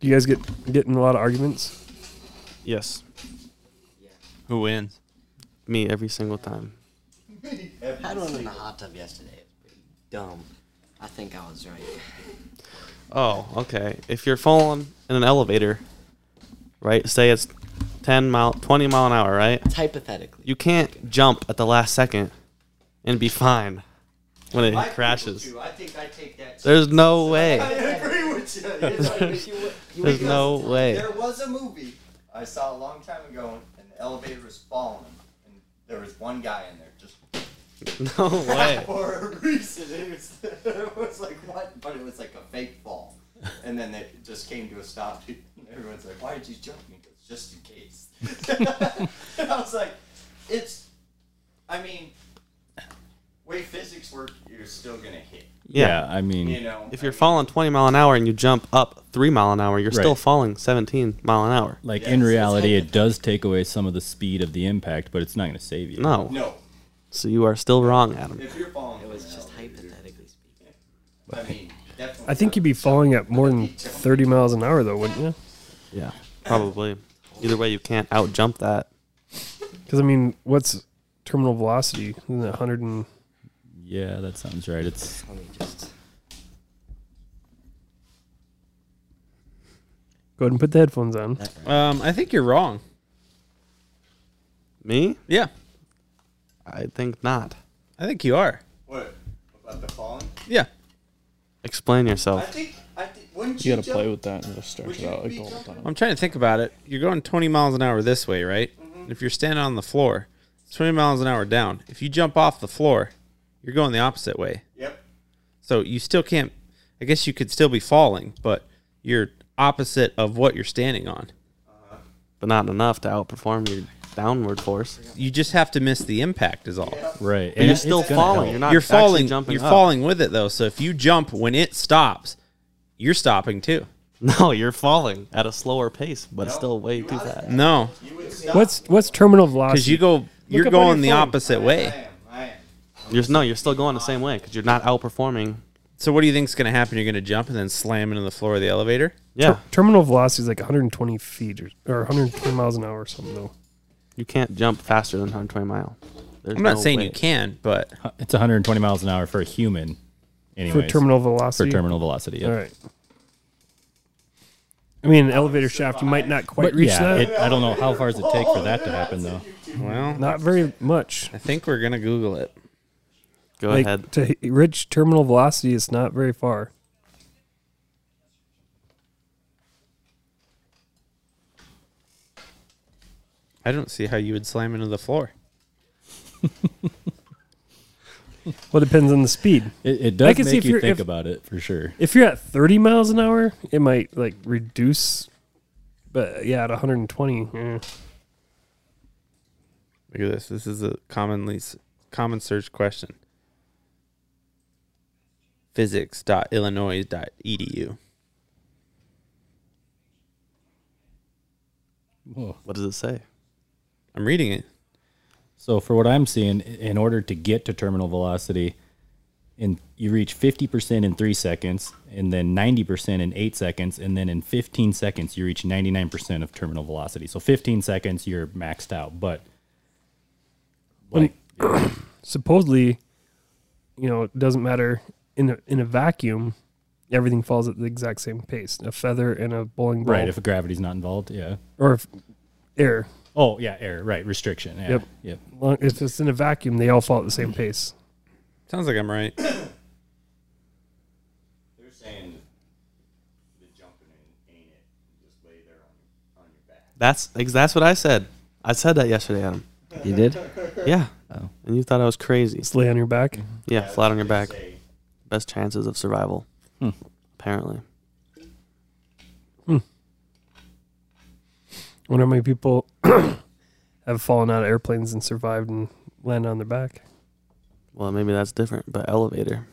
Do you guys get getting a lot of arguments? Yes, Who wins? me every single time. I had one in the hot tub yesterday. It was pretty dumb. I think I was right. Oh, okay. If you're falling in an elevator, right? Say it's 10 mile, 20 mile an hour, right? It's hypothetically. You can't jump at the last second and be fine when it I crashes. I think I take that. There's no way. agree with you. It's like if you were- you There's were- no way. There was a movie I saw a long time ago, and the elevator was falling, and there was one guy in there just No way. for a reason. It was, it was like what? But it was like a fake fall, and then it just came to a stop. And everyone's like, "Why did you jump me?" Because just in case. and I was like, "It's, I mean." Way physics work, you're still gonna hit. Yeah. I mean, You know, Mm. If you're I mean, falling 20 mile an hour and you jump up 3 mile an hour, you're still Right. falling 17 mile an hour. like Yeah, in it's- it's reality, it does take away some of the speed of the impact, but it's not going to save you. No. no, So you are still wrong, Adam. if you're falling, It was from an just elevator, hypothetically speaking. I mean, definitely. I think you'd be falling at more than 30 miles an hour, though, wouldn't you? Yeah. Probably. Either way, you can't out jump that. Because, I mean, what's terminal velocity? Isn't it 100 and. Yeah, that sounds right. It's Let me just. Go ahead and put the headphones on. Um, I think you're wrong. Me? Yeah, I think not. I think you are. What about the falling? Yeah. Explain I yourself. think. I think. Wouldn't You you, gotta jump? play with that and just stretch Would it you out like be the whole jumping? time. I'm trying to think about it. You're going 20 miles an hour this way, right? If you're standing on the floor, it's 20 miles an hour down. If you jump off the floor, you're going the opposite way. Yep. So you still can't. I guess you could still be falling, but you're opposite of what you're standing on. But not enough to outperform your downward force. You just have to miss the impact, is all. right. But you're still falling. You're not You're actually falling. jumping You're up. falling with it though. So if you jump when it stops, you're stopping too. No, you're falling at a slower pace, but No, still way too are. fast. No, You would stop. What's what's terminal because velocity? you go. up You're on your going the phone. opposite I way. am. I am. You're no, you're still going the same way because you're not outperforming. So what do you think's going to happen? You're going to jump and then slam into the floor of the elevator. Yeah, terminal velocity is like 120 feet or, or 120 miles an hour or something, though. you can't jump faster than 120 mile. There's I'm not no saying way. you can, but It's 120 miles an hour for a human, For anyways. terminal for velocity? terminal velocity. Yeah. All right. I mean, an elevator shaft, you might not quite But reach yeah, that. it, I don't know how far does it take for that to happen though. well, not very much. I think we're going to Google it. Go Like, ahead. to h- reach terminal velocity, it's not very far. I don't see how you would slam into the floor. Well, it depends on the speed. It, it I does can see make if you you're- think if- about it for sure. If you're at 30 miles an hour, it might like reduce. But yeah, at 120, eh. Look at this. This is a commonly s- common search question. Physics.illinois.edu. What does it say? I'm reading it. So for what I'm seeing, i- in order to get to terminal velocity, in you reach 50% in three seconds, and then 90% in eight seconds, and then in 15 seconds you reach 99% of terminal velocity. So 15 seconds you're maxed out, but like supposedly, you know, it doesn't matter in a, in a vacuum, everything falls at the exact same pace. A feather and a bowling ball, right if gravity's not involved, yeah. or if air. Oh yeah, air right restriction. Yeah, Yep. Yep. Long, if it's in a vacuum, they all fall at the same pace. Sounds like I'm right. They're saying the jumping in ain't it. You Just lay there on your on your back. That's ex- that's what I said. I said that yesterday, Adam. You did? Yeah. And you thought I was crazy. Just lay on your back. Mm-hmm. Yeah, flat on your back. Say, Best chances of survival. Apparently. Wonder how many people have fallen out of airplanes and survived and landed on their back. Well, maybe that's different, but elevator.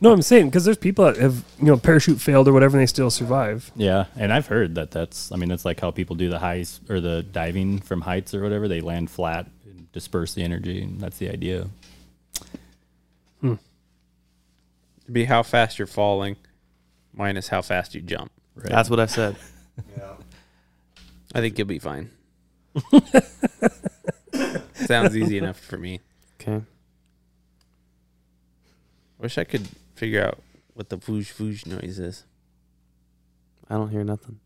No, I'm saying because there's people that have you know parachute failed or whatever, and they still survive. Yeah, and I've heard that that's I mean that's like how people do the highs or the diving from heights or whatever. They land flat and disperse the energy, and that's the idea. It'd be how fast you're falling minus how fast you jump. That's what I said. Yeah. I think you'll be fine. Sounds easy enough for me. Okay. Wish I could figure out what the voosh voosh noise is. I don't hear nothing.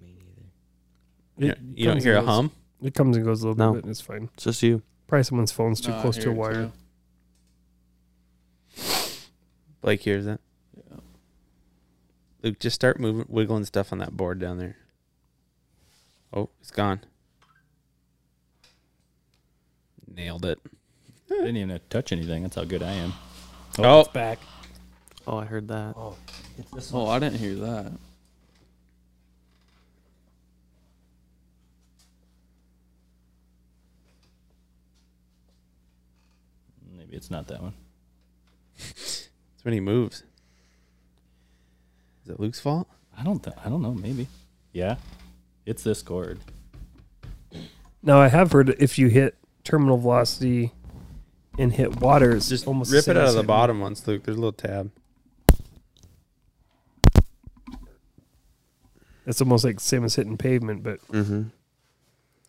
Me neither. You, It you don't comes hear a and goes. hum? It comes and goes a little No. bit, and it's fine. It's just you. Probably someone's phone's too No, I close to hear a it wire. too. Blake hears that. Luke, just start moving, wiggling stuff on that board down there. Oh, it's gone. Nailed it. I didn't even have to touch anything. That's how good I am. Oh, It's back. Oh, I heard that. Oh, I didn't hear that. Maybe it's not that one. it's when he moves. Is it Luke's fault? I don't. Th- I don't know. Maybe. Yeah, it's this chord. Now I have heard if you hit terminal velocity and hit water, it's Just almost the rip same it out as of the hitting- bottom once, Luke. There's a little tab. It's almost like same as hitting pavement, but Mm-hmm.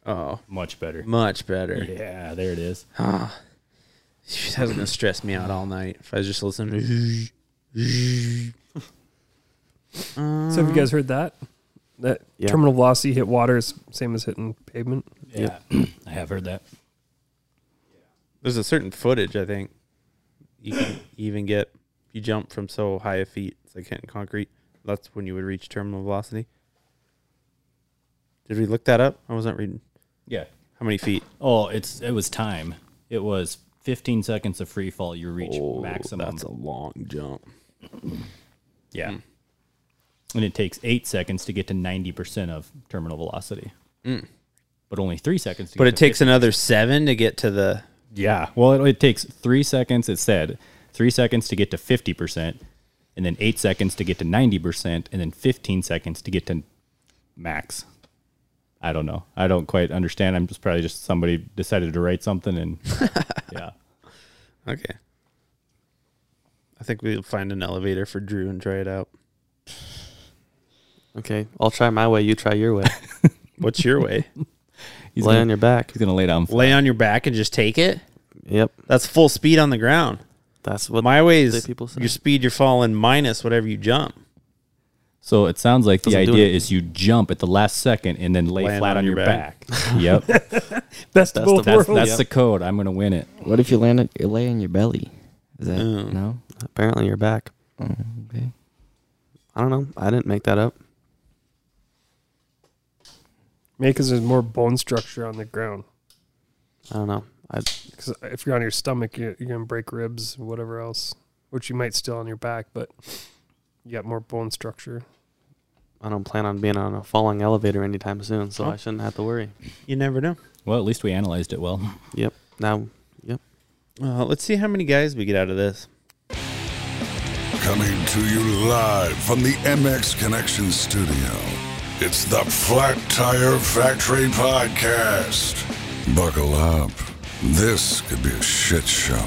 Oh, Much better. much better. Yeah, there it is. Ah, that was gonna stress me out all night if I was just listening. to so Mm. have you guys heard that? That Yeah. terminal velocity hit water is same as hitting pavement. Yeah, I have heard that. There's a certain footage I think you can even get. You jump from so high a feet, it's like hitting concrete. That's when you would reach terminal velocity. Did we look that up? I wasn't reading. Yeah. How many feet? Oh, it's it was time. It was 15 seconds of free fall. You reach maximum, Oh, That's a Hmm. long jump. Yeah. and it takes eight seconds to get to 90 percent of terminal velocity. But only three seconds. To Hmm. But get it to takes another seven to get to the. Yeah. Well, it, it takes three seconds, it said, three seconds to get to 50%, and then eight seconds to get to 90%, and then 15 seconds to get to max. I don't know. I don't quite understand. I'm just probably just somebody decided to write something, and yeah. Okay. I think we'll find an elevator for Drew and try it out. Okay. I'll try my way. You try your way. What's your way? He's Lay gonna, on your back. he's gonna lay down. Lay on your back and just take it? Yep. That's full speed on the ground. That's what My way is Say people say. your speed you're falling minus whatever you jump. So it sounds like the Doesn't do idea anything. is you jump at the last second and then lay Land flat on on, your your back. yep, that's Best of Best both of both. worlds. that's the code. I'm gonna win it. What if you land on, you lay on your belly? Is that Oh. no? apparently your back. Oh, okay. I don't know. I didn't make that up. because there's more bone structure on the ground. I don't know. I, Because if you're on your stomach, you're, you're gonna break ribs, and whatever else, which you might still on your back, but you got more bone structure. I don't plan on being on a falling elevator anytime soon, so Oh. I shouldn't have to worry. You never know. Well, at least we analyzed it well. Yep. Now, Uh, let's see how many guys we get out of this. Coming to you live from the MX Connection studio. It's the Flat Tire Factory Podcast. Buckle up. This could be a shit show.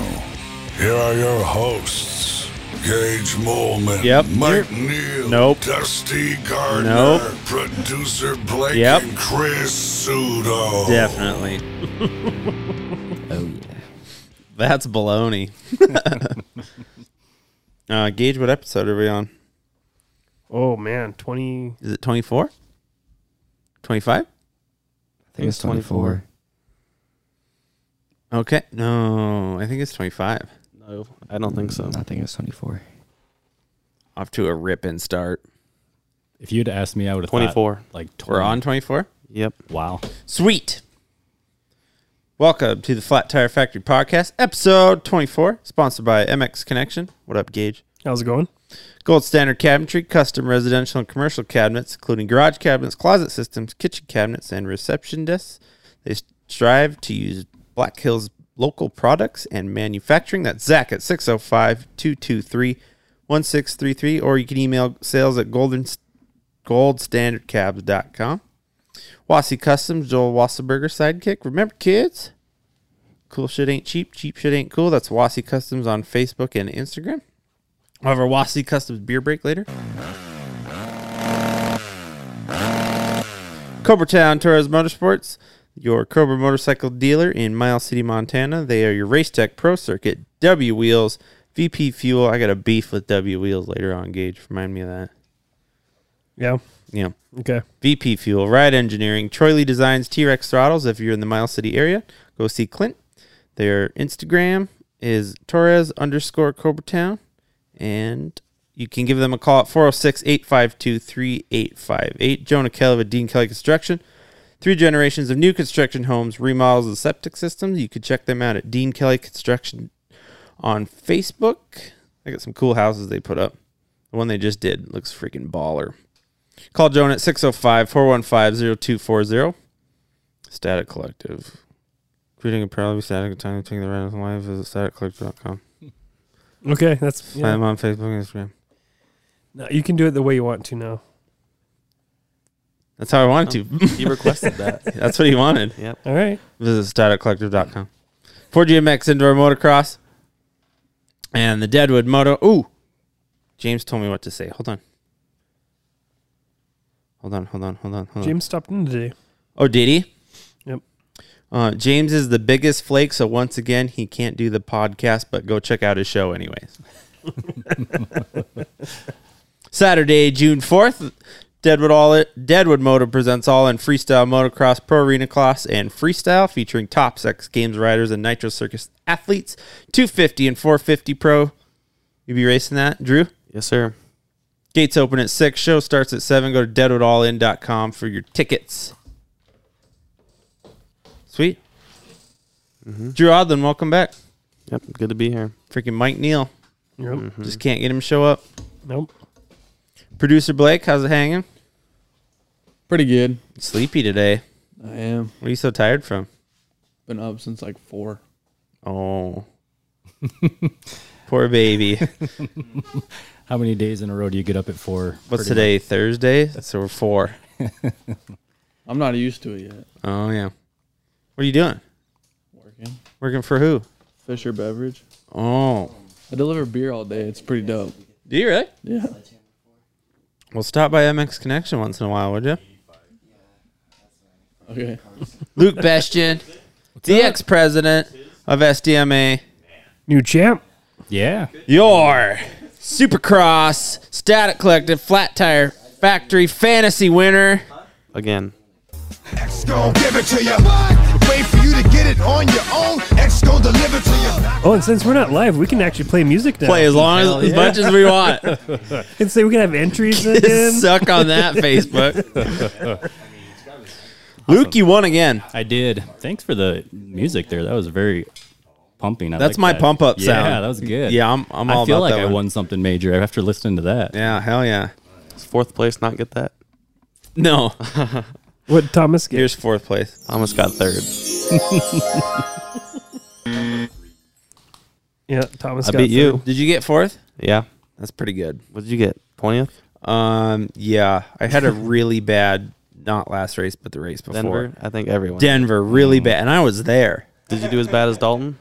Here are your hosts Gage Molman, Yep. Mike Neal, Nope. Dusty Gardner, Nope. producer Blake, Yep. and Chris Pseudo. Definitely. Oh yeah. That's baloney. uh, Gage, what episode are we on? Oh man, twenty. Is it 24? 25? I think it's twenty four. Okay. No, I think it's 25. no, I don't think so. I think it's twenty four. Off to a rip and start. If you'd asked me, I would have 24. like 20. We're on 24? Yep. Wow. Sweet. Welcome to the Flat Tire Factory Podcast, episode 24, sponsored by MX Connection. What up, Gage? How's it going? Gold standard cabinetry, custom residential and commercial cabinets, including garage cabinets, closet systems, kitchen cabinets, and reception desks. They strive to use Black Hills local products and manufacturing. That's Zach at 605 223 1633, or you can email sales at golden, goldstandardcabs.com. Wasi Customs, Joel Wassenberger sidekick. Remember, kids, cool shit ain't cheap, cheap shit ain't cool. That's Wasi Customs on Facebook and Instagram. We'll have our Wasi Customs beer break later. Cobra Town Torres Motorsports, your Cobra motorcycle dealer in Miles City, Montana. They are your Race Tech Pro Circuit, W Wheels, VP Fuel. I got a beef with W Wheels later on, Gage. Remind me of that. Yeah. Yeah. Okay. VP Fuel, Ride Engineering, Troy Lee Designs, T Rex Throttles. If you're in the Miles City area, go see Clint. Their Instagram is Torres underscore Cobra Town. And you can give them a call at 406 852 3858. Jonah Kelly with Dean Kelly Construction. Three generations of new construction homes, remodels, and septic systems. You could check them out at Dean Kelly Construction on Facebook. I got some cool houses they put up. The one they just did looks freaking baller. Call Joan at 605 415 0240. Static Collective. Greeting and proudly static time taking the random life visit staticcollective.com. Okay. That's yeah. I'm on Facebook and Instagram. No, you can do it the way you want to now. That's how I wanted to. He requested that. That's what he wanted. Yep. All right. Visit staticcollective.com. 4GMX Indoor Motocross and the Deadwood Moto. Ooh, James told me what to say. Hold on. Hold on, hold on, hold on, hold on. James stopped in today. Oh, did he? Yep. Uh, James is the biggest flake, so once again, he can't do the podcast, but go check out his show anyways. Saturday, June 4th, Deadwood All Deadwood Moto presents All in Freestyle Motocross, Pro Arena Class, and Freestyle featuring top sex games riders and Nitro Circus athletes, 250 and 450 Pro. You be racing that, Drew? Yes, sir. Gates open at 6, show starts at 7. Go to deadwoodallin.com for your tickets. Sweet. Drew Odlin, welcome back. Yep. Good to be here. Freaking Mike Neal. Yep. Mm-hmm. Just can't get him to show up. Nope. Producer Blake, how's it hanging? Pretty good. Sleepy today. I am. What are you so tired from? Been up since like four. Oh. Poor baby. How many days in a row do you get up at four? What's Pretty today? Thursday? So we're four. I'm not used to it yet. Oh, yeah. What are you doing? Working. Working for who? Fisher Beverage. Oh. I deliver beer all day. It's pretty dope. Do you really? Yeah. Well, stop by MX Connection once in a while, would you? Okay. Luke Bastian, the ex president of SDMA, New champ. much. Yeah. your Supercross, Static Collective, Flat Tire Factory, Fantasy winner. Again. X gon' give it to you. Wait for you to get it on your own. X gon' deliver to you. Oh, and since we're not live, we can actually play music now. Play as long as, as much as we want. And say we can have entries again. Suck on that, Facebook. Luke, you won again. I did. Thanks for the music there. That was very pumping. I That's like my that. pump up yeah, sound. that was good. Yeah, I'm, I'm all I feel about like that I one. won something major after listening to that. Yeah, hell yeah. Does fourth place not get that? No, What Thomas gave. here's fourth place. Thomas got third. Yeah, Thomas. I got beat you. Did you get fourth? Yeah. That's pretty good. What did you get? Twentieth? Um, yeah, I had a really bad not last race, but the race before. Denver? I think everyone. Denver, Mm. really bad, and I was there. Did you do as bad as Dalton?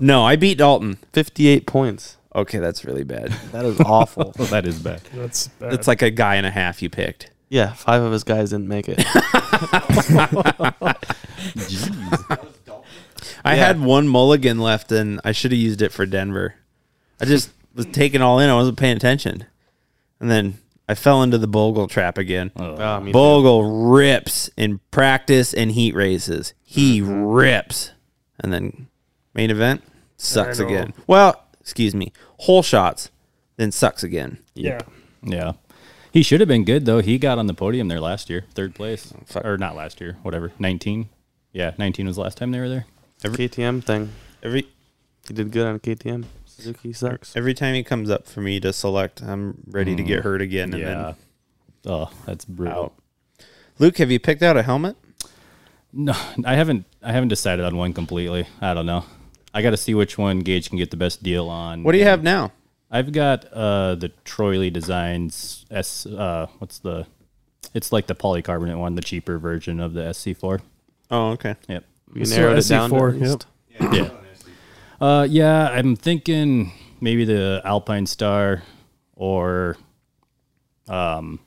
No, I beat Dalton. Fifty-eight points. Okay, that's really bad. That is awful. Oh, that is bad. That's bad. That's like a guy and a half you picked. yeah, five of his guys didn't make it. I had one mulligan left, and I should have used it for Denver. I just was taking all in. I wasn't paying attention, and then I fell into the Bogle trap again. Oh, me too. Bogle rips in practice and heat races. He rips, and then main event sucks I know. again. Well, excuse me, whole shots, then sucks again. yeah. Yeah. He should have been good though. He got on the podium there last year, third place, fuck. or not last year, whatever. Nineteen. Yeah, nineteen was the last time they were there. KTM thing. Every You did good on KTM. Suzuki sucks. every time he comes up for me to select, I'm ready to get hurt again. And Yeah. then Oh, that's brutal. out. Luke, have you picked out a helmet? No, I haven't. I haven't decided on one completely. I don't know. I got to see which one Gage can get the best deal on. What do you have now? I've got uh, the Troy Lee Designs S. Uh, what's the? It's like the polycarbonate one, the cheaper version of the SC4. Oh, okay. Yep. We So narrowed it down. To SC4, at least. yeah. Uh, yeah, I'm thinking maybe the Alpine Star or um,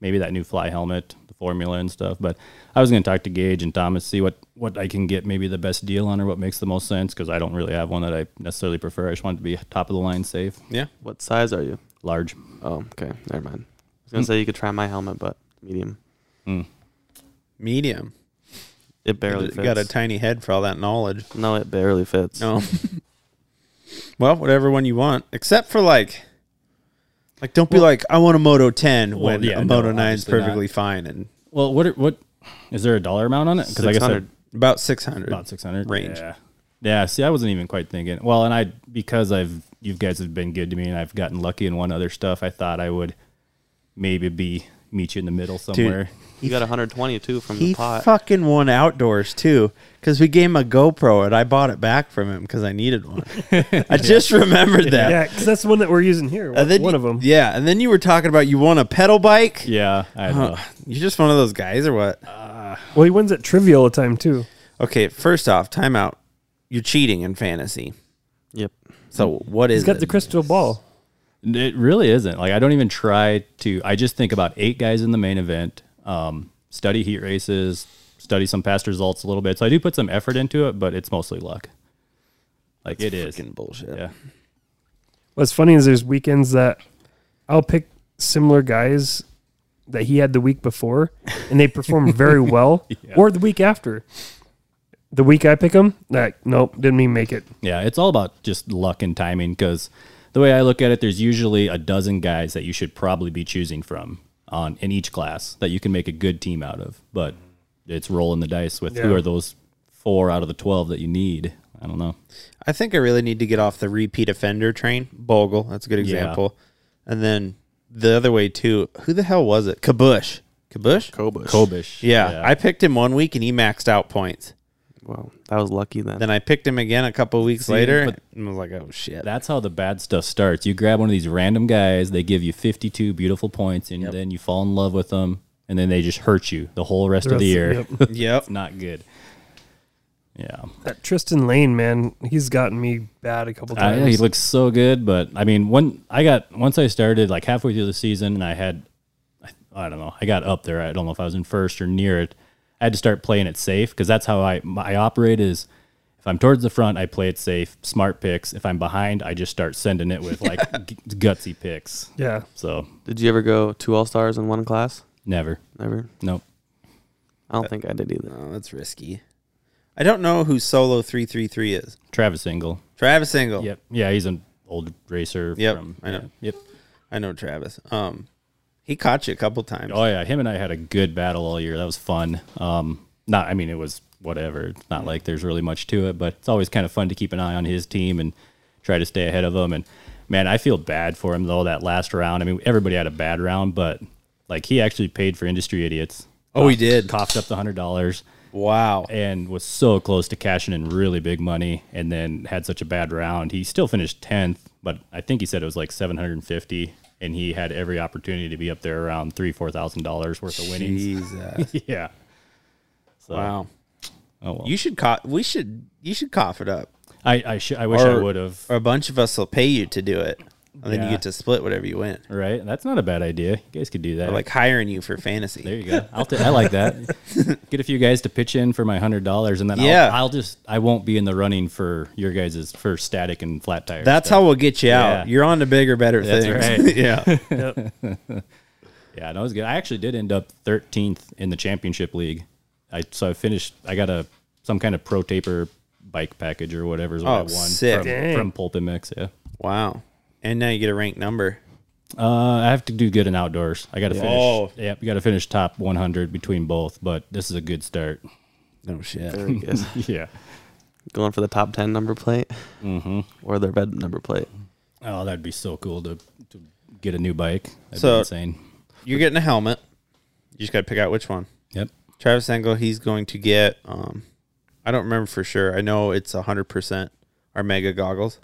maybe that new fly helmet, the formula and stuff. But I was going to talk to Gage and Thomas, see what, what I can get maybe the best deal on or what makes the most sense because I don't really have one that I necessarily prefer. I just want it to be top of the line, safe, Yeah. What size are you? large. Oh, okay. Never mind. I was gonna say you could try my helmet, but medium. Medium. It barely You fits. got a tiny head for all that knowledge. no, it barely fits. No. well, whatever one you want, except for like, like don't be like I want a Moto 10 Well, when yeah, a Moto no, 9 is obviously not. perfectly fine and Well, what are, what is there a dollar amount on it? Because I guess I, 600. about 600. about 600 range. yeah yeah see i wasn't even quite thinking well and i because i've you guys have been good to me and i've gotten lucky in one other stuff i thought i would maybe be meet you in the middle somewhere You got 120 too from He the pot. fucking won outdoors too, because we gave him a GoPro and I bought it back from him because I needed one. I just remembered that. Yeah, because that's the one that we're using here. And then one you- of them. Yeah, and then you were talking about you want a pedal bike. yeah i don't know Huh. You're just one of those guys or what? Well, he wins at trivia all the time too. Okay, first off, timeout. You're cheating in fantasy. Yep. So what is He's got the it? crystal ball. it really isn't like i don't even try to i just think about eight guys in the main event um, study heat races study some past results a little bit so i do put some effort into it but it's mostly luck like it is Fucking bullshit. yeah What's funny is there's weekends that I'll pick similar guys that he had the week before, and they perform very well, or the week after. The week I pick them, like nope, didn't even make it. Yeah, it's all about just luck and timing because the way I look at it, there's usually a dozen guys that you should probably be choosing from on in each class that you can make a good team out of. But it's rolling the dice with who Yeah. are those four out of the twelve that you need. I don't know. I think I really need to get off the repeat offender train. Bogle, that's a good example. And then the other way too. Who the hell was it? Kabush. Kabush. Kobush. Kobish. yeah, I picked him one week and he maxed out points. Wow, that was lucky then. Then I picked him again a couple weeks See, later but- and was like, "Oh shit!" that's how the bad stuff starts. You grab one of these random guys, they give you 52 beautiful points, and then you fall in love with them, and then they just hurt you the whole rest, of the year. Yep. yep. Not good. Yeah. That Tristan Lane, man, he's gotten me bad a couple I, times. Uh, he looks so good, but I mean, when I got once I started like halfway through the season, and I had, I, I don't know, I got up there. I don't know if I was in first or near it. I had to start playing it safe because that's how I my, I operate is. If I'm towards the front, I play it safe, smart picks. If I'm behind, I just start sending it with like g- gutsy picks. yeah, So did you ever go two all stars in one class? never, Never. nope. I don't think I did either. Oh, that's risky. I don't know who Solo three three three is. Travis Single. Travis Engel. Yep. Yeah, he's an old racer. Yep, From, I know. Yep. I know Travis. Um, he caught you a couple times. Oh yeah, him and I had a good battle all year. That was fun. Um, not, I mean, it was whatever. It's not like there's really much to it, but it's always kind of fun to keep an eye on his team and try to stay ahead of him. And man, I feel bad for him though. That last round, I mean, everybody had a bad round, but like he actually paid for industry idiots. Oh, he did. Coughed up the hundred dollars Wow. and was so close to cashing in really big money and then had such a bad round. He still finished 10th, but I think he said it was like 750 and he had every opportunity to be up there around three, four thousand dollars worth of winnings. Jesus. Yeah. So, wow. Oh well. You should cough. We should. You should cough it up. I I, sh- I wish I Or- would have. Or a bunch of us will pay you to do it, and then you Yeah. get to split whatever you win. Right. That's not a bad idea. You guys could do that. Or like hiring you for there fantasy. you go. I'll t- I like that. Get a few guys to pitch in for my hundred dollars, and then Yeah. I'll, I'll just I won't be in the running for your guys' for static and flat tires. That's how we'll get you out. Yeah. You're on to bigger, better That's things. right. yeah. Yeah, that was good. I actually did end up 13th in the championship league. I so I finished. I got a some kind of pro taper bike package or whatever is what I Oh, won sick. Dang. from, from Pulp and Mix. Yeah, Wow. And now you get a ranked number. uh, I have to do good in outdoors. I got to finish. Oh. Yep, you got to finish top 100 between both. But this is a good start. No shit. Very good. Yeah. Going for the top 10 number plate Mm-hmm. or the red number plate. Oh, that'd be so cool to, to get a new bike. That'd So- be insane. You're getting a helmet. You just got to pick out which one. Yep. Travis Engel, he's going to get. Um, I don't remember for sure. I know it's hundred percent our mega goggles,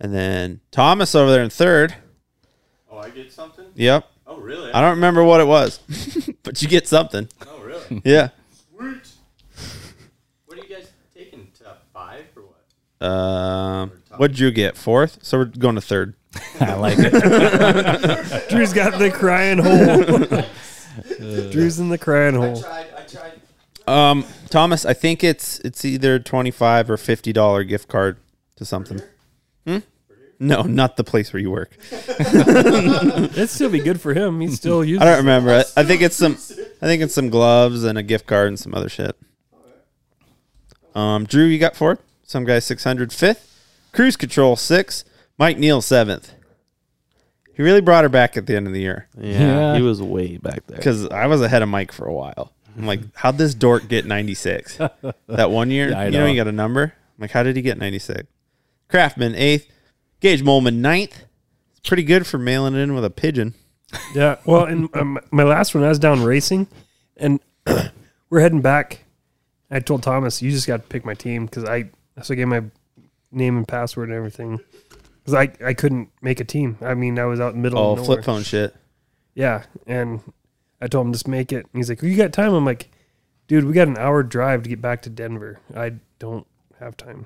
and then Thomas over there in third. Oh, I get something? Yep, Oh, really? I don't remember what it was, but you get something. Oh, really? Yeah. Sweet. What are you guys taking? Top five or what? Uh, Um, what would you get? Fourth. So we're going to third. I like it. Drew's got the crying hole. Drew's in the crying I hole. tried. I tried. Um, Thomas, I think it's it's either twenty five or fifty dollar gift card to something. Hmm? No, not the place where you work. It'd still be good for him. He's still using. I don't remember. I, I think it's some. I think it's some gloves and a gift card and some other shit. Um, Drew, you got fourth. Some guy six hundred fifth. Cruise control six. Mike Neal seventh. He really brought her back at the end of the year Yeah, Yeah. he was way back there. because I was ahead of Mike for a while. I'm like, how'd this dork get ninety six? That one year, Yeah, I you know, know. he got a number. I'm like, how did he get ninety six? Craftman eighth. Gage Molman ninth. It's pretty good for mailing it in with a pigeon. Yeah. Well, and um, my last one, I was down racing, and we're heading back. I told Thomas, "You just got to pick my team because I so I gave my name and password and everything because I I couldn't make a team. I mean, I was out in the middle. Oh, of nowhere. flip phone shit. Yeah, and I told him just make it. And he's like, well, "You got time?" I'm like, "Dude, we got an hour drive to get back to Denver. I don't have time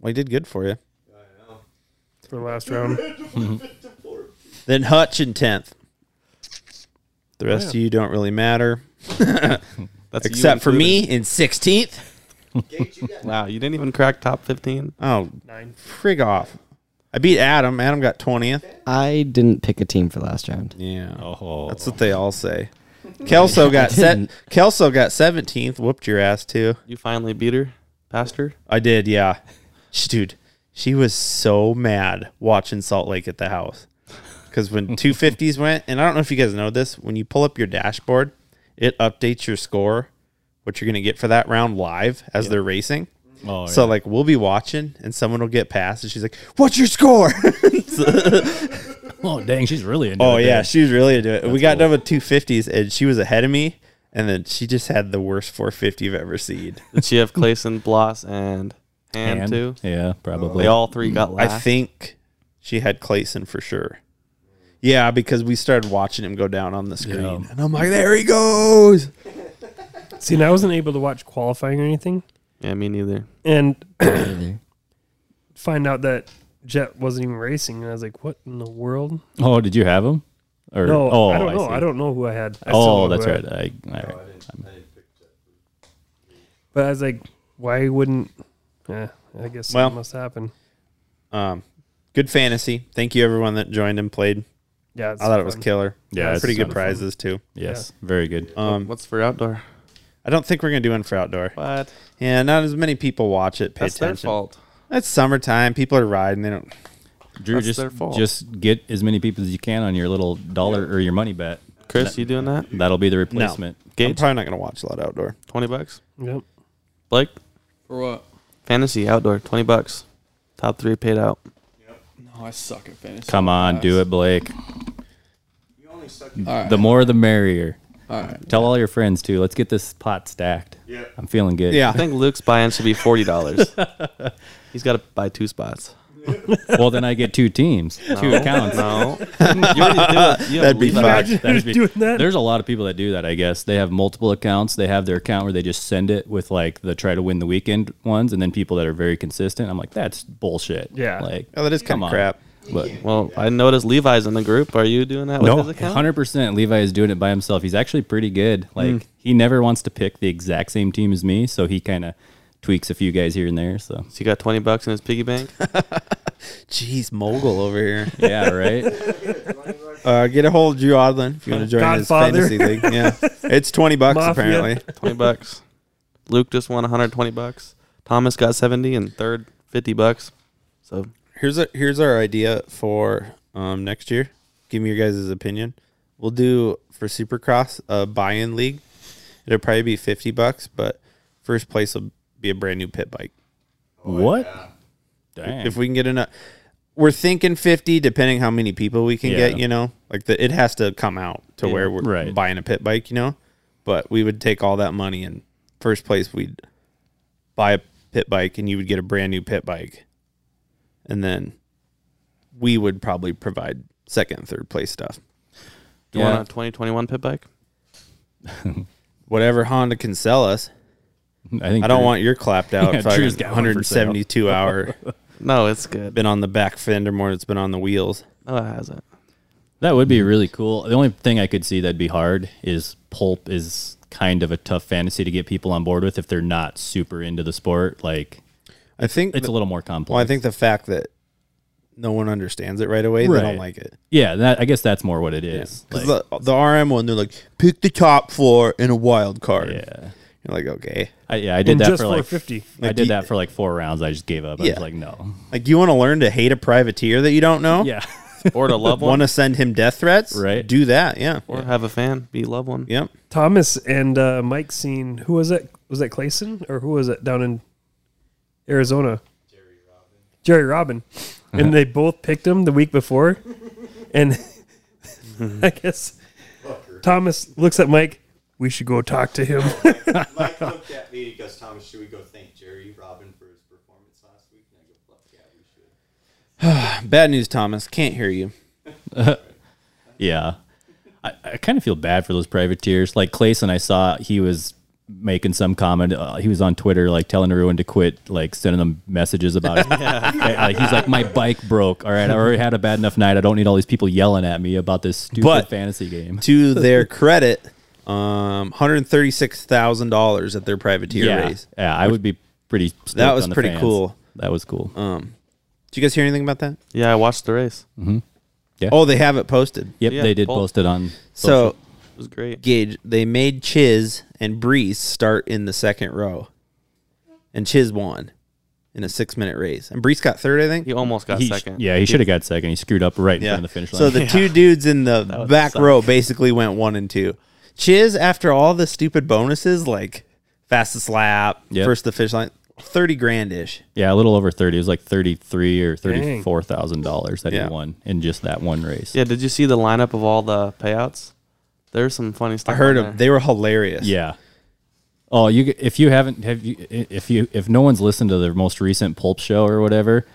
Well, he did good for you. for the last round." Then Hutch in tenth. The rest of you don't really matter, That's you except for me included. in sixteenth. Wow, you didn't even crack top fifteen. Oh, frig off! I beat Adam. Adam got twentieth. I didn't pick a team for last round. Yeah, Oh, that's what they all say. Kelso got set. didn't. Kelso got seventeenth. Whooped your ass too. You finally beat her, passed her. I did. Yeah, Sh- dude, she was so mad watching Salt Lake at the house because when two fifties went, and I don't know if you guys know this, when you pull up your dashboard, it updates your score, what you're gonna get for that round live as they're racing. oh, So like we'll be watching and someone will get past and she's like, "What's your score?" yeah. oh dang, she's really into oh it yeah, there. she was really into it. we got done with two fifties and she was ahead of me, and then she just had the worst four fifty you've ever seen. Did she have Clayson, Bloss, and Hand, And- too? Yeah, probably. They Oh. all three got I last. think she had Clayson for sure. Yeah, because we started watching him go down on the screen, Yeah. and uh, I'm like, "There he goes!" See, and I wasn't able to watch qualifying or anything, Yeah, me neither. and Either. find out that Jet wasn't even racing, and I was like, "What in the world?" oh, did you have them? Or No, oh, I don't know. see. I, don't know who I had. I still Oh, don't know that's who I right. had. I, all right. But I was like, "Why wouldn't?" Yeah, I guess Well- something must happen. Um, good fantasy. Thank you everyone that joined and played. Yeah, it's I thought it was fun. killer. Yeah, it's pretty a ton good of fun. prizes too. Yes, very good. Um, What's for outdoor? I don't think we're gonna do one for outdoor. What? Yeah, not as many people watch it. Pay That's their attention. fault. It's summertime. People are riding. They don't. Drew, that's just their fault. just get as many people as you can on your little dollar or your money bet. Chris, you doing that? That'll be the replacement. I'm Gage, probably not going to watch a lot outdoor. twenty bucks. Yep. Blake, For what? fantasy outdoor, twenty bucks. Top three paid out. No, I suck at fantasy. Come on, do it, Blake. You only stuck. All right. The more, the merrier. all right. Tell all your friends too. Let's get this pot stacked. Yeah. I'm feeling good. I think Luke's buy-in should be forty dollars. He's got to buy two spots. Well, then I get two teams, two accounts. No, you already do it. You have That'd be Levi. fun. That'd be- doing that. There's a lot of people that do that. I guess they have multiple accounts. They have their account where they just send it with like the try to win the weekend ones, and then people that are very consistent. I'm like, that's bullshit. Yeah. Like, Oh, that is Come kind of on. crap. but Well, I noticed Levi's in the group. Are you doing that with his account? hundred percent. Levi is doing it by himself. He's actually pretty good. Hmm. Like, he never wants to pick the exact same team as me, so he kind of tweaks a few guys here and there. So So you got twenty bucks in his piggy bank. Jeez, mogul over here. yeah, right. Uh, get a hold of Drew Odlin if you want to join Godfather. his fantasy league. Yeah, it's twenty bucks Mafia. apparently. Twenty bucks. Luke just won one hundred twenty bucks. Thomas got seventy, and third fifty bucks. So Here's a here's our idea for um, next year. Give me your guys' opinion. We'll do for Supercross a buy-in league. It'll probably be fifty bucks, but first place will be a brand new pit bike. what? Dang. if we can get enough we're thinking 50 depending how many people we can Yeah. get you know like the, it has to come out to where we're right. buying a pit bike you know but we would take all that money and first place we'd buy a pit bike and you would get a brand new pit bike and then we would probably provide second and third place stuff do you Yeah. want a twenty twenty one pit bike? whatever honda can sell us I think i don't Drew- want your clapped out Yeah, fucking Drew's got one for sale. 172 hour No, it's good. Been on the back fender more than it's been on the wheels. No, it hasn't. That would be really cool. The only thing I could see that'd be hard is pulp is kind of a tough fantasy to get people on board with if they're not super into the sport. Like I think it's the- a little more complex. Well, I think the fact that no one understands it right away, they Right. don't like it. yeah, that I guess that's more what it is. 'Cause Like, the, the RM one, they're like, pick the top four in a wild card. yeah. You're like, okay. I, yeah, I did And that just for like 450. I Like, did you- that for like four rounds. I just gave up. I Yeah. was like, no. Like, you want to learn to hate a privateer that you don't know? Yeah. Or to love one, Want to send him death threats? Right. Do that. Yeah. or have a fan, be loved one. Yep. Thomas and uh, Mike seen who was that? Was that Clayson or who was it down in Arizona? Jerry Robin. Jerry Robin, and they both picked him the week before, and I guess Thomas looks at Mike. We should go talk to him. Mike looked at me and goes, Thomas, should we go thank Jerry Robin for his performance last week? And I go, fuck yeah, we should. Bad news, Thomas. Can't hear you. Yeah. I, I kind of feel bad for those privateers. Like Clayson, I saw he was making some comment. Uh, he was on Twitter, like telling everyone to quit, like sending them messages about it. Uh, he's like, my bike broke. All right. I already had a bad enough night. I don't need all these people yelling at me about this stupid But- fantasy game. To their credit, um, $136,000 at their privateer Yeah. raise. Yeah. I would be pretty. stoked That was on the pretty fans. cool. Uh, That was cool. Did you guys hear anything about that? Yeah, I watched the race. It Oh, they have it posted. yep. yeah, they did both. post it on. So, social. was great. Gage, they made Chiz and Brees start in the second row. And Chiz won in a six minute race. And Brees got third, I think. He almost got He- second. yeah, he should have got second. He screwed up right in Yeah. front of the finish line. So the two dudes in the would back suck. row basically went one and two. Chiz, after all the stupid bonuses, like fastest lap, Yep. first to the finish line, 30 grand ish. Yeah, a little over thirty. It was like thirty-three or thirty-four thousand dollars that Yeah. he won in just that one race. Yeah, did you see the lineup of all the payouts? There's some funny I stuff. heard on them. there. They were hilarious. Yeah. Oh, you if you haven't have you if you if no one's listened to the most recent Pulp show or whatever,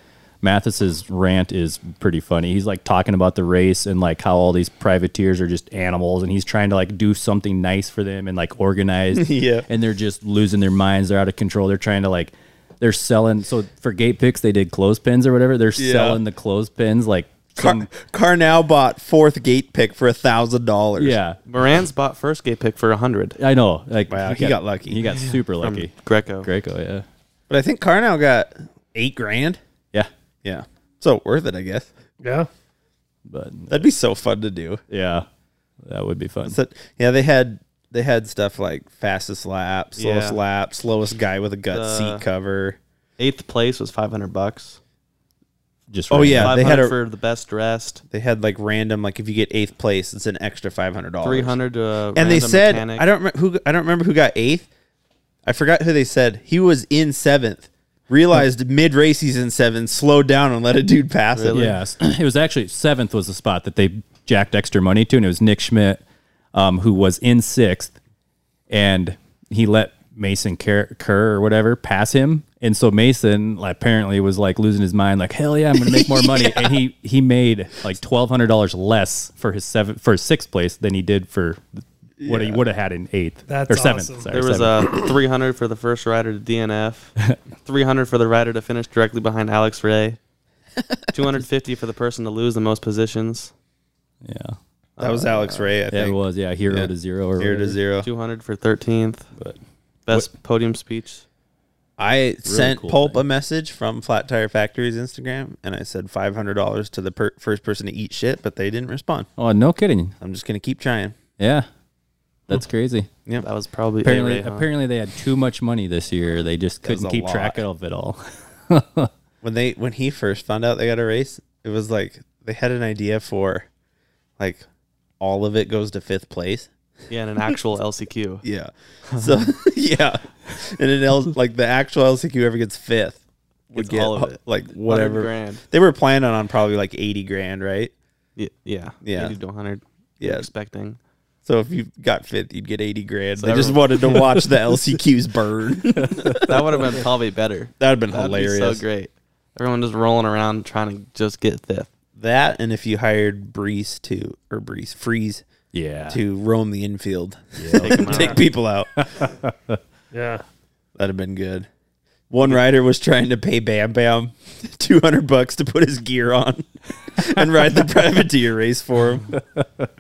Mathis's rant is pretty funny. He's like talking about the race and like how all these privateers are just animals, and he's trying to like do something nice for them and like organized. Yeah. and they're just losing their minds. They're out of control. They're trying to like. They're selling so for gate picks they did clothespins or whatever. They're Yeah. selling the clothespins like Car- some Carnell bought fourth gate pick for a thousand dollars. yeah Moran's bought first gate pick for 100. I know. Like wow, he got lucky. He got super From lucky. Greco. Greco, yeah, but I think Carnell got eight grand. yeah, Yeah, so worth it, I guess. yeah, but That'd be so fun to do. yeah, that would be fun. So yeah, they had they had stuff like fastest lap, slowest Yeah. lap, slowest guy with a gut The- seat cover. Eighth place was 500 bucks. Just Oh, random. yeah. they 500 had a- for the best dressed. They had like random like if you get eighth place, it's an extra five hundred dollars. 300 to a And they random said mechanic. I don't remember who I don't remember who got eighth. I forgot who they said. He was in seventh. Realized mid race he's in seventh. Slowed down and let a dude pass him. Really? Yes, it was actually seventh was the spot that they jacked extra money to, and it was Nick Schmidt, um, who was in sixth, and he let Mason Kerr, Kerr or whatever pass him, and so Mason like, apparently was like losing his mind, like hell yeah, I'm gonna make more money, and he he made like twelve hundred dollars less for his seven for his sixth place than he did for what he would have had in eighth That's or seventh. awesome. Sorry, There was seventh. a 300 for the first rider to DNF, 300 for the rider to finish directly behind Alex Ray, 250 for the person to lose the most positions, yeah, That was Uh, Alex Ray. I yeah, it think. was yeah, hero Yeah. to zero or Zero to whatever. zero. 200 for 13th, But- best podium speech. I sent cool Pulp thing. a message from Flat Tire Factory's Instagram, and I said five hundred dollars to the per- first person to eat shit, but they didn't respond. Oh no, kidding. I'm just gonna keep trying. Yeah, that's crazy. That was probably Apparently, A-Ray, huh? apparently they had too much money this year. They just was couldn't a keep lot. track of it all. When they when he first found out they got a race, it was like they had an idea for, like, all of it goes to fifth place. Yeah, in an actual LCQ. Yeah. So yeah, and it L- like the actual LCQ whoever gets fifth would Gets get all of it. like whatever grand. They were planning on probably like eighty grand, right? Yeah, yeah, Yeah. 80 to 100. Yeah. Yeah, expecting. So if you got fifth, you'd get eighty grand. they that just rem- wanted to watch the LCQs burn. That would have been probably better. That'd been That'd hilarious. Be so great. Everyone just rolling around trying to just get fifth. That and if you hired Brees to or Brees Freeze Yeah. to roam the infield, Take 'em out. take people out. yeah. That'd have been good. One rider was trying to pay Bam Bam 200 bucks to put his gear on and ride the privateer race for him.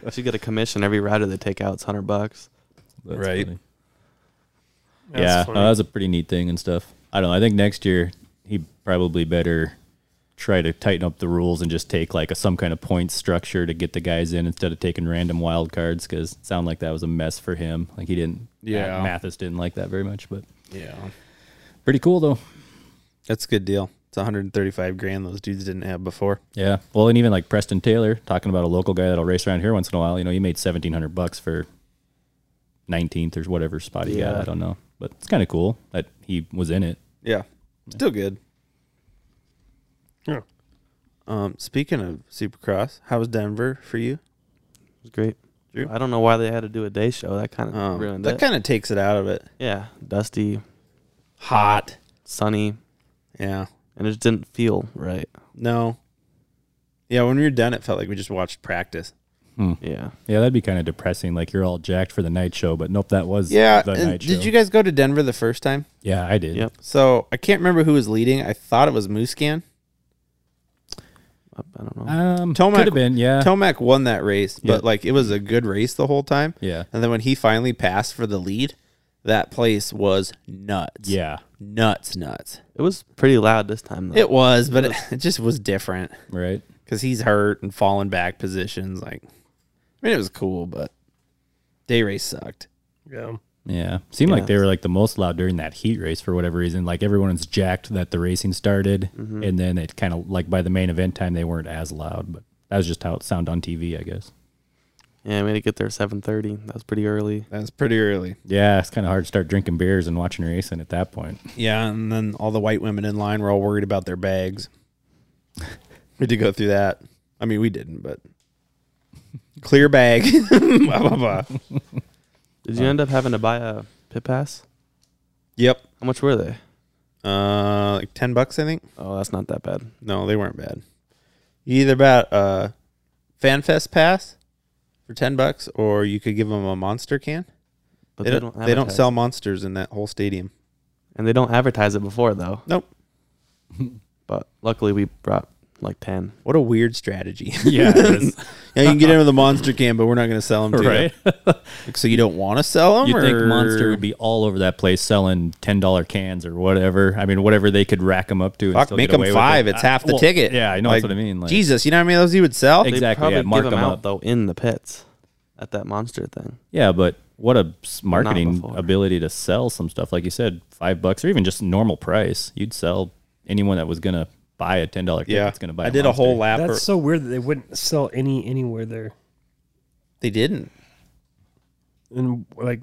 They should get a commission every rider they take out. It's hundred bucks. That's Right. funny. That's yeah, funny. uh, that was a pretty neat thing and stuff. I don't know. I think next year he probably better try to tighten up the rules and just take like a, some kind of point structure to get the guys in instead of taking random wild cards because it sounded like that was a mess for him. Like he didn't. Yeah. Mathis didn't like that very much, but Yeah. pretty cool though. That's a good deal. It's 135 grand those dudes didn't have before. Yeah. Well, and even like Preston Taylor talking about a local guy that'll race around here once in a while. You know, he made seventeen hundred bucks for nineteenth or whatever spot he got. Yeah. I don't know, but it's kind of cool that he was in it. Yeah. Still good. Yeah. Um, speaking of Supercross, how was Denver for you? It was great. Drew? I don't know why they had to do a day show. That kind of Um, ruined that it. kind of takes it out of it. yeah, dusty, Hot. sunny, Yeah. and it just didn't feel right. No. Yeah, when we were done, it felt like we just watched practice. Hmm. Yeah, Yeah, that'd be kind of depressing. Like you're all jacked for the night show, but nope, that was Yeah. the and night show. Did you guys go to Denver the first time? yeah, I did. Yep. So I can't remember who was leading. I thought it was Muscan. I I don't know. Um, Tomac- could have been. Yeah, Tomac won that race, but Yeah. like it was a good race the whole time. yeah, And then when he finally passed for the lead, that place was nuts. yeah. Nuts, nuts. It was pretty loud this time though. It was, but it, it just was different Right. because he's hurt and falling back positions. Like, I mean, it was cool, but day race sucked. Yeah. Yeah, seemed like Yeah. they were like the most loud during that heat race for whatever reason. Like everyone's jacked that the racing started, Mm-hmm. and then it kind of like by the main event time they weren't as loud, but that was just how it sounded on TV, I guess. yeah, we had to get there seven thirty. That was pretty early. That was pretty early. Yeah, it's kind of hard to start drinking beers and watching racing at that point. Yeah, and then all the white women in line were all worried about their bags. we did go through that. I mean, we didn't, but clear bag. Blah, blah, blah. Did you Oh. end up having to buy a pit pass? Yep. How much were they? Uh, like ten bucks, I think. Oh, that's not that bad. No, they weren't bad. You either bought a FanFest pass for ten bucks, or you could give them a monster can. But they, don't. they don't advertise- sell monsters in that whole stadium. and they don't advertise it before though. Nope. But luckily, we brought like ten. What a weird strategy. Yeah, it is. yeah, you can get in with a monster can, but we're not going to sell them to right. you. So you don't want to sell them. You or? think Monster would be all over that place selling ten dollar cans or whatever? I mean, whatever they could rack them up to. And Fuck, still make get them away with five. it. It's I- half the well, ticket. Yeah, I know Like, that's what I mean. Like, Jesus, you know how many of those you would sell? They exactly. Yeah, probably mark give them out up. though in the pits at that monster thing. Yeah, but what a s- marketing before. ability to sell some stuff. Like you said, five bucks or even just normal price. You'd sell anyone that was gonna buy a ten dollar yeah, That's gonna buy. I did a Monster. whole lap. or- That's so weird that they wouldn't sell any anywhere there. they didn't. And like,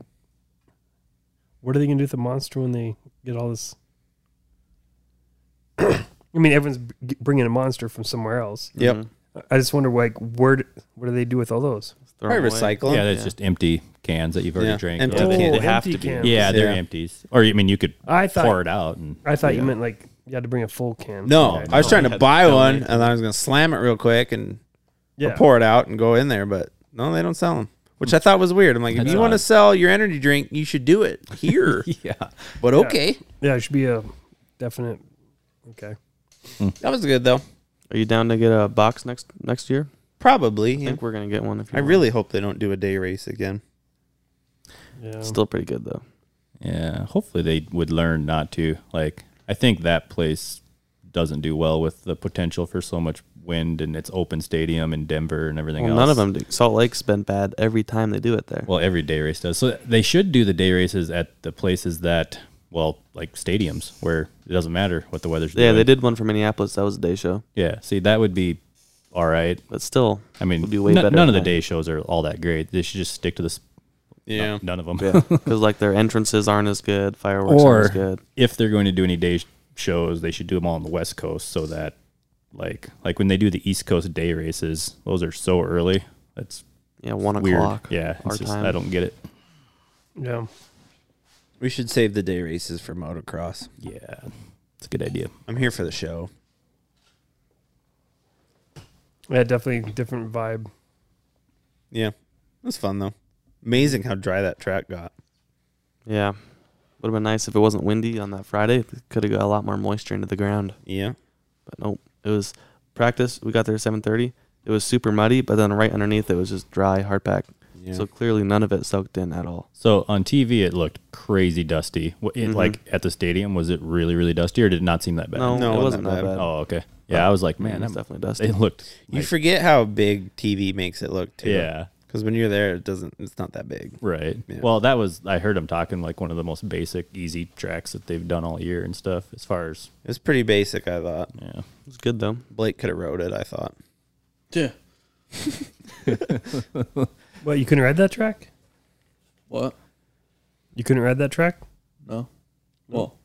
what are they gonna do with the monster when they get all this? I mean, everyone's b- g- bringing a monster from somewhere else. Yep. I just wonder, like, where d- what do they do with all those? Throw 'em Probably away. recycle. Yeah, 'em. that's just empty cans that you've already Yeah, drank. empty Yeah, cans. they- they have empty to be. cans. yeah, they're Yeah. empties. Or I mean, you could I thought- pour it out and I thought you meant like you had to bring a full can. No, Yeah, I was no, trying they to had buy to sell one, it. and I was going to slam it real quick and or yeah. pour it out and go in there. But no, they don't sell them, which I thought was weird. I'm like, if That's you want to odd. sell your energy drink, you should do it here. yeah, but okay, yeah, it should be a definite. Okay, that was good though. Are you down to get a box next next year? Probably. I yeah. think we're gonna get one. If you I want. really hope they don't do a day race again. yeah, still pretty good though. yeah. Hopefully they would learn not to. Like I think that place doesn't do well with the potential for so much wind and its open stadium in Denver and everything Well, else. none of them. Do. Salt Lake's been bad every time they do it there. Well, every day race does. So they should do the day races at the places that, well, like stadiums where it doesn't matter what the weather's yeah, doing. they did one for Minneapolis. That was a day show, Yeah, see, that would be all right. but still, I mean, would be way no- better none of the than day shows are all that great. They should just stick to this. Yeah. none of them. that. yeah, because like their entrances aren't as good, fireworks aren't or as good. if they're going to do any day sh- shows, they should do them all on the West Coast so that, like, like when they do the East Coast day races, those are so early. That's Yeah, one weird. o'clock. Yeah, our it's just, time. I don't get it. yeah. We should save the day races for motocross. Yeah, it's a good idea. I'm here for the show. Yeah, definitely different vibe. Yeah, it was fun though. Amazing how dry that track got. Yeah, Would have been nice if it wasn't windy on that Friday. Could have got a lot more moisture into the ground. Yeah. But nope. It was practice. We got there at seven thirty. It was super muddy, but then right underneath it was just dry hardpack. Yeah. So clearly none of it soaked in at all. So on TV, it looked crazy dusty. What, Mm-hmm. it, Like at the stadium, was it really, really dusty, or did it not seem that bad? No, No, it wasn't not that bad. bad. Oh, okay. Yeah, I was like, man, It was that definitely dusty. It looked. you like- forget how big TV makes it look too. Yeah. Because when you're there, it doesn't. It's not that big. Right. Yeah. Well, that was I heard them talking like one of the most basic, easy tracks that they've done all year and stuff. As far as It's pretty basic. I thought yeah, It was good though. Blake could have wrote it. I thought. Yeah. What, you couldn't ride that track? What? You couldn't ride that track? No. Well,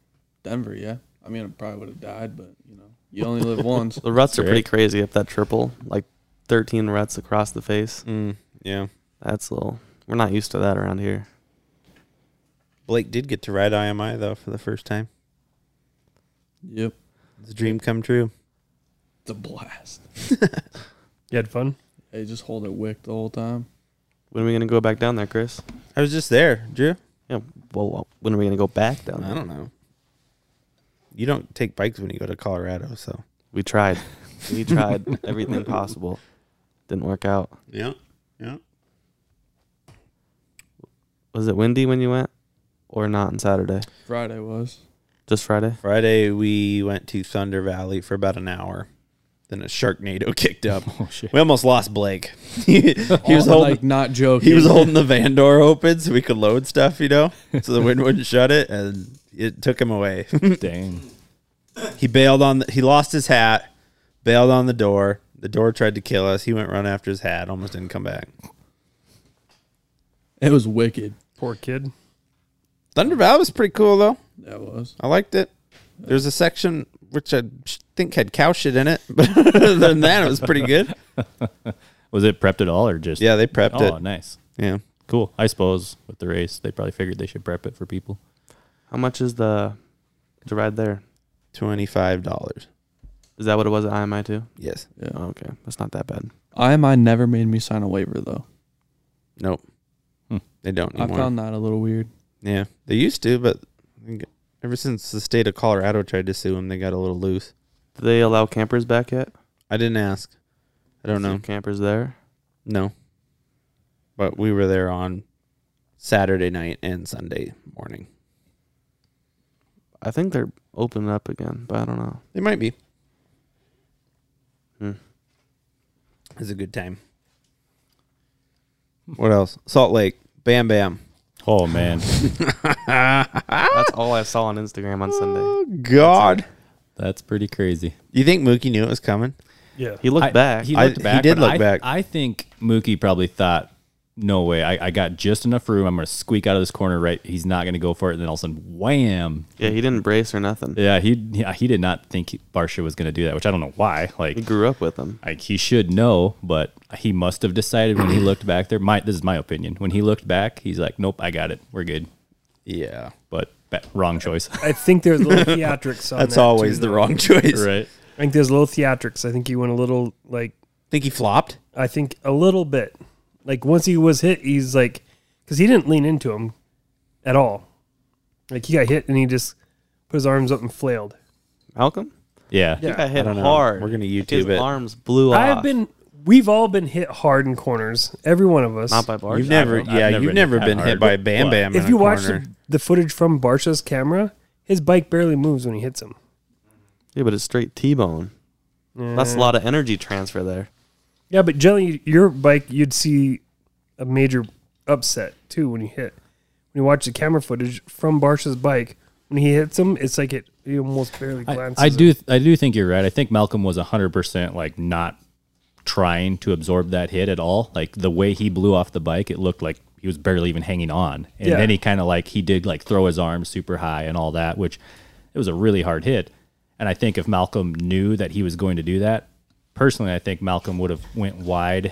Denver, yeah. I mean, I probably would have died, but you know, you only live once. The ruts are pretty Right. crazy up that triple, like thirteen ruts across the face. Mm, yeah. That's a little. We're not used to that around here. Blake did get to ride IMI though for the first time. Yep. It's a dream come true. It's a blast. You had fun? Hey, just hold it wick the whole time. When are we gonna go back down there, Chris? I was just there, Drew. Yeah. Well, well, when are we gonna go back down I there? don't know. You don't take bikes when you go to Colorado, so We tried. We tried everything possible. Didn't work out. yeah, yeah. Was it windy when you went, or not on Saturday? Friday was. Just Friday. Friday we went to Thunder Valley for about an hour. Then a Sharknado kicked up. oh shit. We almost lost Blake. he, he was All, holding like not joking. he was holding the van door open so we could load stuff, you know, so the wind wouldn't shut it, and it took him away. Dang. he bailed on. The, he lost his hat, bailed on the door. The door tried to kill us. He went run after his hat, almost didn't come back. It was wicked. Poor kid. Thunder Valley was pretty cool though. That was. I liked it. There's a section which I sh- think had cow shit in it, but other than that, it was pretty good. Was it prepped at all, or just Yeah, they prepped Oh, it. nice. Yeah, Cool. I suppose with the race, they probably figured they should prep it for people. How much is the to ride there? twenty five dollars. Is that what it was at IMI too? Yes. Yeah. Oh, okay, that's not that bad. IMI never made me sign a waiver though. Nope. Hmm. They don't I anymore. found that a little weird. yeah, they used to, but I think ever since the state of Colorado tried to sue them, they got a little loose. Do they allow campers back yet? I didn't ask. I don't Is there know. Campers there. No. But we were there on Saturday night and Sunday morning. I think they're opening up again, but I don't know. They might be. Hmm. It was a good time. What else? Salt Lake. Bam Bam. Oh man, That's all I saw on Instagram on Sunday. God. that's pretty crazy. You think Mookie knew it was coming? Yeah. He looked I- back. He I- looked he back. did but look I, back. I think Mookie probably thought, "No way! I, I got just enough room. I'm going to squeak out of this corner. Right? He's not going to go for it." And then all of a sudden, wham! yeah, he didn't brace or nothing. Yeah, he yeah, he did not think he- Barsha was going to do that, which I don't know why. He Like, grew up with them. like he should know, but he must have decided when he looked back there. My this is my opinion. When he looked back, he's like, "Nope, I got it. We're good." Yeah. But ba- wrong choice, I think there's a little theatrics on That's that, always too, the though. wrong choice. right? I think there's a little theatrics. I think he went a little, like, Think he flopped? I think a little bit. Like, once he was hit, he's like, because he didn't lean into him at all. Like, he got hit and he just put his arms up and flailed. Malcolm? Yeah, He got hit I don't know. hard. We're gonna Like, YouTube His it. arms blew off. I have been, we've all been hit hard in corners, every one of us. Not by bars. You've never, I've yeah, never you've been never hit that been hit hard. by Bam What? Bam. if you watch the, the footage from Barsha's camera, his bike barely moves when he hits him. Yeah, but it's straight T-bone. That's a lot of energy transfer there. Yeah, but generally, your bike, you'd see a major upset too when you hit. When you watch the camera footage from Barsha's bike, when he hits him, it's like it he almost barely I, glances. I at do. I do think you're right. I think Malcolm was 100 percent like not trying to absorb that hit at all. Like the way he blew off the bike, it looked like he was barely even hanging on. And Yeah. then he kind of like he did like throw his arms super high and all that, which it was a really hard hit. And I think if Malcolm knew that he was going to do that, personally, I think Malcolm would have went wide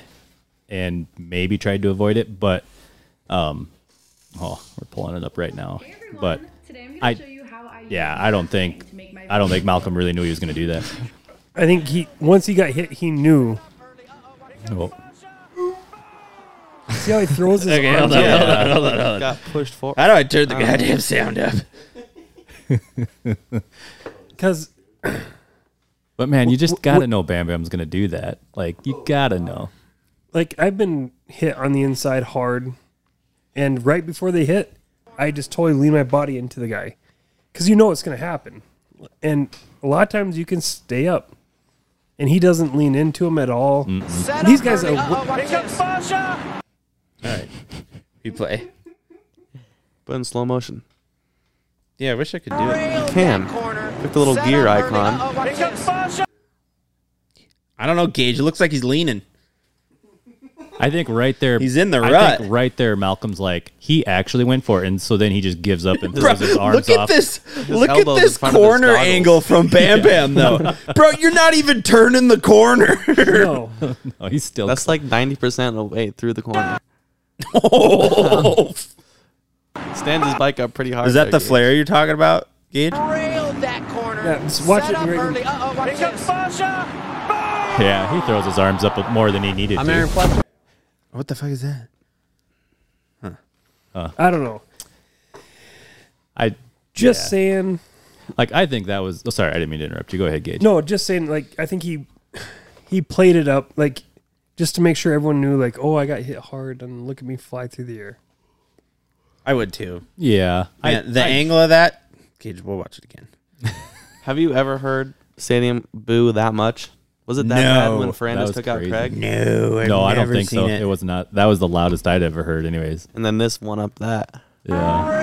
and maybe tried to avoid it. But um, oh, we're pulling it up right now. But Today I'm gonna I- show you how I use yeah, I don't think to make my I don't think Malcolm really knew he was going to do that. I think he once he got hit, he knew. Oh, See how he throws his arms. hold on, Got pushed forward. Um, How do I turn the goddamn sound up? Because But man, you just wh- gotta wh- know Bam Bam's gonna do that. Like you gotta know. like I've been hit on the inside hard, and right before they hit, I just totally lean my body into the guy, because you know it's gonna happen, and a lot of times you can stay up, and he doesn't lean into him at all. These guys are You play. but in slow motion. Yeah, I wish I could do it. Can with the little gear icon. I don't know, Gage. It looks like he's leaning. I think right there He's in the I rut. think right there Malcolm's like, he actually went for it, and so then he just gives up and throws his arms look at off. this! look at elbow's in this front of his corner goggles. angle from Bam Bam, though, bro. You're not even turning the corner. no. Oh, he's still That's like 90% of the way through the corner. Oh. Stands his bike up pretty hard. Is that there, the Gage. flare you're talking about, Gage? Yeah, just watch it. Right Yeah, he throws his arms up more than he needed to. What the fuck is that? I don't know. I Just Yeah. saying. like I think that was oh, sorry, I didn't mean to interrupt you. Go ahead, Gage. No, just saying. Like I think he he played it up, like just to make sure everyone knew, like, oh, I got hit hard, and look at me fly through the air. I would too. Yeah. I- Man, the angle of that, Gage. We'll watch it again. Have you ever heard stadium boo that much? Was it that No. bad when Ferrandez was took crazy. out Craig? No, I've no, I don't never think so. seen It. was not that was the loudest I'd ever heard anyways. And then this one up that. Yeah.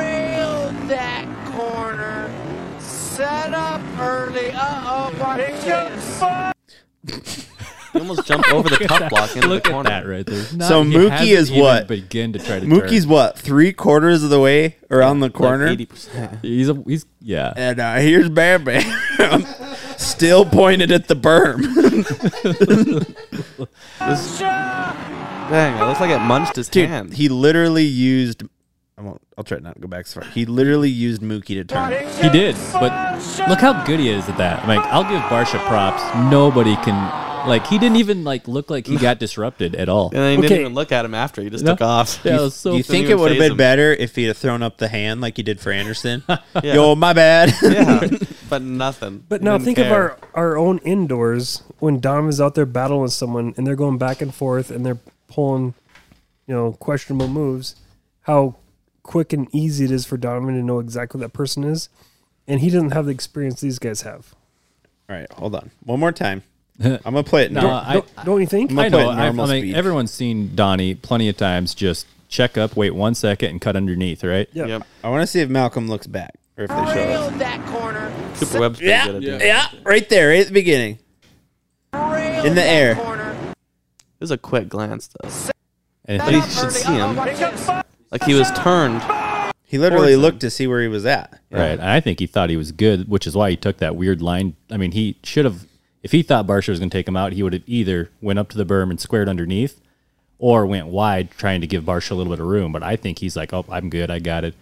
He almost jumped over the cup block into Look the at corner. that right there. So he Mookie hasn't is even what? Begin to try to Mookie's turn. what three quarters of the way around the Like corner, 80%. he's a, he's yeah. and uh, here's Bam Bam, still pointed at the berm. Dang, it looks like it munched his Dude, hand. he literally used. I won't. I'll try not to go back so far. He literally used Mookie to turn. He did, but look how good he is at that. Like, I'll give Barsha props. Nobody can, like, he didn't even like look like he got disrupted at all. and then he didn't Okay. even look at him after. He just No. took off. Yeah, it was so Do you funny. think even it would have phase been him. better if he'd have thrown up the hand like he did for Anderson? Yo, my bad. Yeah, but nothing. But He now didn't think of care. our our own indoors when Dom is out there battling someone and they're going back and forth and they're pulling, you know, questionable moves. How quick and easy it is for Donovan to know exactly what that person is, and he doesn't have the experience these guys have. All right, hold on. One more time. I'm gonna play it. No, I, don't, don't you think? I gonna play know. it I, I normal mean, speed. everyone's seen Donnie plenty of times. Just check up, wait one second, and cut underneath. Right? Yeah. Yep. I want to see if Malcolm looks back or if they show us. Cooper Webb's pretty good Yeah, at doing it. yeah, right there, right at the beginning. In the air. It was a quick glance, though. And But you should see him. Like he was turned. He literally Towards him. looked to see where he was at. Right. And I think he thought he was good, which is why he took that weird line. I mean, he should have. If he thought Barsha was going to take him out, he would have either went up to the berm and squared underneath, or went wide trying to give Barsha a little bit of room. But I think he's like, "Oh, I'm good. I got it."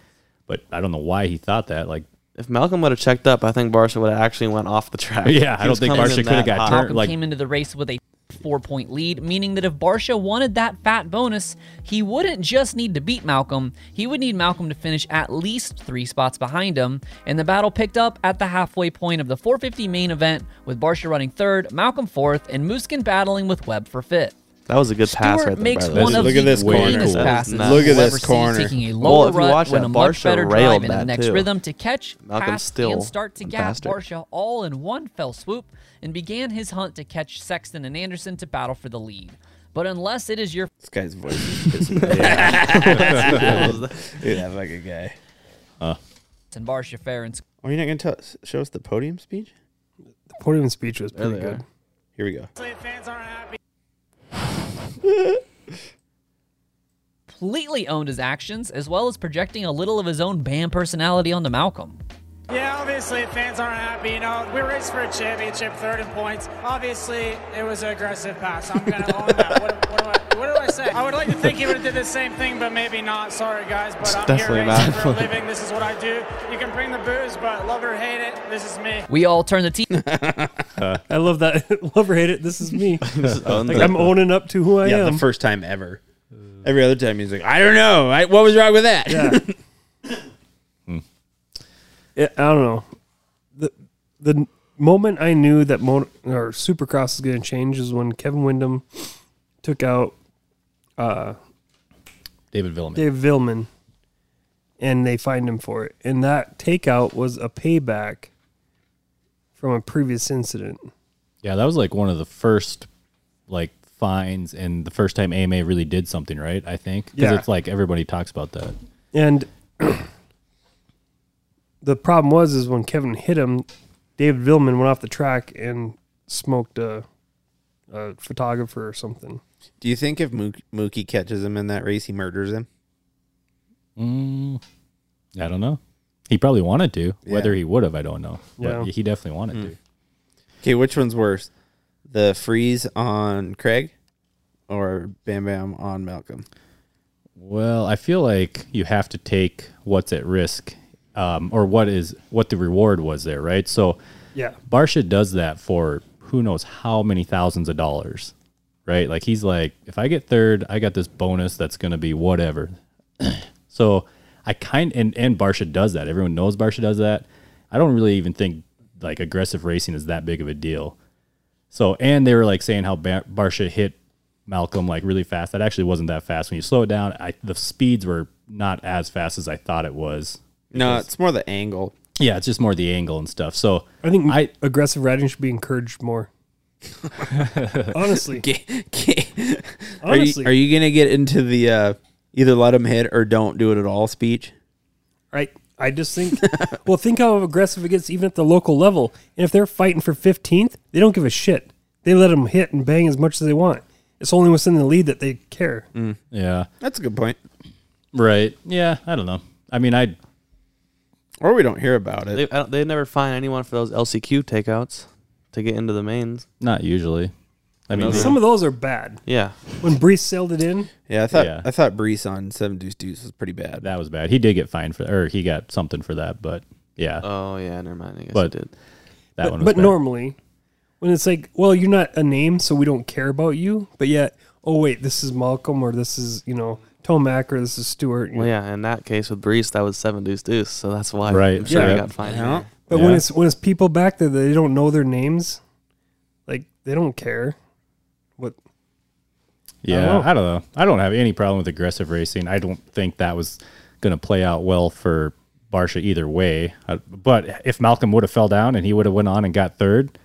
But I don't know why he thought that. Like, If Malcolm would have checked up, I think Barsha would have actually went off the track. yeah, I He don't was think coming Barsha in could have that got hot. turned. Like, came into the race with a four point lead, meaning that if Barsha wanted that fat bonus, he wouldn't just need to beat Malcolm, he would need Malcolm to finish at least three spots behind him. And the battle picked up at the halfway point of the 450 main event, with Barsha running third, Malcolm fourth, and Mooskin battling with Webb for fifth. That was a good pass Stewart right there. makes by the way. one of Look the at this cleanest corner. passes. That is nuts. you'll Look at ever this see, corner. Taking a Well, lower if you rut watch when that, a much Barsha better railed drive and the that, next too. rhythm to catch, Malcolm pass, Still and start to and gap bastard. Barsha all in one fell swoop and began his hunt to catch Sexton and Anderson to battle for the lead. But unless it is your This guy's voice is pissing me off. Dude, that fucking guy. and Barsha fair and Oh, you're not gonna tell us, show us the podium speech? The podium speech was pretty good. Here we go. completely owned his actions, as well as projecting a little of his own BAM personality onto Malcolm. Yeah, obviously fans aren't happy. You know, we raced for a championship, third in points. Obviously, it was an aggressive pass. I'm gonna own that. What, what, do I, what do I say? I would like to think he would have did the same thing, but maybe not. Sorry, guys, but I'm Definitely here not. racing for a living. This is what I do. You can bring the booze, but love or hate it, this is me. We all turn the T I love that. love or hate it, this is me. Just owned Like the- I'm owning up to who I Yeah, am. Uh. the first time ever. Every other time he's like, I don't know. I, what was wrong with that? yeah. it, I don't know. The the moment I knew that Mo- or Supercross is going to change is when Kevin Windham took out uh, David Villeman. Dave Villman, and they fined him for it. And that takeout was a payback from a previous incident. Yeah, that was like one of the first like fines and the first time AMA really did something, right? I think. Because Yeah. it's like everybody talks about that. And the problem was is when Kevin hit him, David Villman went off the track and smoked a, a photographer or something. Do you think if Mook- Mookie catches him in that race, he murders him? Mm, I don't know. He probably wanted to. Whether he would have, I don't know. But Yeah. he definitely wanted to. Okay, which one's worse? The freeze on Craig or Bam Bam on Malcolm? Well, I feel like you have to take what's at risk, um, or what is what the reward was there, right? So, Yeah. Barsha does that for who knows how many thousands of dollars, right? Like he's like, if I get third, I got this bonus that's going to be whatever. so, I kind and and Barsha does that. Everyone knows Barsha does that. I don't really even think like aggressive racing is that big of a deal. So, and they were like saying how Bar- Barsha hit Malcolm like really fast. That actually wasn't that fast. When you slow it down, I, the speeds were not as fast as I thought it was. No, it's more the angle. Yeah, it's just more the angle and stuff. So I think aggressive riding should be encouraged more. Honestly. Honestly. Are you, are you going to get into the uh, either let him hit or don't do it at all speech? Right. I just think, well, think how aggressive it gets even at the local level. And if they're fighting for 15th, they don't give a shit. They let them hit and bang as much as they want. It's only what's in the lead that they care. Mm. Yeah. That's a good point. Right. Yeah. I don't know. I mean, I. Or we don't hear about They, I don't, they never find anyone for those LCQ takeouts to get into the mains. Not usually. I mean, Some of those are bad. Yeah. When Brees sailed it in, Yeah, I thought Yeah. I thought Brees on Seven Deuce Deuce was pretty bad. That was bad. He did get fined for, or he got something for that, but yeah. Oh yeah, never mind. I guess But I did. that but, one was but bad. normally, when it's like, well, you're not a name, so we don't care about you. But yet, oh, wait, this is Malcolm or this is, you know, Tomac or this is Stewart. Well, yeah. In that case with Brees, that was seven deuce deuce, so that's why Right. I'm sure Yeah. he got fined. Uh-huh. Yeah. But when it's when it's people back there that they don't know their names, like they don't care. What? Yeah, I don't don't, know. know. I don't have any problem with aggressive racing. I don't think that was going to play out well for Barsha either way. Uh, But if Malcolm would have fell down and he would have went on and got third,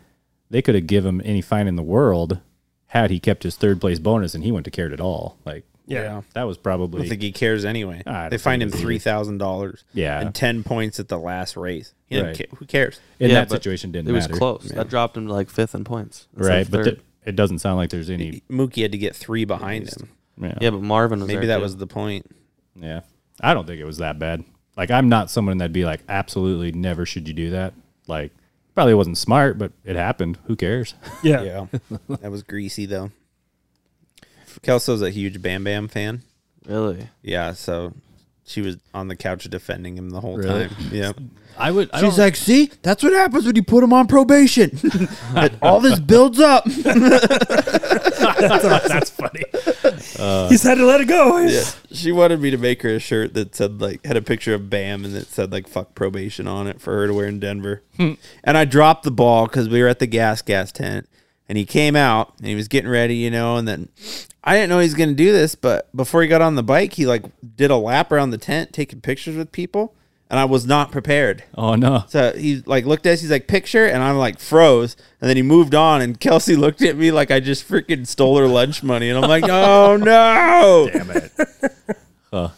they could have given him any fine in the world had he kept his third place bonus and he wouldn't have cared at all. Like, Yeah. that was I probably. don't think he cares anyway. I don't They fined him think he three did. thousand dollars. Yeah. and ten points at the last race. He Right. didn't ca- who cares? In Yeah, that but situation, didn't It was matter. close. Yeah. That dropped him to like fifth in points. instead right, of but third. th- it doesn't sound like there's any. Mookie had to get three behind him. Yeah. yeah, but Marvin was Maybe there, that too. was the point. Yeah. I don't think it was that bad. Like I'm not someone that'd be like, absolutely never should you do that. Like probably wasn't smart, but it happened. Who cares? yeah. that was greasy though. Kelso's a huge Bam Bam fan. Really? Yeah. So she was on the couch defending him the whole Really? time. Yeah. I would. I She's don't- like, see, that's what happens when you put him on probation. All this builds up. That's funny. He's had to let it go. Yeah. She wanted me to make her a shirt that said like had a picture of Bam and it said like fuck probation on it for her to wear in Denver. Hmm. and I dropped the ball because we were at the gas gas tent and he came out and he was getting ready, you know, and then I didn't know he was gonna do this, but before he got on the bike, he like did a lap around the tent taking pictures with people. And I was not prepared. Oh no! So he like looked at us. He's like picture, and I'm like froze. And then he moved on, and Kelsey looked at me like I just freaking stole her lunch money. And I'm like, oh no, damn it, Huh.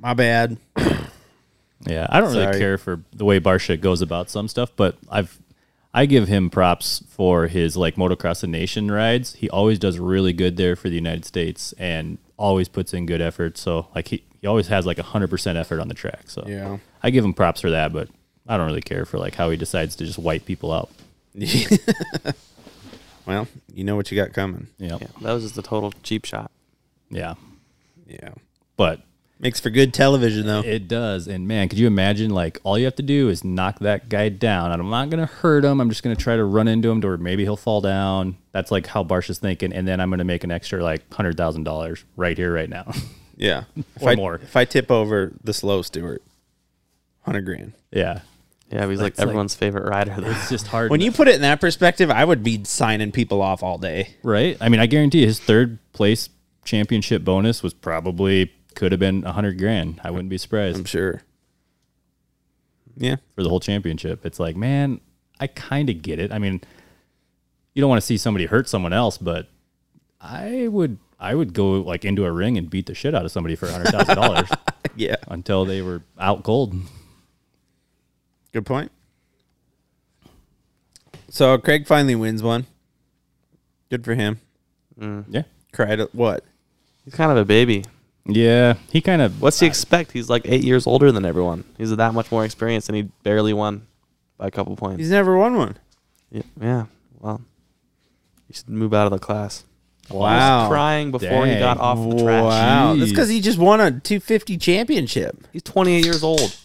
my bad. Yeah, I don't Sorry. really care for the way Barsha goes about some stuff, but I've I give him props for his like motocross the nation rides. He always does really good there for the United States and always puts in good effort. So like he, he always has like hundred percent effort on the track. So Yeah. I give him props for that, but I don't really care for like how he decides to just wipe people out. well, you know what you got coming. Yeah. That was just a total cheap shot. Yeah. Yeah. But makes for good television though. It does. And man, could you imagine like all you have to do is knock that guy down. I'm not gonna hurt him. I'm just gonna try to run into him to where maybe he'll fall down. That's like how Barsh is thinking, and then I'm gonna make an extra like hundred thousand dollars right here, right now. Yeah, if Or I, more. If I tip over the slow Stewart, hundred grand. Yeah. Yeah, he's like It's like- everyone's favorite rider. It's just hard. When you put it in that perspective, I would be signing people off all day. right? I mean, I guarantee his third place championship bonus was probably could have been a hundred grand. I wouldn't be surprised. I'm sure. Yeah, for the whole championship, it's like, man, I kind of get it. I mean, you don't want to see somebody hurt someone else, but I would, I would go like into a ring and beat the shit out of somebody for a hundred thousand dollars. yeah, until they were out cold. Good point. So Craig finally wins one. Good for him. Yeah. Cried at what? He's kind of a baby. Yeah, he kind of. What's he expect? He's like eight years older than everyone. He's that much more experienced, and he barely won by a couple points. He's never won one. Yeah, yeah. Well, he should move out of the class. He Wow. was crying before he got Dang. off the trash. Wow. That's because he just won a 250 championship. He's 28 years old.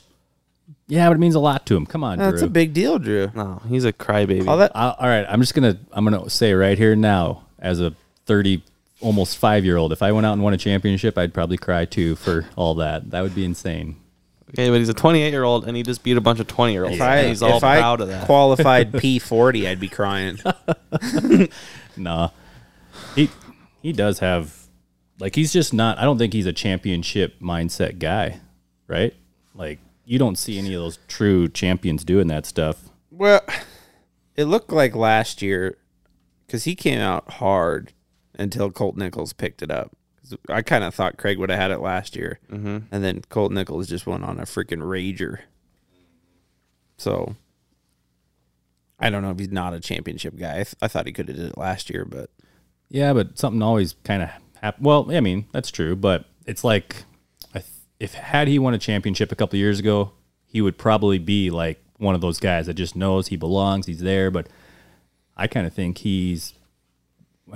Yeah, but it means a lot to him. Come on, That's Drew. a big deal, Drew. No, he's a crybaby. All that- I- all right, I'm just gonna I'm gonna say right here now, as a 30, almost five year old, if I went out and won a championship, I'd probably cry too for all that. That would be insane. Okay, but he's a 28 year old, and he just beat a bunch of 20 year olds. If I, he's all if I proud of that. qualified P40, I'd be crying. Nah, he he does have like he's just not. I don't think he's a championship mindset guy, right? Like you don't see any of those true champions doing that stuff. Well, it looked like last year because he came out hard until Colt Nichols picked it up. 'Cause I kind of thought Craig would have had it last year, Mhm. and then Colt Nichols just went on a freaking rager. So I don't know if he's not a championship guy. I, th- I thought he could have did it last year, but Yeah, but something always kind of happened. Well, I mean that's true, but it's like I th- if had he won a championship a couple years ago, he would probably be like one of those guys that just knows he belongs, he's there. But I kind of think he's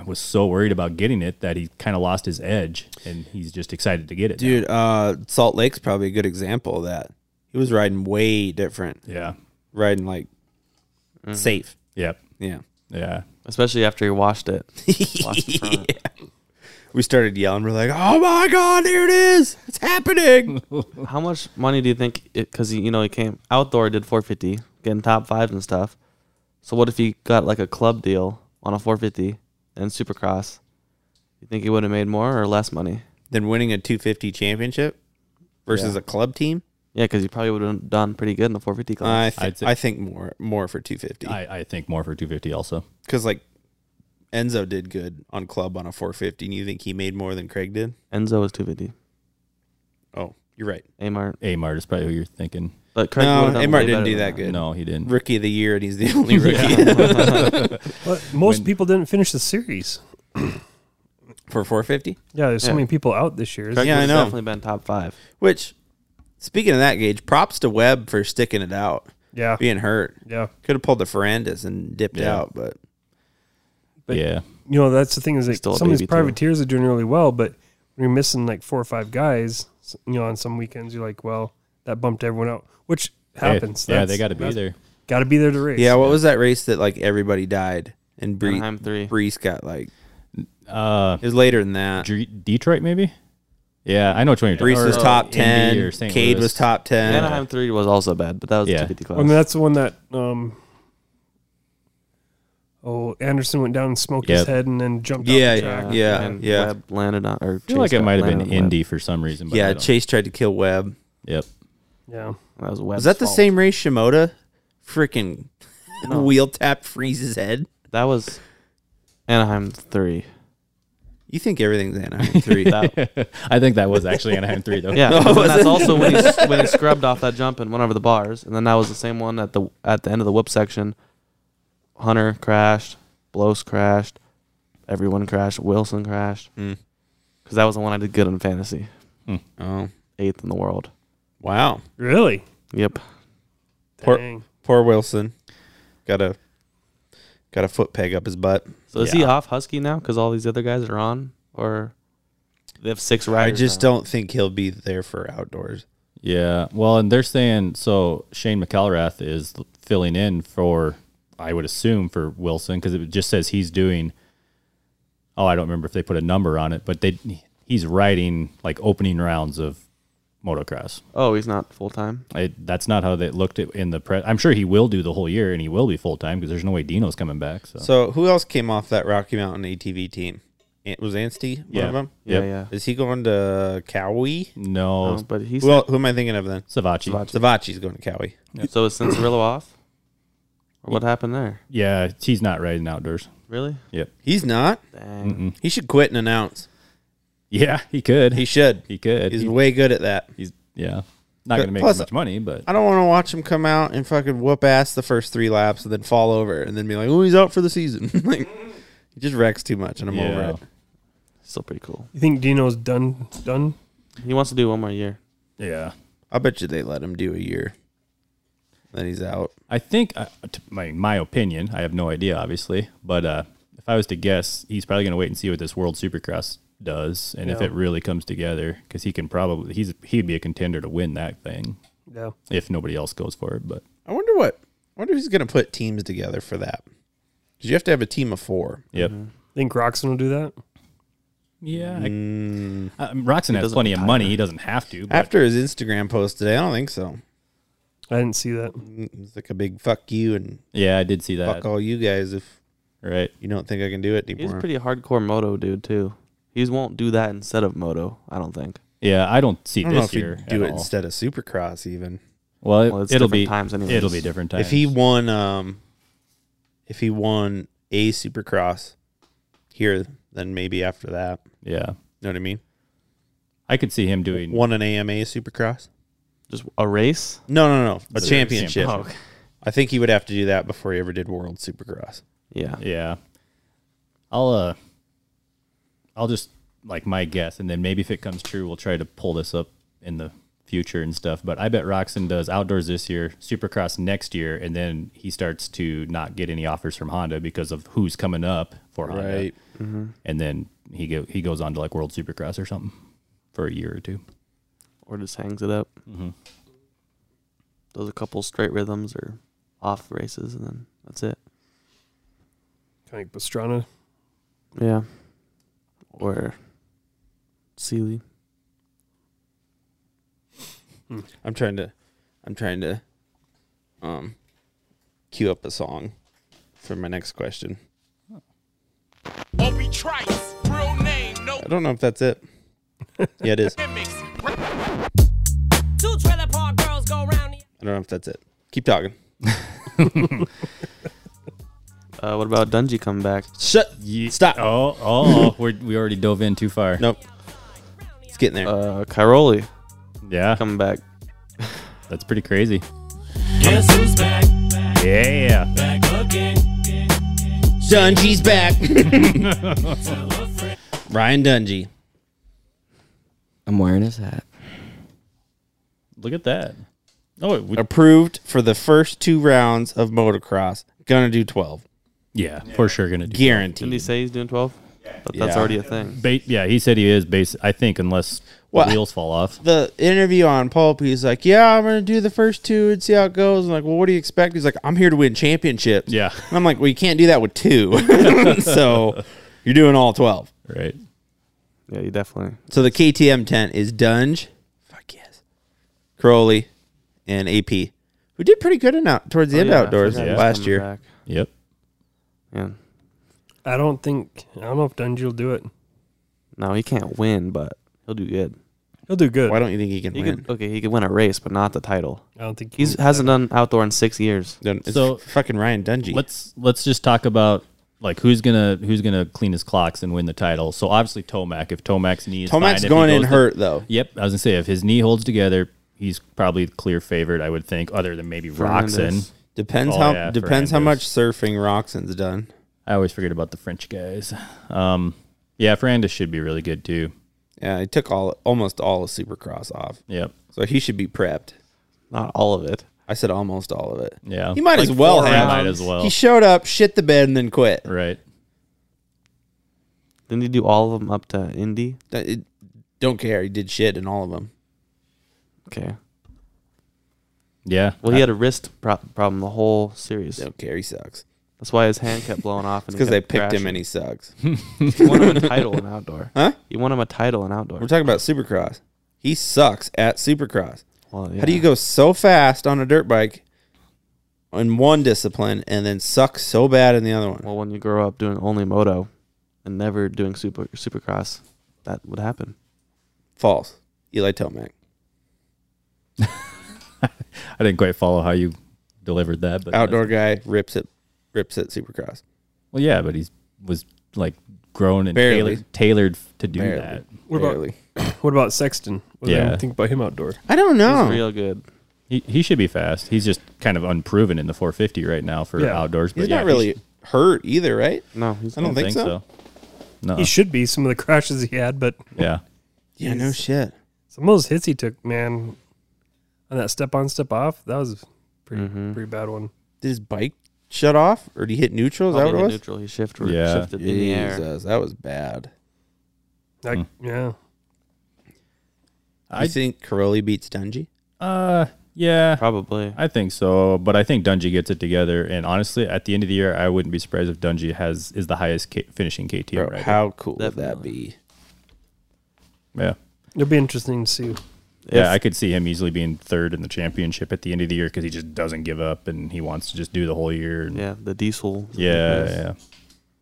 was so worried about getting it that he kind of lost his edge, and he's just excited to get it. now. dude, uh, Salt Lake's probably a good example of that. He was riding way different. Yeah, riding like Mhm. safe. Yep. Yeah. Yeah. Especially after he washed it. Washed the front. We started yelling. We're like, oh my God, here it is. It's happening. How much money do you think? Because he, you know, he came outdoor, did 450, getting top fives and stuff. So what if he got like a club deal on a 450 and Supercross? You think he would have made more or less money? Then winning a 250 championship versus Yeah. a club team? Yeah, because he probably would have done pretty good in the 450 I, class. thi- I think more more for 250. I, I think more for 250 also. Because like Enzo did good on club on a 450. And you think he made more than Craig did? Enzo was 250. Oh, you're right. Amart. Amart is probably who you're thinking. But Craig no, would've done Amar way didn't better do than that good. No, he didn't. Rookie of the year, and he's the only Yeah. rookie. Well, most people didn't finish the series. for 450? Yeah, there's so Yeah. many people out this year. yeah, I know. Definitely been top five. Which, speaking of that, Gage, props to Webb for sticking it out. Yeah. Being hurt. Yeah. Could have pulled the Ferrandis and dipped Yeah. out, but But, yeah. You know, that's the thing is that Still a some of these baby, too. privateers are doing really well, but when you're missing like four or five guys, s- you know, on some weekends, you're like, well, that bumped everyone out, which Hey, happens. yeah, they gotta be there. Got to be there to race. Yeah, what was that race that like everybody died and Bree Anaheim three. Brees got like Uh, it was later than that. Dre- Detroit, maybe. Yeah, I know which one you're talking- Brees was or top Indy ten. or St. Cade Louis. was top ten. Anaheim 3 was also bad, but that was Yeah. a 250 class. Well, I mean, that's the one that um, oh Anderson went down and smoked Yep. his head and then jumped. Yeah, off the track. yeah, And yeah. Webb landed on. Or I feel like Chase it might have landed been on Webb. Indy for some reason. But I yeah, don't- Chase tried to kill Webb. Yep. Yeah. That was Webb's Was that the fault. same race Shimoda? Freaking No. wheel tap freezes head. That was Anaheim 3. You think everything's Anaheim three. That- I think that was actually Anaheim three though. Yeah, No, and was that's it? also when he s- when he scrubbed off that jump and went over the bars, and then that was the same one at the at the end of the whip section. Hunter crashed, Blos crashed, everyone crashed, Wilson crashed, because that was the one I did good in fantasy. Oh, eighth in the world. Wow. Really? Yep. Poor, Dang. poor Wilson. Got a got a foot peg up his butt. So is he off Husky now because all these other guys are on, or they have six I riders? just now? don't think he'll be there for outdoors. Yeah. Well, and they're saying so Shane McElrath is filling in for I would assume for Wilson because it just says he's doing. Oh, I don't remember if they put a number on it, but they he's riding like opening rounds of motocross. Oh, he's not full time. I, that's not how they looked at in the press. I'm sure he will do the whole year, and he will be full time because there's no way Dino's coming back. So, So who else came off that Rocky Mountain ATV team? It was Anstey one Yeah. of them. Yeah, Yep. yeah. Is he going to Cowie? No. No, but he's- well. Who am I thinking of then? Savachi. Savachi. Savachi's going to Cowie. So is Cincerillo off? Or what happened there? yeah, he's not riding outdoors. Really? Yep. He's not. Dang. He should quit and announce. Yeah, he could. He should. He could. He's way good at that. He's yeah. Not gonna make as much money, but- I don't want to watch him come out and fucking whoop ass the first three laps and then fall over and then be like, "Oh, he's out for the season." like, he just wrecks too much, and I'm over it. Still pretty cool. You think Dino's done? Done? He wants to do one more year. Yeah. I bet you they let him do a year. Then he's out. I think uh, t- my my opinion. I have no idea, obviously, but uh, if I was to guess, he's probably going to wait and see what this World Supercross does, and if Yeah. it really comes together, because he can probably he's he'd be a contender to win that thing. Yeah. If nobody else goes for it, but I wonder what. I wonder who's going to put teams together for that. Because you have to have a team of four. Yep. Think Roxon will do that? Yeah. Mm. um, Roxon has plenty of money. He doesn't have to. But After his Instagram post today, I don't think so. I didn't see that. It's like a big fuck you and yeah, I did see that. fuck all you guys if right you don't think I can do it anymore. He's a pretty hardcore moto dude too. He won't do that instead of moto. I don't think. Yeah, I don't see I don't know this if he'd year. do at it all. instead of Supercross even. Well, it, Well, it's will different be times anyways. It'll be different times. If he won, um, if he won a Supercross here, then maybe after that, yeah, know what I mean? I could see him doing Won an AMA Supercross. Just a race? No, no, no, a Just a championship. championship. Oh, okay. I think he would have to do that before he ever did World Supercross. Yeah. Yeah. I'll uh I'll just like my guess and then maybe if it comes true we'll try to pull this up in the future and stuff. But I bet Roxon does outdoors this year, supercross next year, and then he starts to not get any offers from Honda because of who's coming up for Honda. Right. Mhm. And then he go, he goes on to like World Supercross or something for a year or two. Or just hangs it up. Mm-hmm. Does a couple straight rhythms or off races, and then that's it. Kind of like Pastrana. Yeah. Or Sealy. I'm trying to, I'm trying to, um, cue up a song for my next question. Obi Trice, real name, no I don't know if that's it. yeah, it is. I gimmicks. Two trailer park girls go round the don't know if that's it. Keep talking. Uh, what about Dungy coming back? Shut. Stop. Oh, oh, we're, we already dove in too far. Nope. It's getting there. Uh, Cairoli. Yeah. Coming back. That's pretty crazy. Guess who's back? Yeah. Back again. Dungy's back. Ryan Dungy. I'm wearing his hat. Look at that. Oh, it, Approved for the first two rounds of motocross. Gonna do 12. yeah, for sure gonna do Guaranteed. Didn't he say he's doing 12? But that's Yeah. already a thing. Ba- yeah, he said he is base. I think unless Well, the wheels fall off. The interview on Pulp, he's like, Yeah, I'm gonna do the first two and see how it goes. I'm like, Well, what do you expect? He's like, I'm here to win championships. Yeah. And I'm like, Well, you can't do that with two. so you're doing all 12. Right. Yeah, you definitely. So the KTM tent is Dunge, fuck yes, Crowley, and AP, who did pretty good in out towards the Oh, end yeah, I outdoors forgot he was last coming year. back. Yep. Yeah. I don't think. I don't know if Dungy will do it. No, he can't win, but he'll do good. He'll do good. Why don't you think he can He win? Mm. could, okay, he could win a race, but not the title. I don't think he he's hasn't done outdoor in six years. Then it's So- fucking Ryan Dungy. Let's let's just talk about like who's gonna who's gonna clean his clocks and win the title. So obviously Tomac. If Tomac's knee is fine, Tomac's if he going in goes to- hurt, though. Yep. I was gonna say if his knee holds together, he's probably the clear favorite. I would think, other than maybe Roxon. Fernandez. Depends Oh, how yeah, depends how Fernandez. much surfing Roxon's done. I always forget about the French guys. Um, yeah, Fernandez should be really good too. Yeah, he took all almost all of Supercross off. Yep. So he should be prepped. Not all of it. I said almost all of it. Yeah. He might Like as well four have. rounds. Might as well. He showed up, shit the bed, and then quit. Right. Didn't he do all of them up to Indy? That- it- don't care. He did shit in all of them. Okay. Yeah. Well, he had a wrist pro- problem the whole series. Don't care. He sucks. That's why his hand kept blowing off. It's because they picked him and he sucks. he won him a title in outdoor. Huh? He won him a title in outdoor. We're talking about Supercross. He sucks at supercross. yeah. How do you go so fast on a dirt bike in one discipline and then suck so bad in the other one? Well, when you grow up doing only moto and never doing super supercross, that would happen. False. Eli Tomac. I didn't quite follow how you delivered that. But Outdoor guy rips it, rips it supercross. Well, yeah, but he was like grown and Barely. tailored, tailored to do Barely. that. What about what about Sexton? What do I Yeah. think about him outdoor? I don't know. He's real good. He, he should be fast. He's just kind of unproven in the 450 right now for Yeah. outdoors. But He's yeah, not he really should- Hurt either, right? No, he's- I don't think, so. Uh. No. He should be some of the crashes he had, but Yeah. Yeah, no shit. Some of those hits he took, man, on that step on, step off, that was a pretty pretty bad one. Did his bike shut off or did he hit neutral? Is that Probably what it was? hit neutral. He shift- Yeah. shifted in the air. Jesus, that was bad. Like, Hmm. Yeah, I think Caroli beats Dungy. Uh, yeah, probably. I think so, but I think Dungy gets it together. And honestly, at the end of the year, I wouldn't be surprised if Dungy has is the highest K- finishing KTM. Bro, rider. how cool would that be? Yeah, it'll be interesting to see. yeah, I could see him easily being third in the championship at the end of the year because he just doesn't give up and he wants to just do the whole year. And Yeah, the diesel. yeah, yeah,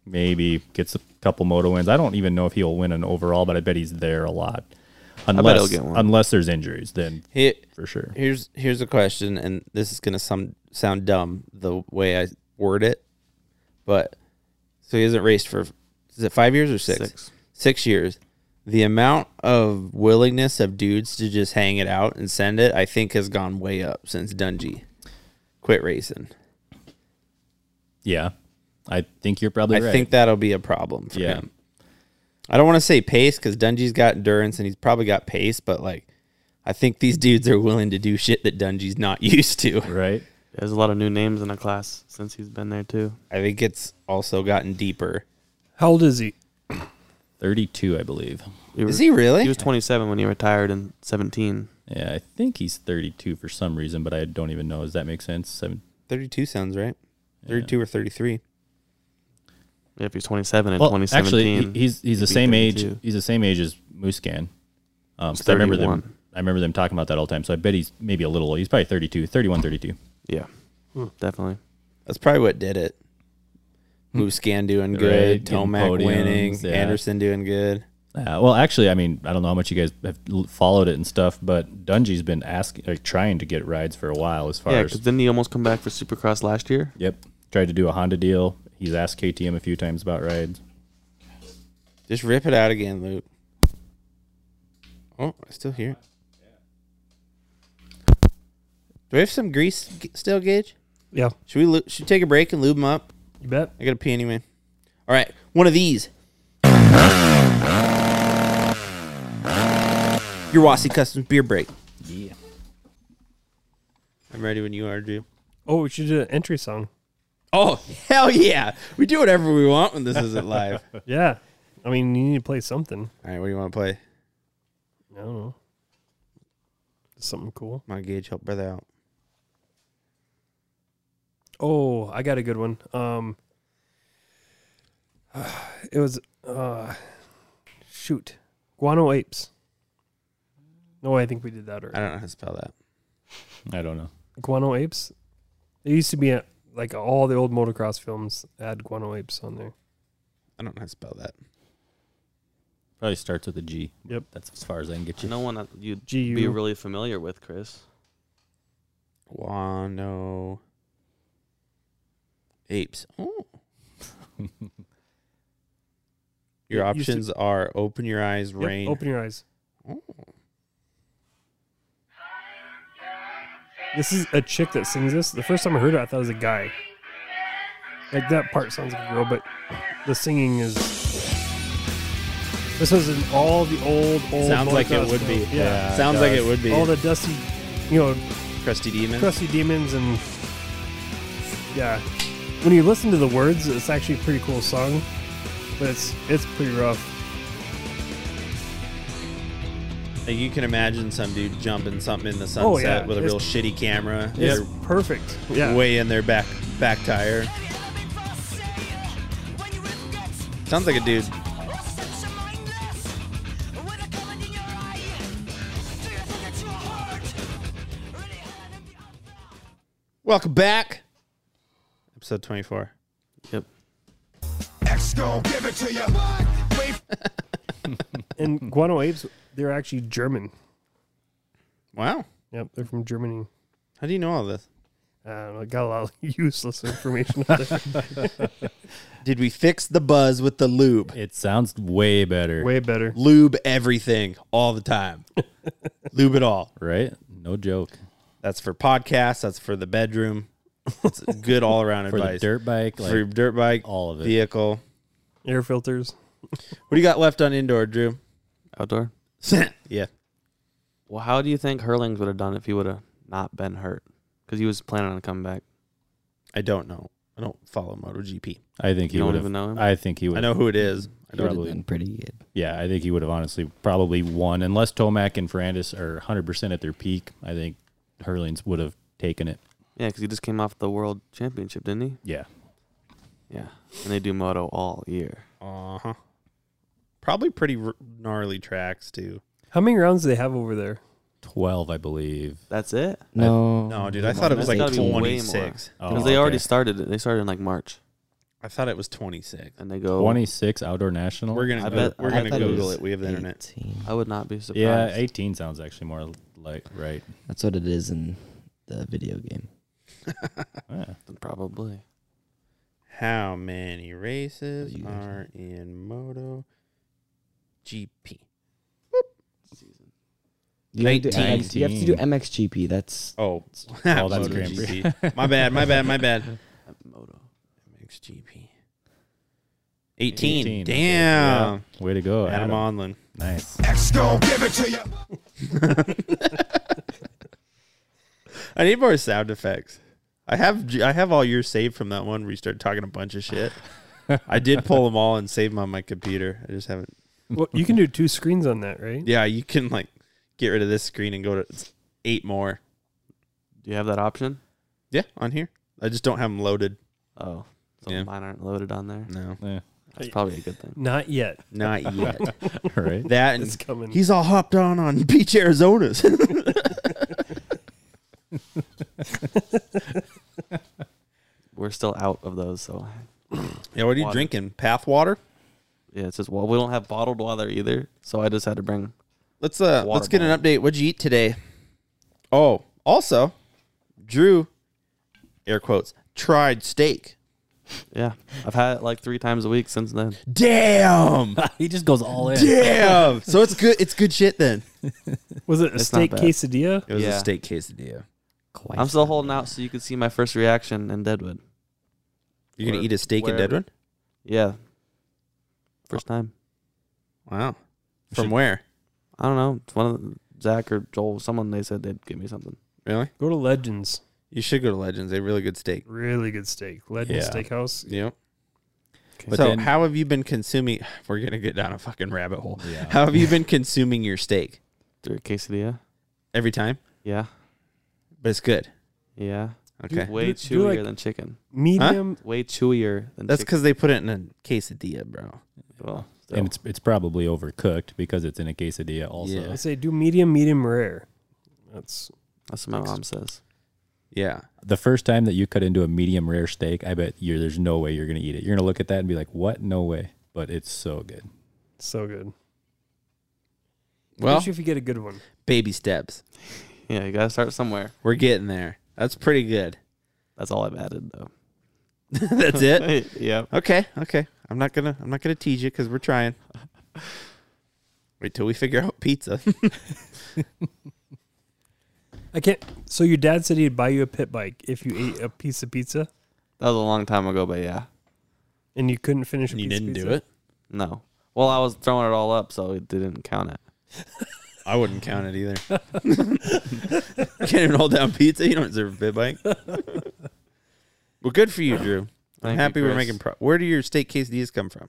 maybe gets a couple moto wins. I don't even know if he'll win an overall, but I bet he's there a lot. bet he'll Unless get one. unless there's injuries, then He- for sure. Here's here's a question, and this is gonna some, sound dumb the way I word it, but so he hasn't raced for is it five years or six? Six. Six years. The amount of willingness of dudes to just hang it out and send it, I think, has gone way up since Dungy quit racing. Yeah, I think you're probably I right. think that'll be a problem for Yeah. him. I don't want to say pace because Dungy's got endurance and he's probably got pace, but like, I think these dudes are willing to do shit that Dungy's not used to. Right. There's a lot of new names in the class since he's been there too. I think it's also gotten deeper. How old is he? 32, I believe. We Is he really? He was 27 when he retired in 17. Yeah, I think he's 32 for some reason, but I don't even know. Does that make sense? Seven. 32 sounds right. 32 or 33. Yeah, if he's 27 in Well, actually, 2017. he- he's he's the he'd be same age. 32. He's the same age as Muscan. Um, He's 'cause I remember them. 31. I remember them talking about that all the time. So I bet he's maybe a little. He's probably 32, 31, 32. Yeah, Hmm. definitely. That's probably what did it. Muscan doing good, Right, Hmm. getting Tomac podiums, winning, yeah. Anderson doing good. Yeah, Uh, well, actually, I mean, I don't know how much you guys have l- followed it and stuff, but Dungy's been asking, like, trying to get rides for a while. As far Yeah, as because then he almost come back for Supercross last year. yep, tried to do a Honda deal. He's asked KTM a few times about rides. Just rip it out again, Luke. Oh, I still hear it. Do we have some grease g- still, Gage? Yeah. Should we lu- should we take a break and lube them up? You bet. I gotta pee anyway. All right, one of these. Your Wasi Customs beer break. Yeah. I'm ready when you are, Drew. Oh, we should do an entry song. Oh hell yeah! We do whatever we want when this isn't live. All Yeah, I mean you need to play something. right, what do you want to play? I don't know, something cool. My Gage, help brother out. Oh, I got a good one. Um, it was uh, shoot, guano apes. No, I think we did that already. I don't know how to spell that. I don't know. Guano apes. It used to be uh like all the old motocross films had guano apes on there. I don't know how to spell that. Probably starts with a G. Yep. that's as far as I can get you. No one that you'd GU. be really familiar with, Chris. Guano. Apes. Oh. Your It used to- options are open your eyes, Yep, rain. open your eyes. Oh. This is a chick that sings this. The first time I heard it, I thought it was a guy. Like that part sounds like a girl, but the singing is. This was in all the old, old. Sounds like it motocross would be. films. Yeah, uh, Sounds it like does. it would be. All the dusty, you know, Crusty demon. crusty demons and yeah. When you listen to the words, it's actually a pretty cool song, but it's it's pretty rough. Like you can imagine some dude jumping something in the sunset Oh, yeah. with a It's- real shitty camera. It's They're perfect. Yeah. Way in their back back tire. Sounds like a dude. Welcome back. Episode 24. Yep. X gon' give it to you. Wait. and guano apes, they're actually German. Wow. Yep, they're from Germany. How do you know all this? I don't know. I got a lot of useless information out there. Did we fix the buzz with the lube? It sounds way better. Way better. Lube everything all the time. lube it all. Right? No joke. That's for podcasts. That's for the bedroom. It's good all around For the advice. dirt bike, For your like, dirt bike. all of it. Vehicle. Air filters. What do you got left on indoor, Drew? Outdoor. yeah. Well, how do you think Hurlings would have done if he would have not been hurt? Because he was planning on coming back. I don't know. I don't follow MotoGP. I think he You don't would have. even know him? I think he would. I know who it is. I don't Would've been pretty good. Yeah, I think he would have honestly probably won unless Tomac and Ferrandis are 100% at their peak. I think Hurlings would have taken it. Yeah, because he just came off the world championship, didn't he? Yeah. Yeah. And they do moto all year. Uh Uh-huh. huh. Probably pretty r- gnarly tracks too. How many rounds do they have over there? 12, I believe. That's it. No. No, dude, I thought it was Oh, That's gotta like be way more. 26. Oh, Because they already okay. started it. They started in like March, I thought it was 26. and they go. 26 Outdoor National. We're gonna I go- bet- we're I gonna thought it Google was it. We have the internet. 18. I would not be surprised. Yeah, 18 sounds actually more like right. That's what it is in the video game. Yeah. probably. How many races You- are in Moto GP? You have, to do 19. MX, you have to do MXGP. That's Oh, Oh, that's Grand Prix. MotoGP. my bad, my bad, my bad. Moto. MXGP. 18, 18. okay. Damn. Yeah. Way to go, Adam, Adam. Onlin. Nice. X gon' give it to you. I need more sound effects. I have j- I have all your saved from that one where you started talking a bunch of shit. I did pull them all and save them on my computer. I just haven't. Well, you can do two screens on that, right? Yeah, you can like get rid of this screen and go to it's eight more. Do you have that option? Yeah, on here. I just don't have them loaded. Oh, so Yeah. mine aren't loaded on there. No, Yeah. That's probably a good thing. Not yet. not yet. Right. That and It's coming. he's all hopped on on Beach Arizona's. We're still out of those, so yeah, what are you Water. drinking? Path water. yeah. It's just well, we don't have bottled water either, so I just had to bring. Let's uh Water let's get an update. What'd you eat today? Oh, also, Drew, air quotes, tried steak. Yeah, I've had it like three times a week since then. Damn. he just goes all in. Damn. so it's good it's good shit then. Was it a It's not steak bad. quesadilla? It was Yeah. a steak quesadilla. quite. I'm still holding out so you can see my first reaction in Deadwood. You're gonna Where- eat a steak in wherever. Deadwood? Yeah, first time. Wow. From where? I don't know. It's one of the, Zach or Joel, someone they said they'd give me something. Really? Go to Legends. You should go to Legends. They have really good steak. Really good steak. Legends Yeah. Steakhouse. Yep. But so then- how have you been consuming we're gonna get down a fucking rabbit hole. How have you been consuming your steak? Through a quesadilla. Every time? Yeah, But it's good. yeah. Okay. Way Do- do chewier like- than chicken. Medium. Way chewier than That's chicken. because they put it in a quesadilla, bro. Well, still. And it's it's probably overcooked because it's in a quesadilla also. Yeah. I say do medium, medium rare. That's that's what my mom says. Yeah. The first time that you cut into a medium rare steak, I bet you there's no way you're going to eat it. You're going to look at that and be like, "What? No way." But it's so good. so good. Well Especially if you get a good one. baby steps. Yeah, you gotta start somewhere. We're getting there. That's pretty good. That's all I've added though. That's it. yeah. Okay, okay. I'm not gonna I'm not gonna tease you because we're trying. Wait till we figure out pizza. I can't. So your dad said he'd buy you a pit bike if you ate a piece of pizza, That was a long time ago, but yeah. and you couldn't finish. A piece of pizza? No. Well, I was throwing it all up, so it didn't count it. I wouldn't count it either. Can't even hold down pizza. You don't deserve a bit bike. well, good for you, Drew. I'm Thank you, happy we're Chris. making pro. Where do your steak quesadillas come from?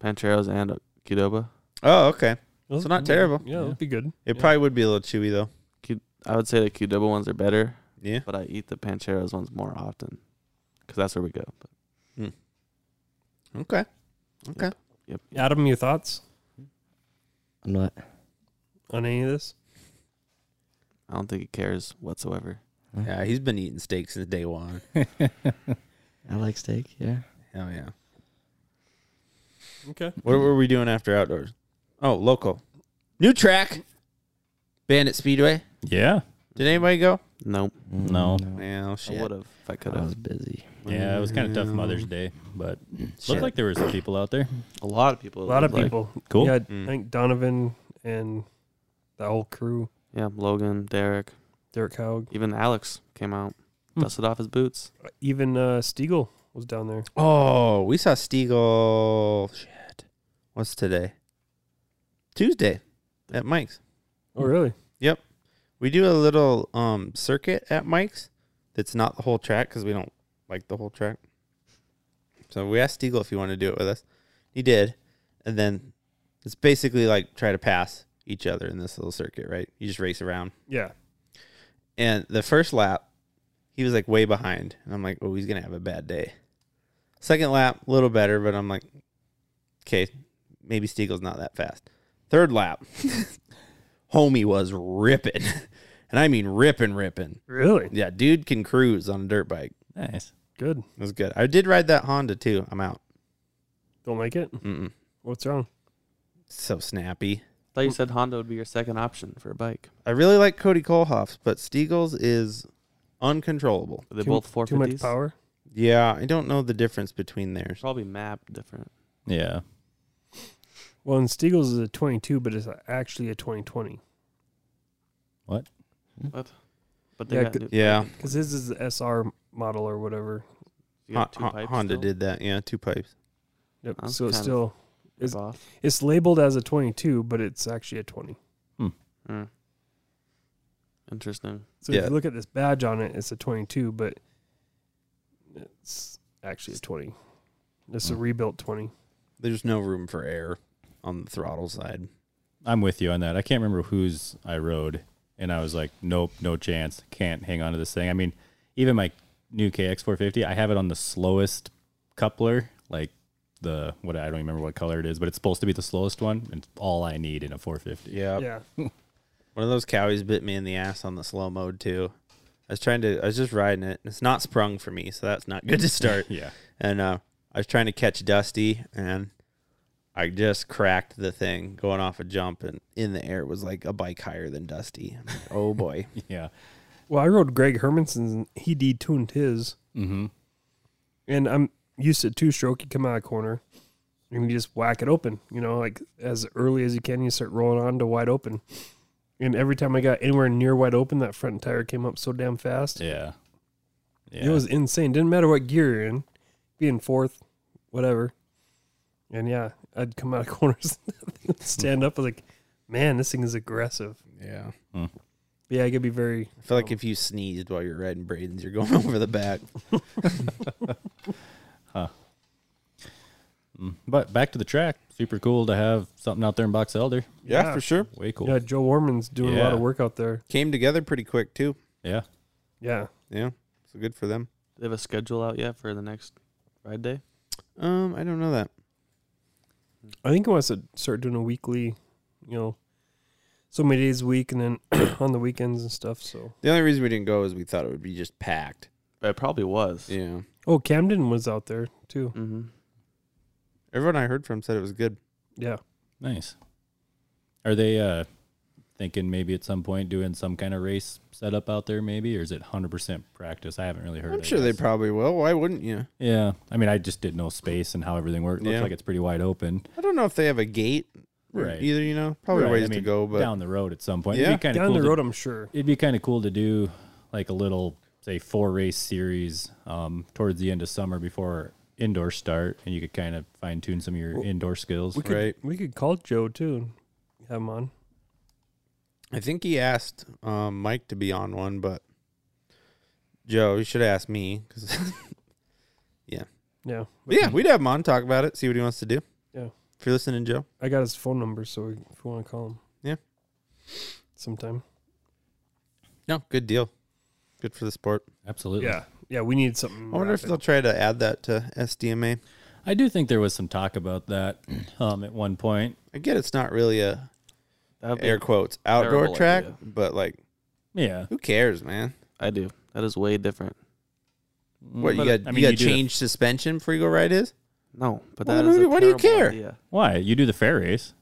Pancheros and Qdoba. Oh, okay. Well, So not terrible. Yeah, that'd be good. It probably would be a little chewy though. Q- I would say the Qdoba ones are better, Yeah. but I eat the Pancheros ones more often because that's where we go. But Okay. yep. Adam, your thoughts I'm not. on any of this? I don't think he cares whatsoever. Yeah, he's been eating steaks since day one. I like steak. Yeah. Hell yeah. Okay. What were we doing after outdoors? Oh, local. New track. Bandit Speedway. Yeah. Did anybody go? Nope. Mm-hmm. No. Yeah, shit. I would have if I could have. I was busy. Yeah, it was kind of tough Mother's Day, but Shit. looked like there were some people out there. A lot of people. A lot of people. Cool. Yeah, Mm. I think Donovan and the whole crew. Yeah, Logan, Derek, Derek Haug, even Alex came out, dusted off his boots. Even uh, Stiegel was down there. Oh, we saw Stiegel. Shit. What's today? Tuesday at Mike's. Oh, really? Yep. We do a little um circuit at Mike's that's not the whole track because we don't like the whole track. So we asked Stiegel if he wanted to do it with us. He did. And then it's basically like try to pass each other in this little circuit, right? You just race around. Yeah. And the first lap, he was like way behind. And I'm like, oh, he's going to have a bad day. Second lap, a little better, but I'm like, okay, maybe Stiegel's not that fast. Third lap, homie was ripping. And I mean ripping, ripping. Really? Yeah, dude can cruise on a dirt bike. Nice. Good. It was good. I did ride that Honda too. I'm out. Don't like it? Mm-mm. What's wrong? So snappy. thought you said Honda would be your second option for a bike. I really like Cody Kohlhoff's, but Stiegel's is uncontrollable. Are they Too- both too much 450s? power? Yeah, I don't know the difference between theirs. Probably map different. Yeah. Well, and Stiegel's is a 22, but it's actually a 2020. What? What? But they got new- Because his is the SR model or whatever. You got two Hon- pipes Honda still? did that. Yeah, two pipes. Yep. That's so it's kind of still it's, ripoff. it's labeled as a 22, but it's actually a 20. Hmm. Interesting. So if you look at this badge on it, it's a 22, but it's actually a 20. It's a rebuilt 20. There's no room for air on the throttle side. I'm with you on that. I can't remember whose I rode, and I was like, nope, no chance. Can't hang on to this thing. I mean, even my new KX450, I have it on the slowest coupler, like the what I don't remember what color it is, but it's supposed to be the slowest one, and it's all I need in a 450. Yeah. Yeah. One of those cowies bit me in the ass on the slow mode too. I was trying to. I was just riding it. It's not sprung for me, so that's not good to start. Yeah. And uh, I was trying to catch Dusty, and I just cracked the thing going off a jump, and in the air was like a bike higher than Dusty. I'm like, oh boy. yeah. Well, I rode Greg Hermanson's and he detuned his. Mm-hmm. And I'm used to two stroke. You come out of the corner and you just whack it open, you know, like as early as you can. You start rolling on to wide open. And every time I got anywhere near wide open, that front tire came up so damn fast. Yeah. It was insane. Didn't matter what gear you're in, being fourth, whatever. And yeah, I'd come out of corners and stand up. I was like, man, this thing is aggressive. Yeah. Yeah, it could be very. I feel Oh. like if you sneezed while you're riding Braden's, you're going over the back. Huh. Mm. But back to the track. Super cool to have something out there in Box Elder. Way cool. Yeah, Joe Warman's doing a lot of Yeah. work out there. Came together pretty quick too. Yeah. Yeah. Yeah. So good for them. They have a schedule out yet for the next ride day. Um, I don't know that. I think I want to start doing a weekly, you know, so many days a week and then on the weekends and stuff. So, The only reason we didn't go is we thought it would be just packed. It probably was. Yeah. oh, Camden was out there too. Mm-hmm. Everyone I heard from said it was good. Yeah. Nice. Are they uh thinking maybe at some point doing some kind of race setup out there maybe or is it 100% practice? I haven't really heard. I'm I sure they guess. probably will. Why wouldn't you? Yeah. I mean, I just didn't know space and how everything worked. Looks Yeah. like it's pretty wide open. I don't know if they have a gate or Right. either, you know. Probably Right, I ways to mean, go, but down the road at some point. Yeah. It'd be kinda Down cool the to- road, I'm sure. It'd be kind of cool to do like a little, say, four race series um, towards the end of summer before indoor start, and you could kind of fine tune some of your indoor skills. We could, we could call Joe too and have him on. I think he asked um, Mike to be on one, but Joe, you should ask me because, yeah, Yeah. But yeah, we'd have him on talk about it, see what he wants to do. Yeah. if you're listening, Joe. I got his phone number, so if you want to call him. Yeah. Sometime. No, good deal. Good for the sport. Absolutely. Yeah. Yeah, we need something. I wonder if rapid. they'll try to add that to SDMA. I do think there was some talk about that um, at one point. I get it's not really a That'd be air quotes a outdoor terrible track, idea. but like, Yeah. who cares, man? I do. That is way different. What you got? you got change suspension before you go ride his? No, but Well, that is. what do a you- what do you terrible care? idea. Why? You do the fair race.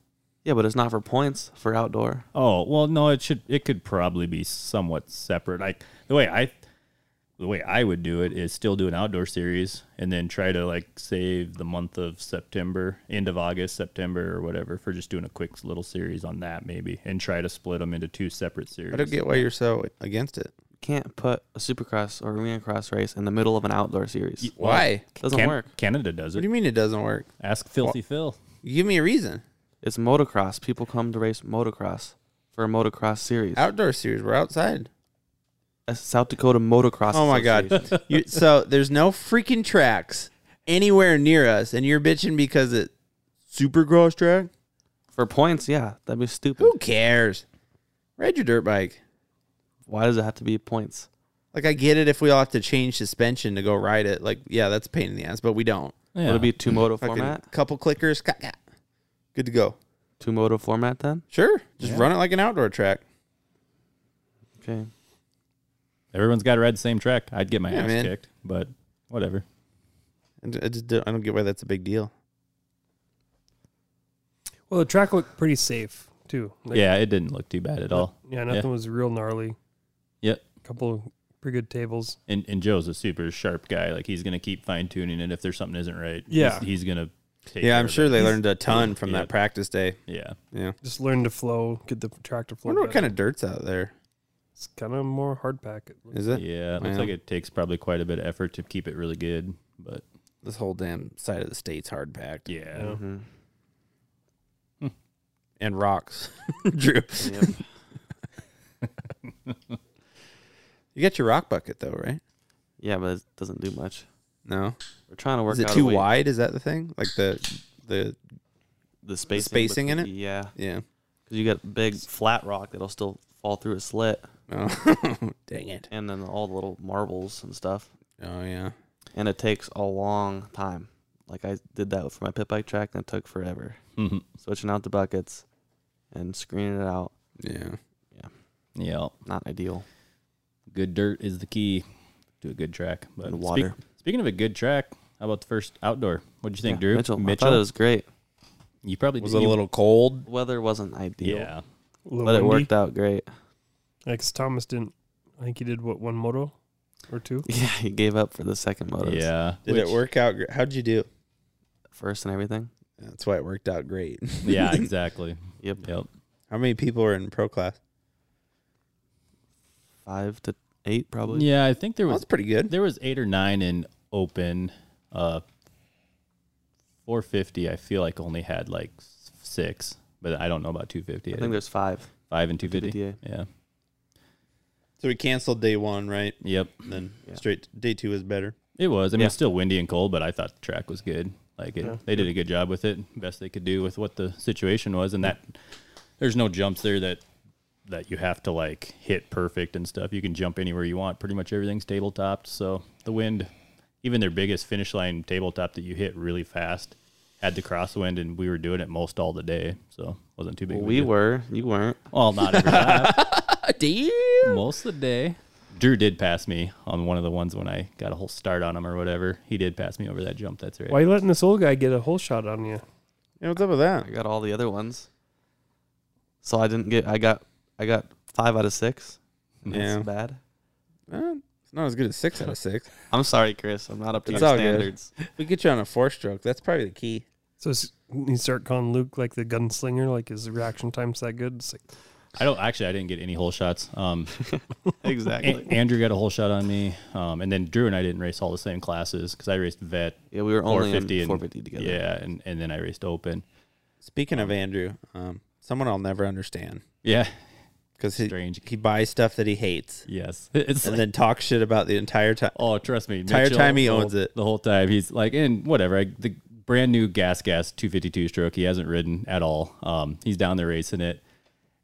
Yeah, but it's not for points for outdoor. Oh well, no, it should. It could probably be somewhat separate. Like the way I, the way I would do it is still do an outdoor series and then try to like save the month of September, end of August, September, or whatever for just doing a quick little series on that maybe, and try to split them into two separate series. I don't get why you're so against it. You can't put a supercross or arena cross race in the middle of an outdoor series. Why? Doesn't Can- work. Canada does What do you mean it doesn't work? Ask Filthy Phil. Give me a reason. It's motocross. People come to race motocross for a motocross series. Outdoor series. We're outside. A South Dakota motocross. Oh my god! Association. you, so there's no freaking tracks anywhere near us, and you're bitching because it supercross track for points. Yeah, that'd be stupid. Who cares? Ride your dirt bike. Why does it have to be points? Like I get it if we all have to change suspension to go ride it. Like yeah, that's a pain in the ass, but we don't. Would it be two moto Fucking format? Couple clickers. ca- ca. Good to go. Two moto format then? Sure. Just run it like an outdoor track. Okay. Everyone's got to ride the same track. I'd get my Yeah, ass man. kicked, but whatever. I ju- I just don't, I don't get why that's a big deal. Well, the track looked pretty safe too. Like- yeah, it didn't look too bad at all. Yeah, nothing was real gnarly. Yep. couple pretty good tables. And, and Joe's a super sharp guy. Like he's gonna keep fine tuning it. If there's something isn't right, Yeah. he's, he's gonna. Take yeah, care I'm of sure it. they He's- learned a ton from yeah. that practice day. Yeah. Yeah. Just learn to flow, get the track to flow. wonder what better. kind of dirt's out there. It's kind of more hard pack. It looks Is it? Yeah, it looks Wow. like it takes probably quite a bit of effort to keep it really good. But This whole damn side of the state's hard packed. yeah, Mm-hmm. And rocks. Drew. you got your rock bucket though, right? Yeah, but it doesn't do much. No. We're trying to work. Is it out a too way- wide? Is that the thing? Like the the The spacing, spacing in with it? the- Yeah. Yeah. Because you got big flat rock that'll still fall through a slit. Oh, dang it. And then all the little marbles and stuff. Oh yeah. And it takes a long time. Like I did that for my pit bike track, and it took forever. Mhm. Switching out the buckets and screening it out. Yeah. Yeah. yeah, Not ideal. good dirt is the key to a good track. But And speak- water. speaking of a good track, how about the first outdoor? What would you think, Drew? Mitchell, I thought it was great. You probably Was did- it a you- little cold? Weather wasn't ideal. Yeah. A little But it windy. worked out great. Yeah, 'cause Thomas didn't. I think he did what one moto or two. Yeah, he gave up for the second moto. Yeah. Did it work out? gr- How'd you do? First and everything. That's why it worked out great. Yeah, exactly. Yep. Yep. How many people were in pro class? Five to eight probably. Yeah, I think there was That's pretty good. There was eight or nine in open. Uh, 450, I feel like only had like s- six, but I don't know about 250. I think there's five. five and 250. 250, Yeah. So we canceled day one, right? Yep. And then Yeah. straight day two is better. It was. I mean, Yeah. it's still windy and cold, but I thought the track was good. Like it, Yeah. they did a good job with it, best they could do with what the situation was, and that there's no jumps there that that you have to like hit perfect and stuff. You can jump anywhere you want. Pretty much everything's tabletopped. So the wind, even their biggest finish line tabletop that you hit really fast, had the crosswind, and we were doing it most all the day, so wasn't too big. Well, of a we deal. were. You weren't. Well, not every lap. Most of the day. Drew did pass me on one of the ones when I got a whole start on him or whatever. He did pass me over that jump. That's right. Why you letting this old guy get a whole shot on you? Yeah, what's up with that? I got all the other ones. So I didn't get. I got. I got five out of six. and Yeah. That's bad. Eh, it's not as good as six out of six. I'm sorry, Chris. I'm not up to It's your all good. standards. If we get you on a four stroke. That's probably the key. So s- you start calling Luke like the gunslinger, like his reaction time's that good. It's like, I don't actually. I didn't get any whole shots. Um, exactly. A- Andrew got a whole shot on me, um, and then Drew and I didn't race all the same classes because I raced vet. Yeah, we were only in 450 and- 450 together. Yeah, and, and then I raced open. Speaking of Andrew, um, someone I'll never understand Yeah. because he Strange. he buys stuff that he hates Yes. It's and like- then talks shit about the entire time. Oh, trust me. Entire time he the whole- owns it. The whole time he's like, and whatever. I, the brand new gas gas 252 stroke. He hasn't ridden at all. Um, he's down there racing it,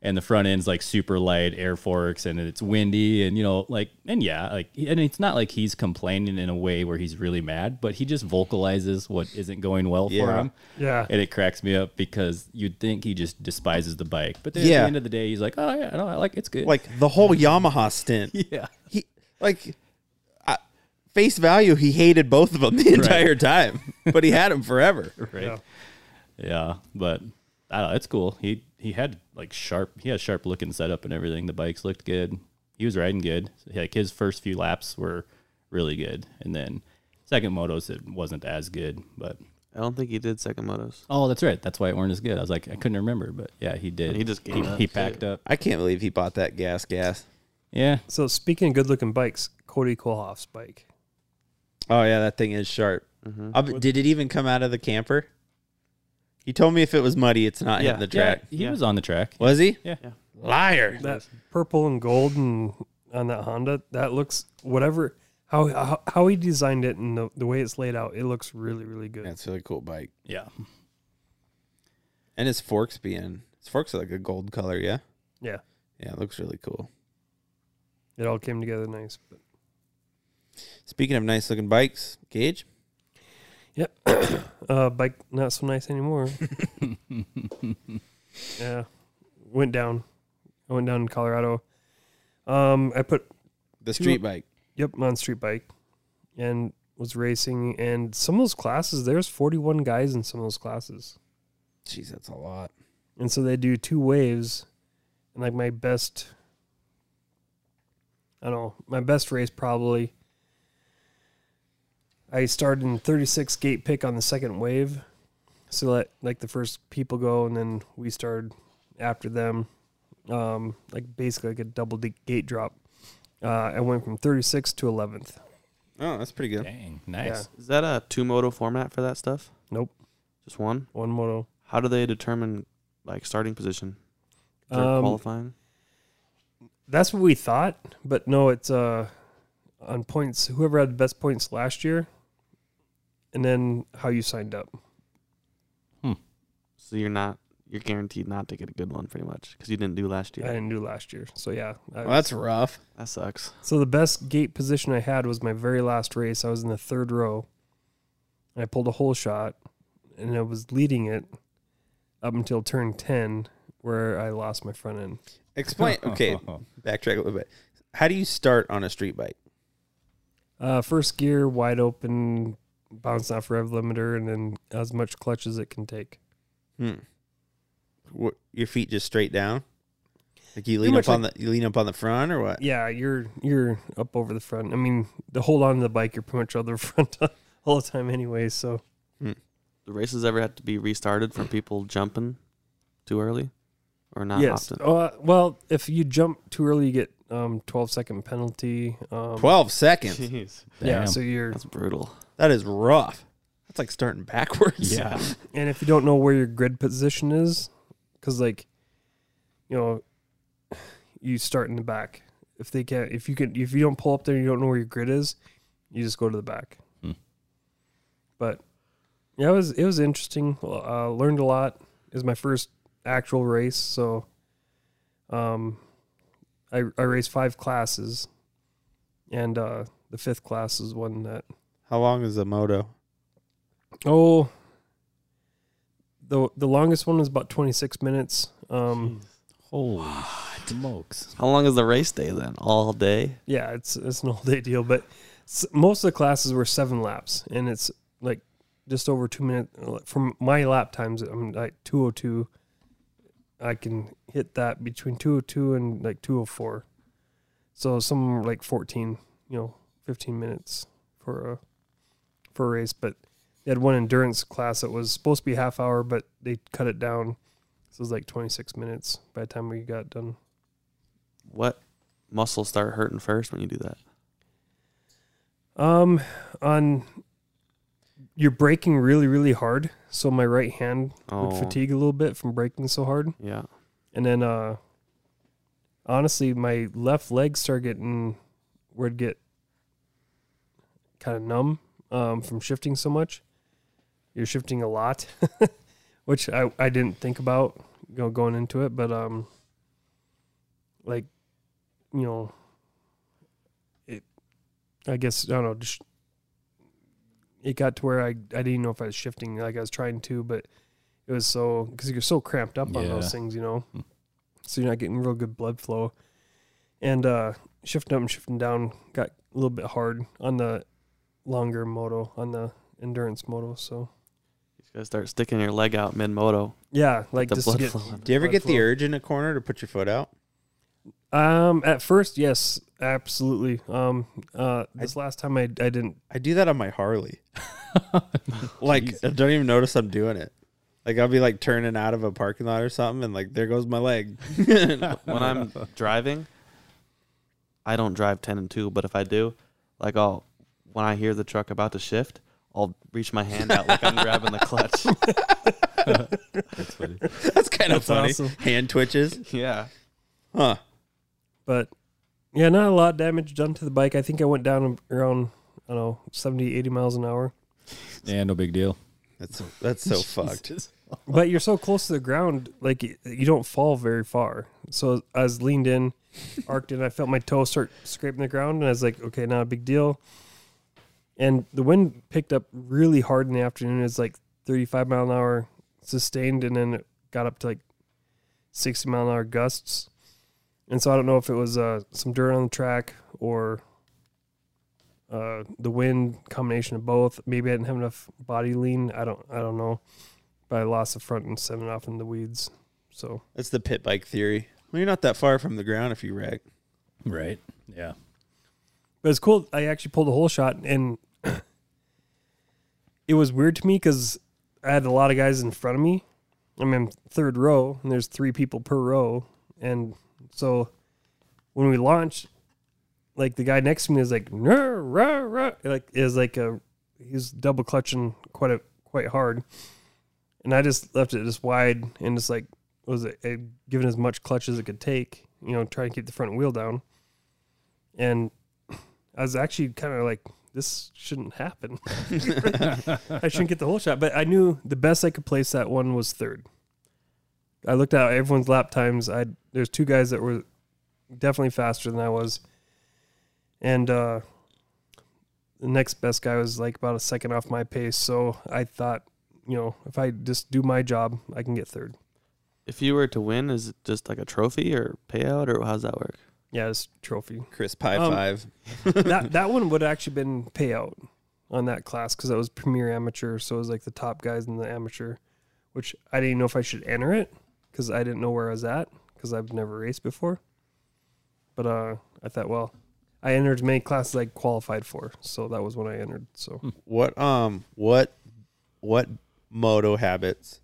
and the front end's like super light air forks, and it's windy, and you know, like, and yeah, like, and it's not like he's complaining in a way where he's really mad, but he just vocalizes what isn't going well for Yeah. him. Yeah. and it cracks me up because you'd think he just despises the bike, but then at Yeah. the end of the day, he's like, oh yeah, no, I like it's good. Like the whole Yamaha stint. yeah. He Like, I, face value, he hated both of them the entire time, but he had them forever. Right. Yeah. but I don't know, it's cool. He he had like sharp. He had sharp looking setup and everything. The bikes looked good. He was riding good. Like his first few laps were really good, and then second motos it wasn't as good. But I don't think he did second motos. oh, that's right. That's why it weren't as good. I was like, I couldn't remember, but yeah, he did. He just he, gave up, he too. packed up. I can't believe he bought that gas gas. Yeah. So speaking of good looking bikes, Cody Kohlhoff's bike. Oh yeah, that thing is sharp. Mm-hmm. Uh, but did it even come out of the camper? He told me if it was muddy, it's not Yeah. hitting the Yeah, track. he Yeah. was on the track. Was he? Yeah. Liar. That purple and gold and on that Honda, that looks whatever how how, how he designed it and the, the way it's laid out, it looks really really good. That's a really cool bike. Yeah. And his forks being his forks are like a gold color, yeah. Yeah. Yeah, it looks really cool. It all came together nice. But Speaking of nice looking bikes, Gage. Yep. uh, bike not so nice anymore. yeah, went down. I went down in Colorado. Um, I put The two- street bike. Yep, on street bike, and was racing. And some of those classes, there's 41 guys in some of those classes. Jeez, that's a lot. And so they do two waves, and like my best, I don't know, my best race probably. I started in 36 gate pick on the second wave, so let like the first people go, and then we started after them, um, like basically like a double d- gate drop. Uh, I went from 36 to 11th. Oh, that's pretty good. Dang, Is that a two moto format for that stuff? Nope. Just one? One moto. How do they determine like starting position? Is there Um, qualifying? That's what we thought, but no, it's uh on points. Whoever had the best points last year, and then how you signed up. So you're not you're guaranteed not to get a good one pretty much because you didn't do last year. I didn't do last year, so yeah. I- Well, that's rough. That sucks. So the best gate position I had was my very last race. I was in the third row. And I pulled a hole shot, and I was leading it up until turn ten, where I lost my front end. Explain okay, backtrack a little bit. How do you start on a street bike? Uh, first gear, wide open, bounce off rev limiter, and then as much clutch as it can take. Hmm. What, your feet just straight down? Like you lean much up on the you lean up on the front or what? Yeah, you're you're up over the front. I mean, the hold on to the bike, you're pretty much on the front all the time anyway. So Do races ever have to be restarted from people jumping too early or not yes, often? uh, well, if you jump too early, you get um 12 second penalty. Um, 12 seconds. Jeez. Yeah, Damn. so you're That's brutal. That is rough. That's like starting backwards. Yeah. and if you don't know where your grid position is, because like, you know, you start in the back. If they can't, if you can, if you don't pull up there, you don't know where your grid is. You just go to the back. Hmm. But yeah, it was it was interesting. Uh, learned a lot. It was my first actual race, so um, I I raced five classes, and uh, the fifth class is one that How long is the moto? Oh, the the longest one was about twenty six minutes. Um, Holy smokes! How long is the race day then? All day? yeah, it's it's an all day deal, but s- most of the classes were seven laps, and it's like just over two minutes from my lap times. I'm like two oh two. I can hit that between two oh two and like two oh four, so some were, like fourteen, you know, fifteen minutes for a for a race, but they had one endurance class that was supposed to be half hour, but they cut it down. So it was like 26 minutes by the time we got done. What muscles start hurting first when you do that? Um, on you're braking really, really hard, so my right hand Oh. would fatigue a little bit from braking so hard. Yeah. and then uh, honestly, my left leg started getting where it get kind of numb um, from shifting so much. You're shifting a lot, which I, I didn't think about you know, going into it, but um, like you know, it. I guess I don't know. Just it got to where I I didn't know if I was shifting like I was trying to, but it was so because you're so cramped up on Yeah. those things, you know. So you're not getting real good blood flow, and uh, shifting up and shifting down got a little bit hard on the longer moto on the endurance moto. So You gotta start sticking your leg out mid moto. Yeah, like just to get- Do you ever blood get the flow. urge in a corner to put your foot out? Um, at first, yes, absolutely. Um, uh, this last time I, I didn't. I do that on my Harley. like I don't even notice I'm doing it. Like I'll be like turning out of a parking lot or something, and like there goes my leg. when I'm driving, I don't drive 10 and 2, but if I do, like I'll, when I hear the truck about to shift, I'll reach my hand out like I'm grabbing the clutch. That's funny. That's kind That's of funny. awesome. Hand twitches. Yeah. Huh. But yeah, not a lot of damage done to the bike. I think I went down around I don't know 70, 80 miles an hour. Yeah, no big deal. That's that's so fucked. But you're so close to the ground, like y- you don't fall very far. So I was leaned in, arced in. I felt my toe start scraping the ground, and I was like, okay, not a big deal. And the wind picked up really hard in the afternoon. It was like 35 mile an hour sustained, and then it got up to like 60 mile an hour gusts. And so I don't know if it was uh, some dirt on the track or uh, the wind combination of both. Maybe I didn't have enough body lean. I don't. I don't know. But I lost the front and seven off in the weeds. So That's the pit bike theory. Well, you're not that far from the ground if you wreck. Right. Yeah. But it's cool. I actually pulled a whole shot, and it was weird to me because I had a lot of guys in front of me. I'm in third row, and there's three people per row, and so when we launched, like the guy next to me is like, "Rah, rah, rah," like is like a he's double clutching quite a quite hard, and I just left it just wide and just like was it, it given as much clutch as it could take, you know, trying to keep the front wheel down, and I was actually kind of like, this shouldn't happen. I shouldn't get the whole shot, but I knew the best I could place that one was third. I looked at everyone's lap times. I there's two guys that were definitely faster than I was, and uh, the next best guy was like about a second off my pace. So I thought, you know, if I just do my job, I can get third. If you were to win, is it just like a trophy or payout or how's that work? Yeah, this trophy. Chris Pie Um, Five. that that one would actually been payout on that class because that was premier amateur, so it was like the top guys in the amateur, which I didn't know if I should enter it because I didn't know where I was at because I've never raced before. But uh, I thought, well, I entered as many classes I qualified for, so that was when I entered. So What um what what moto habits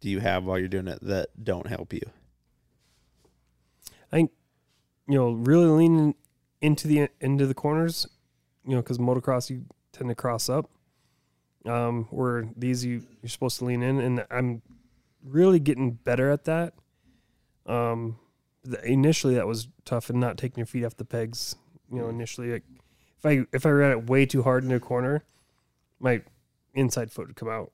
do you have while you're doing it that don't help you? I think you know really leaning into the into the corners, you know, because motocross you tend to cross up, um, where these you you're supposed to lean in, and I'm really getting better at that. Um, the, initially that was tough, and not taking your feet off the pegs, you know, initially like if I if I ran it way too hard in the corner, my inside foot would come out.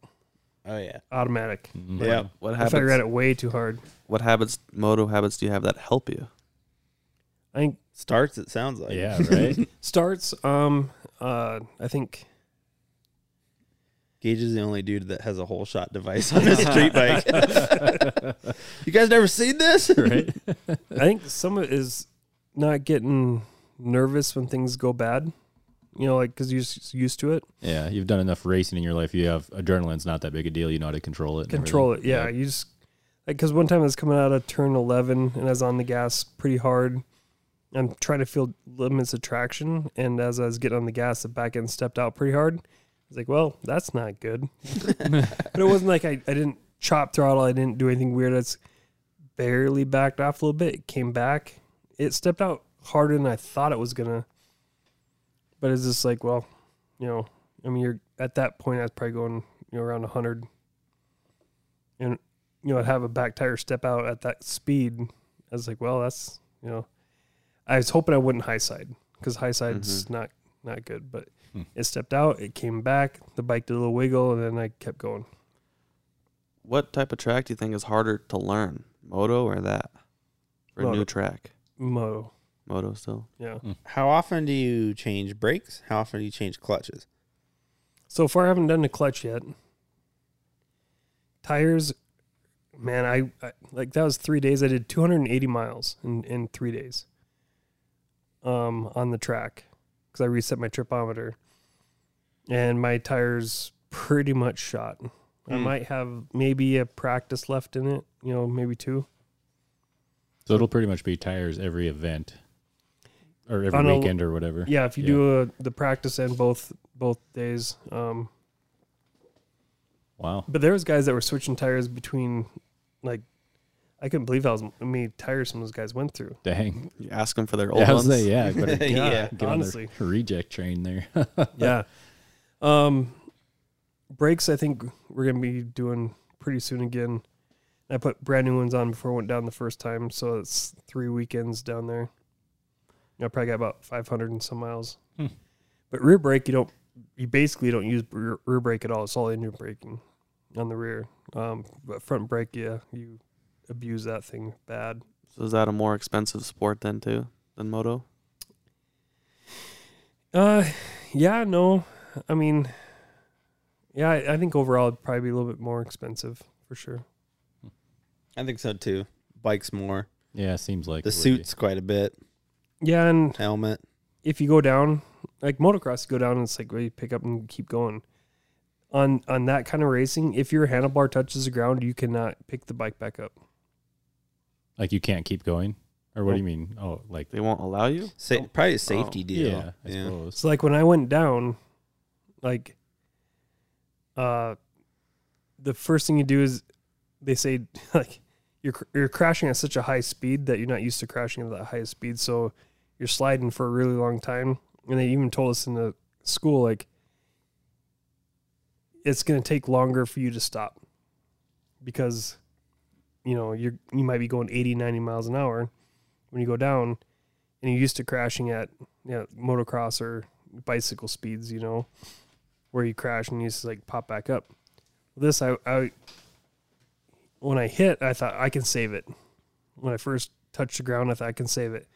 Oh yeah, automatic. Mm. Yeah. What If I happens? read it way too hard. What habits, moto habits, do you have that help you? I think starts. It sounds like Yeah, right? starts. Um, uh, I think Gage is the only dude that has a whole shot device on his street bike. you guys never seen this, right? I think some of it is not getting nervous when things go bad. You know, like because you're s- used to it. Yeah. You've done enough racing in your life. You have adrenaline's not that big a deal. You know how to control it. and Control it. everything. Yeah, you just like because one time I was coming out of turn eleven and I was on the gas pretty hard. I'm trying to feel limits of traction, and as I was getting on the gas, the back end stepped out pretty hard. I was like, "Well, that's not good." but it wasn't like I, I didn't chop throttle. I didn't do anything weird. It's barely backed off a little bit. It came back. It stepped out harder than I thought it was gonna. But it's just like, well, you know, I mean, you're at that point. I was probably going, you know, around hundred, and you know, I'd have a back tire step out at that speed. I was like, well, that's you know, I was hoping I wouldn't high side because high side's not not good. But Hmm. it stepped out. It came back. The bike did a little wiggle, and then I kept going. What type of track do you think is harder to learn, moto or that, or a Moto. new track? Moto. Moto still. Yeah. How often do you change brakes? How often do you change clutches? So far, I haven't done the clutch yet. Tires, man, I, I like that was three days. I did 280 miles in in three days. um, on the track because I reset my tripometer, and my tires pretty much shot. I Hmm. might have maybe a practice left in it, you know, maybe two. So it'll pretty much be tires every event or every On a- weekend or whatever. Yeah, if you do a, the practice and both both days. Um, Wow. But there was guys that were switching tires between, like, I couldn't believe how many tires some of those guys went through. Dang. You ask them for their Yeah, old I was ones. saying, yeah, better get- Yeah, get on the honestly. reject train there. yeah. Um, brakes, I think we're going to be doing pretty soon again. I put brand new ones on before I went down the first time, so it's three weekends down there. I probably got about 500 and some miles. Hmm. But rear brake, you don't, you basically don't use rear, rear brake at all. It's all engine braking on the rear. Um, but front brake, yeah, you abuse that thing bad. So is that a more expensive sport then too than moto? Uh, yeah, no, I mean, yeah, I, I think overall it'd probably be a little bit more expensive for sure. I think so too. Bikes more. Yeah, seems like the it would suits quite a bit. Yeah, and helmet. If you go down, like motocross, you go down and it's like well, you pick up and keep going. On on that kind of racing, if your handlebar touches the ground, you cannot pick the bike back up. Like you can't keep going? Or what do you mean? Oh, like they won't allow you? Oh, Sa- probably a safety deal. Oh. Yeah, I Yeah. suppose. So like when I went down, like uh the first thing you do is they say like you're cr- you're crashing at such a high speed that you're not used to crashing at that high speed, so you're sliding for a really long time. And they even told us in the school like it's going to take longer for you to stop because you know you you might be going 80 90 miles an hour when you go down and you're used to crashing at you know, motocross or bicycle speeds you know where you crash and you just like pop back up this I, I when i hit i thought i can save it when i first touched the ground i thought i can save it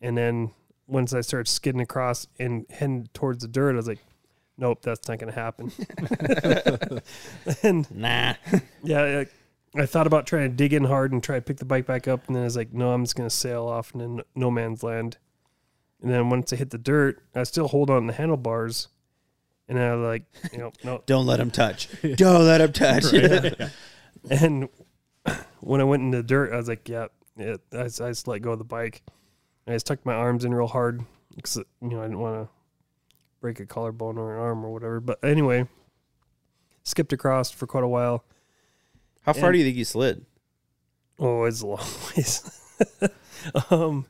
and then once i started skidding across and heading towards the dirt i was like nope that's not going to happen and nah yeah, I, I thought about trying to dig in hard and try to pick the bike back up, and then I was like, no, I'm just gonna sail off and then no man's land. And then once I hit the dirt, I still hold on the handlebars, and I was like, you know, no, Don't let 'em touch. Don't let 'em touch. Right. And when I went in the dirt, I was like, yeah, yeah I, just- I just let go of the bike. And I just tucked my arms in real hard because you know I didn't want to break a collarbone or an arm or whatever. But anyway, skipped across for quite a while. How far do you And- think you slid? Oh, it's a long ways. um,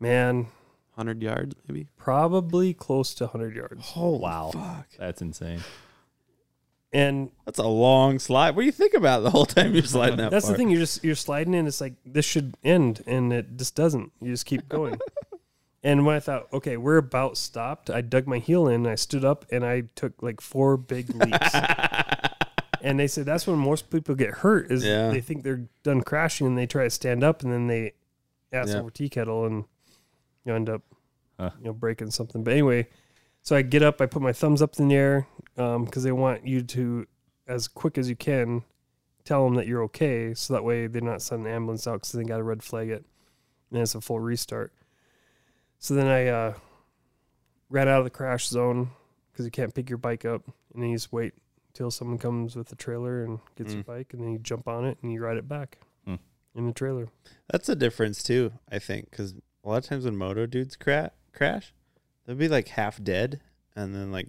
man, hundred yards maybe. Probably close to hundred yards. Oh wow, that's insane. And that's a long slide. What do you think about the whole time you're sliding that? That's far? the thing. You're just you're sliding in. It's like this should end, and it just doesn't. You just keep going. and when I thought, okay, we're about stopped, I dug my heel in. And I stood up, and I took like four big leaps. and they said that's when most people get hurt is Yeah. they think they're done crashing, and they try to stand up, and then they ass Yeah. over tea kettle, and you end up you know breaking something. But anyway, so I get up, I put my thumbs up in the air because they want you to, as quick as you can, tell them that you're okay, so that way they're not sending the ambulance out because they got to red flag it, and it's a full restart. So then I uh, ran out of the crash zone because you can't pick your bike up, and then you just wait till someone comes with the trailer and gets your bike, and then you jump on it and you ride it back Hmm. in the trailer. That's a difference too, I think, because a lot of times when moto dudes cra- crash, they'll be like half dead and then like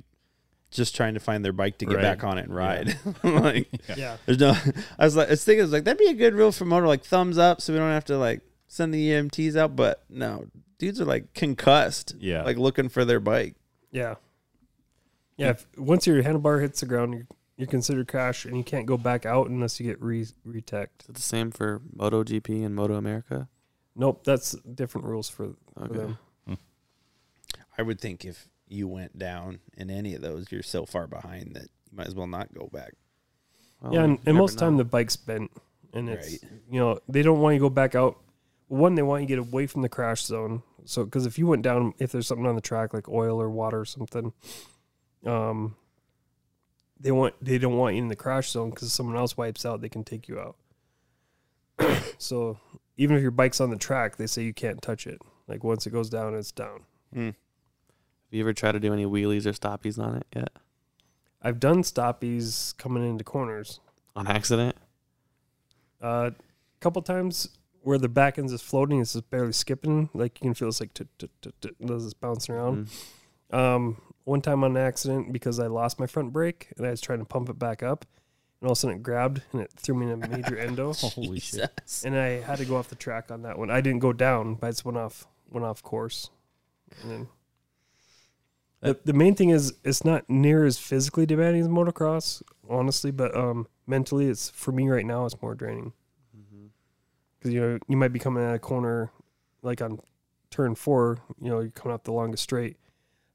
just trying to find their bike to get Right. back on it and ride. Yeah. like, Yeah. there's no. I was like, I was thinking, I was like, that'd be a good rule for moto, like thumbs up, so we don't have to like send the EMTs out. But no, dudes are like concussed. Yeah. like looking for their bike. Yeah. Yeah. If, once your handlebar hits the ground, you're, you're considered crash and you can't go back out unless you get re retech. Is it the same for Moto GP and Moto America? Nope. That's different rules for, for Okay. them. I would think if you went down in any of those, you're so far behind that you might as well not go back. yeah. And, and most time the bike's bent and it's, you know, they don't want you to go back out. One, they want you to get away from the crash zone. So, because if you went down, if there's something on the track like oil or water or something, um, they want they don't want you in the crash zone because someone else wipes out, they can take you out. so even if your bike's on the track, they say you can't touch it Like once it goes down, it's down. Have you ever tried to do any wheelies or stoppies on it yet? I've done stoppies coming into corners On accident? a couple times where the back end is floating, it's just barely skipping. Like you can feel it's like tut, tut, tut, tut, and it's bouncing around. Mm-hmm. Um, one time on an accident because I lost my front brake and I was trying to pump it back up, and all of a sudden it grabbed and it threw me in a major endo. Holy shit. Jesus. And I had to go off the track on that one. I didn't go down, but I just went off went off course. And then the, the main thing is it's not near as physically demanding as motocross, honestly, but um, mentally, it's for me right now, it's more draining. Because you know you might be coming at a corner, like on turn four, you know you're coming up the longest straight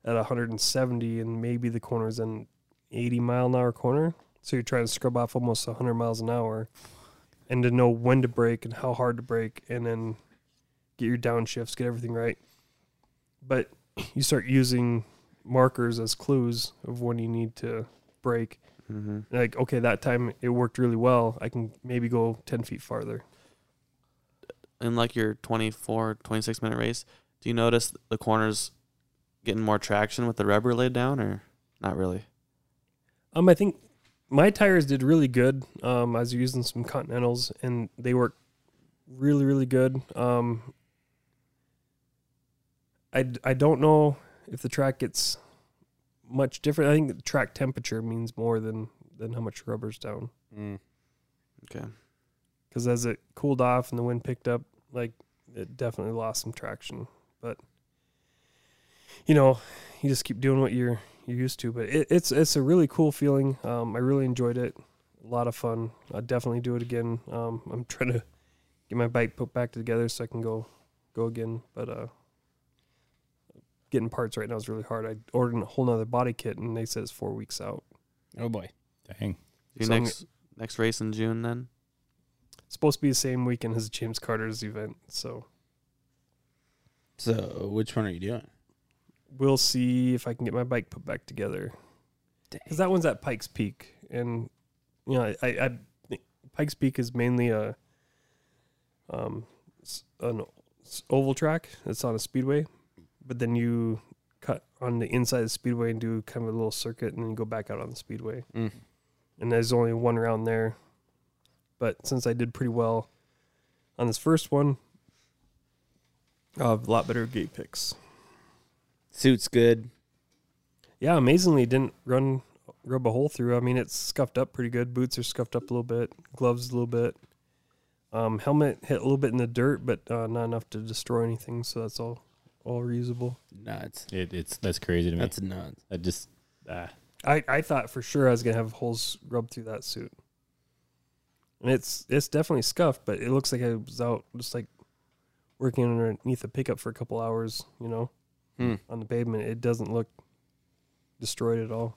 at 170, and maybe the corner's an 80 mile an hour corner, so you're trying to scrub off almost 100 miles an hour, and to know when to brake and how hard to brake, and then get your downshifts, get everything right. But you start using markers as clues of when you need to brake. Mhm. Like, okay, that time it worked really well. I can maybe go 10 feet farther. in like your 24 26 minute race do you notice the corners getting more traction with the rubber laid down or not really Um, I think my tires did really good. Um, I was using some Continentals and they worked really, really good. Um, I, d- I don't know if the track gets much different. I think the track temperature means more than, than how much rubber's down. mm. okay because as it cooled off and the wind picked up, like it definitely lost some traction. But you know, you just keep doing what you're you're used to. But it, it's it's a really cool feeling. Um, I really enjoyed it. A lot of fun. I'll definitely do it again. Um, I'm trying to get my bike put back together so I can go go again. But uh, getting parts right now is really hard. I ordered a whole nother body kit and they said it's four weeks out. Oh boy. Dang. your So I'm- next next race in june then It's supposed to be the same weekend as James Carter's event, so So which one are you doing? we'll see if I can get my bike put back together. Because that one's at Pikes Peak, and you know, I, I, I think Pikes Peak is mainly a um s- an o- s- oval track. It's on a speedway, but then you cut on the inside of the speedway and do kind of a little circuit, and then you go back out on the speedway. Mm. And there's only one round there, but since I did pretty well on this first one, I'll have a lot better gate picks. Suit's good. Yeah, amazingly it didn't run rub a hole through. I mean, it's scuffed up pretty good. Boots are scuffed up a little bit. Gloves a little bit. Um, helmet hit a little bit in the dirt, but uh, not enough to destroy anything. So that's all all reusable. Nuts. It, it's that's crazy to me. That's nuts. I just ah. I, I thought for sure I was gonna have holes rubbed through that suit. And it's it's definitely scuffed, but it looks like I was out just like working underneath a pickup for a couple hours, you know, Hmm. on the pavement. It doesn't look destroyed at all.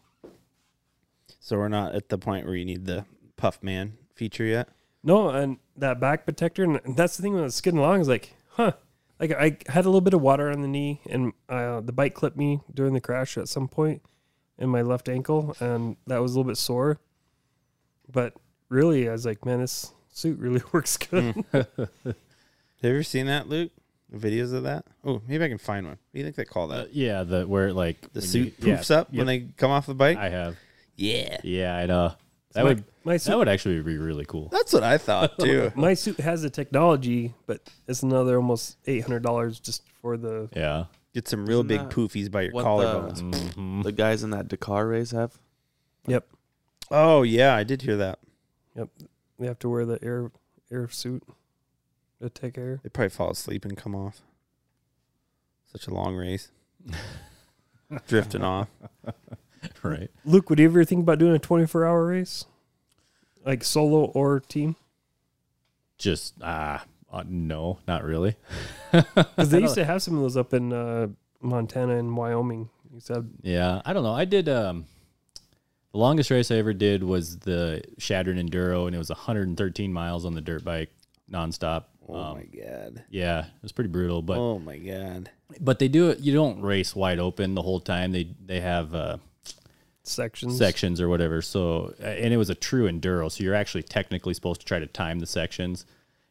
So we're not at the point where you need the Puff Man feature yet. No, and that back protector, and that's the thing when I was skidding along, is like, huh. Like I had a little bit of water on the knee, and uh, the bike clipped me during the crash at some point in my left ankle, and that was a little bit sore. But really, I was like, man, this suit really works good. Hmm. Have you ever seen that, Luke? Videos of that? Oh, maybe I can find one. What do you think they call that? Yeah, the where it, like the Uh, when suit you- yeah, poofs up when yep. they come off the bike. I have. Yeah, Yeah, I know. That my- would my suit- that would actually be really cool. that's what I thought too. my suit has the technology, but it's another almost eight hundred dollars just for the. Yeah. Get some real big poofies by your what collarbones. the, the guys in that dakar race have Yep, Oh yeah, I did hear that. yep. They have to wear the air air suit to take air. They probably fall asleep and come off. Such a long race, drifting off. Right. Luke, would you ever think about doing a 24 hour race? Like solo or team? Just ah uh, no, not really. Because they used to have some of those up in uh, Montana and Wyoming. You used to have- Yeah, I don't know. I did um the longest race I ever did was the Shattered Enduro and it was 113 miles on the dirt bike nonstop. Oh um, my god. yeah, it was pretty brutal, but Oh my god. but they do it you don't race wide open the whole time. They they have uh sections. sections or whatever. So, uh, and it was a true enduro. So you're actually technically supposed to try to time the sections.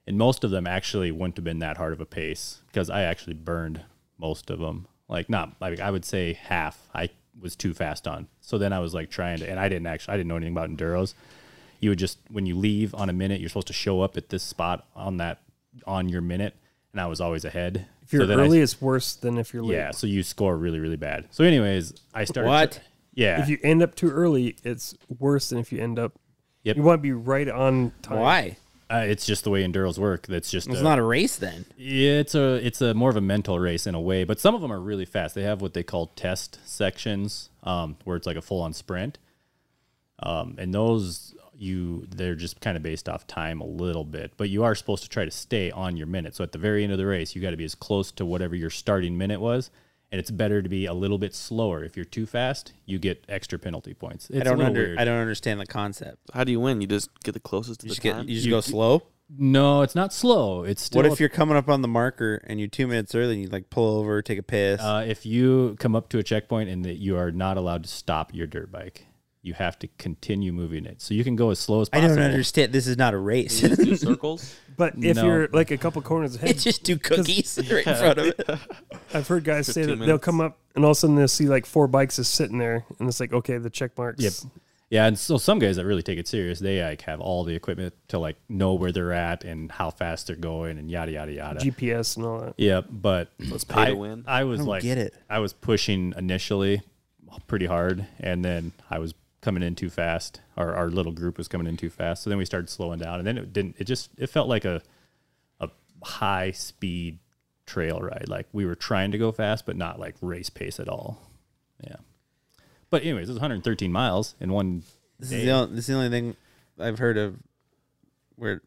and most of them actually wouldn't have been that hard of a pace because I actually burned most of them. Like not like I would say half. I was too fast on. So then I was like trying to, and I didn't actually I didn't know anything about enduros. You would just when you leave on a minute, you're supposed to show up at this spot on that on your minute, and I was always ahead. If you're So then I- early, it's worse than if you're late. yeah, so you score really really bad. So anyways, I started Yeah, If you end up too early, it's worse than if you end up. Yep. You want to be right on time. Uh, it's just the way enduros work. That's just It's not a race then. Yeah, it's a it's a more of a mental race in a way. But some of them are really fast. They have what they call test sections, um, where it's like a full on sprint, um, and those you they're just kind of based off time a little bit. But you are supposed to try to stay on your minute. So at the very end of the race, you got to be as close to whatever your starting minute was. And it's better to be a little bit slower. If you're too fast, you get extra penalty points. It's I a don't little under, weird. I don't understand the concept. How do you win? You just get the closest to You the just get- time. you just You- go slow? No, it's not slow. It's still what if you're coming up on the marker and you're two minutes early and you like pull over, take a piss? Uh, if you come up to a checkpoint and that you are not allowed to stop your dirt bike, you have to continue moving it. So you can go as slow as I possible. don't understand. This is not a race. circles. But if No. you're like a couple corners ahead, It's just two 'cause- cookies right in front of it. I've heard guys say that 15 they'll minutes. come up and all of a sudden they'll see like four bikes is sitting there, and it's like okay, the check marks. Yep. Yeah, and so some guys that really take it serious, they like have all the equipment to like know where they're at and how fast they're going and yada yada yada. GPS and all that. Yeah, but So it's pay I, to win? I was I don't like, get it. I was pushing initially pretty hard, and then I was coming in too fast. Our our little group was coming in too fast, so then we started slowing down, and then it didn't. It just it felt like a a high speed trail ride. Like we were trying to go fast, but not like race pace at all. Yeah. But anyways, it was 113 miles in one. This day. is the only, this is the only thing I've heard of where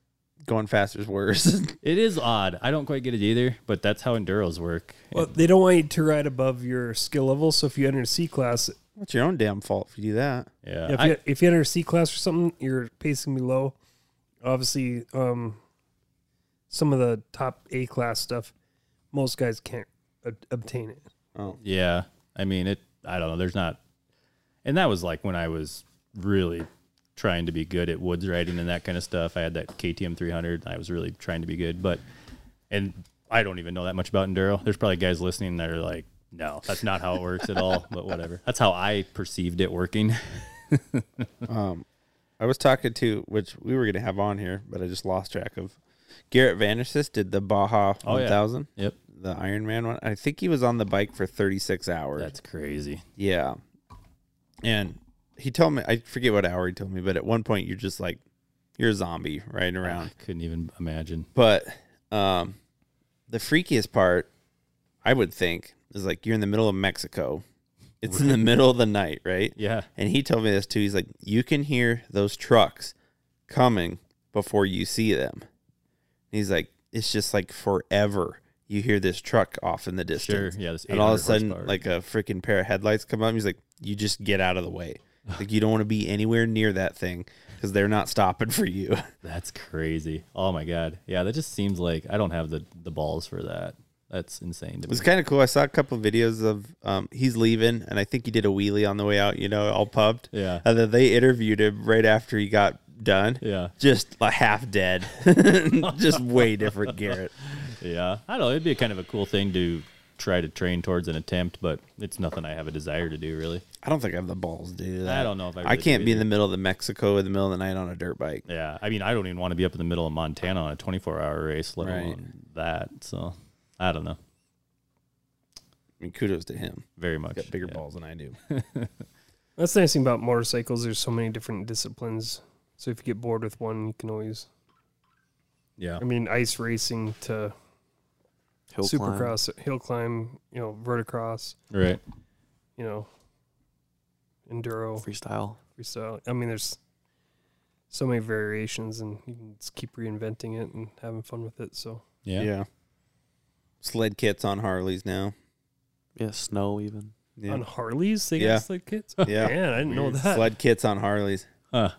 going faster is worse. it is odd. I don't quite get it either, but that's how enduros work. Well, they don't want you to ride above your skill level. So if you enter C class, That's your own damn fault if you do that. Yeah. if, I- you, if you enter C class or something, you're pacing below. Obviously, um, some of the top A class stuff, most guys can't ob- obtain it. Oh. Yeah. I mean, it, I don't know. There's not, and that was like when I was really trying to be good at woods riding and that kind of stuff. I had that KTM 300. I was really trying to be good, but, and I don't even know that much about Enduro. There's probably guys listening that are like, no, that's not how it works at all, but whatever. That's how I perceived it working. um, I was talking to which we were gonna have on here, but I just lost track of. Garrett Vanersys did the Baja Oh, yeah. 1000. Yep. The Ironman one. I think he was on the bike for 36 hours. That's crazy. Yeah. And he told me, I forget what hour he told me, but at one point you're just like, you're a zombie riding around. couldn't even imagine. But um, the freakiest part, I would think, is like you're in the middle of Mexico. It's in the middle of the night, right? Yeah. And he told me this too. He's like, you can hear those trucks coming before you see them. He's like, it's just like forever. You hear this truck off in the distance. yeah, this and all of 800 a sudden, horsepower. like a freaking pair of headlights come up. He's like, you just get out of the way. Like you don't want to be anywhere near that thing because they're not stopping for you. That's crazy. Oh my God. Yeah. That just seems like I don't have the, the balls for that. That's insane to It me. was kind of cool. I saw a couple videos of um, he's leaving, and I think he did a wheelie on the way out. You know, all pumped. Yeah. And then they interviewed him right after he got done. Yeah. Just like half dead. just way different, Garrett. Yeah, I don't know. It'd be kind of a cool thing to try to train towards an attempt, but it's nothing I have a desire to do, really. I don't think I have the balls to do that. I don't know if I. Really I can't do be in either. the middle of the Mexico in the middle of the night on a dirt bike. Yeah, I mean, I don't even want to be up in the middle of Montana on a 24-hour race, let Right. alone that. So, I don't know. I mean, kudos to him. Very much. got bigger balls than I do. That's the nice thing about motorcycles. There's so many different disciplines. So if you get bored with one, you can always. Yeah. I mean, ice racing to Hill climb. supercross, hill climb, you know, verticross. Right. You know, enduro, freestyle. Freestyle. I mean, there's so many variations, and you can just keep reinventing it and having fun with it. So Yeah. Yeah. Sled kits on Harleys now. Yeah, snow even. Yeah. on Harleys, they got sled kits. yeah. man, I didn't know Weird. that. Sled kits on Harleys. Huh.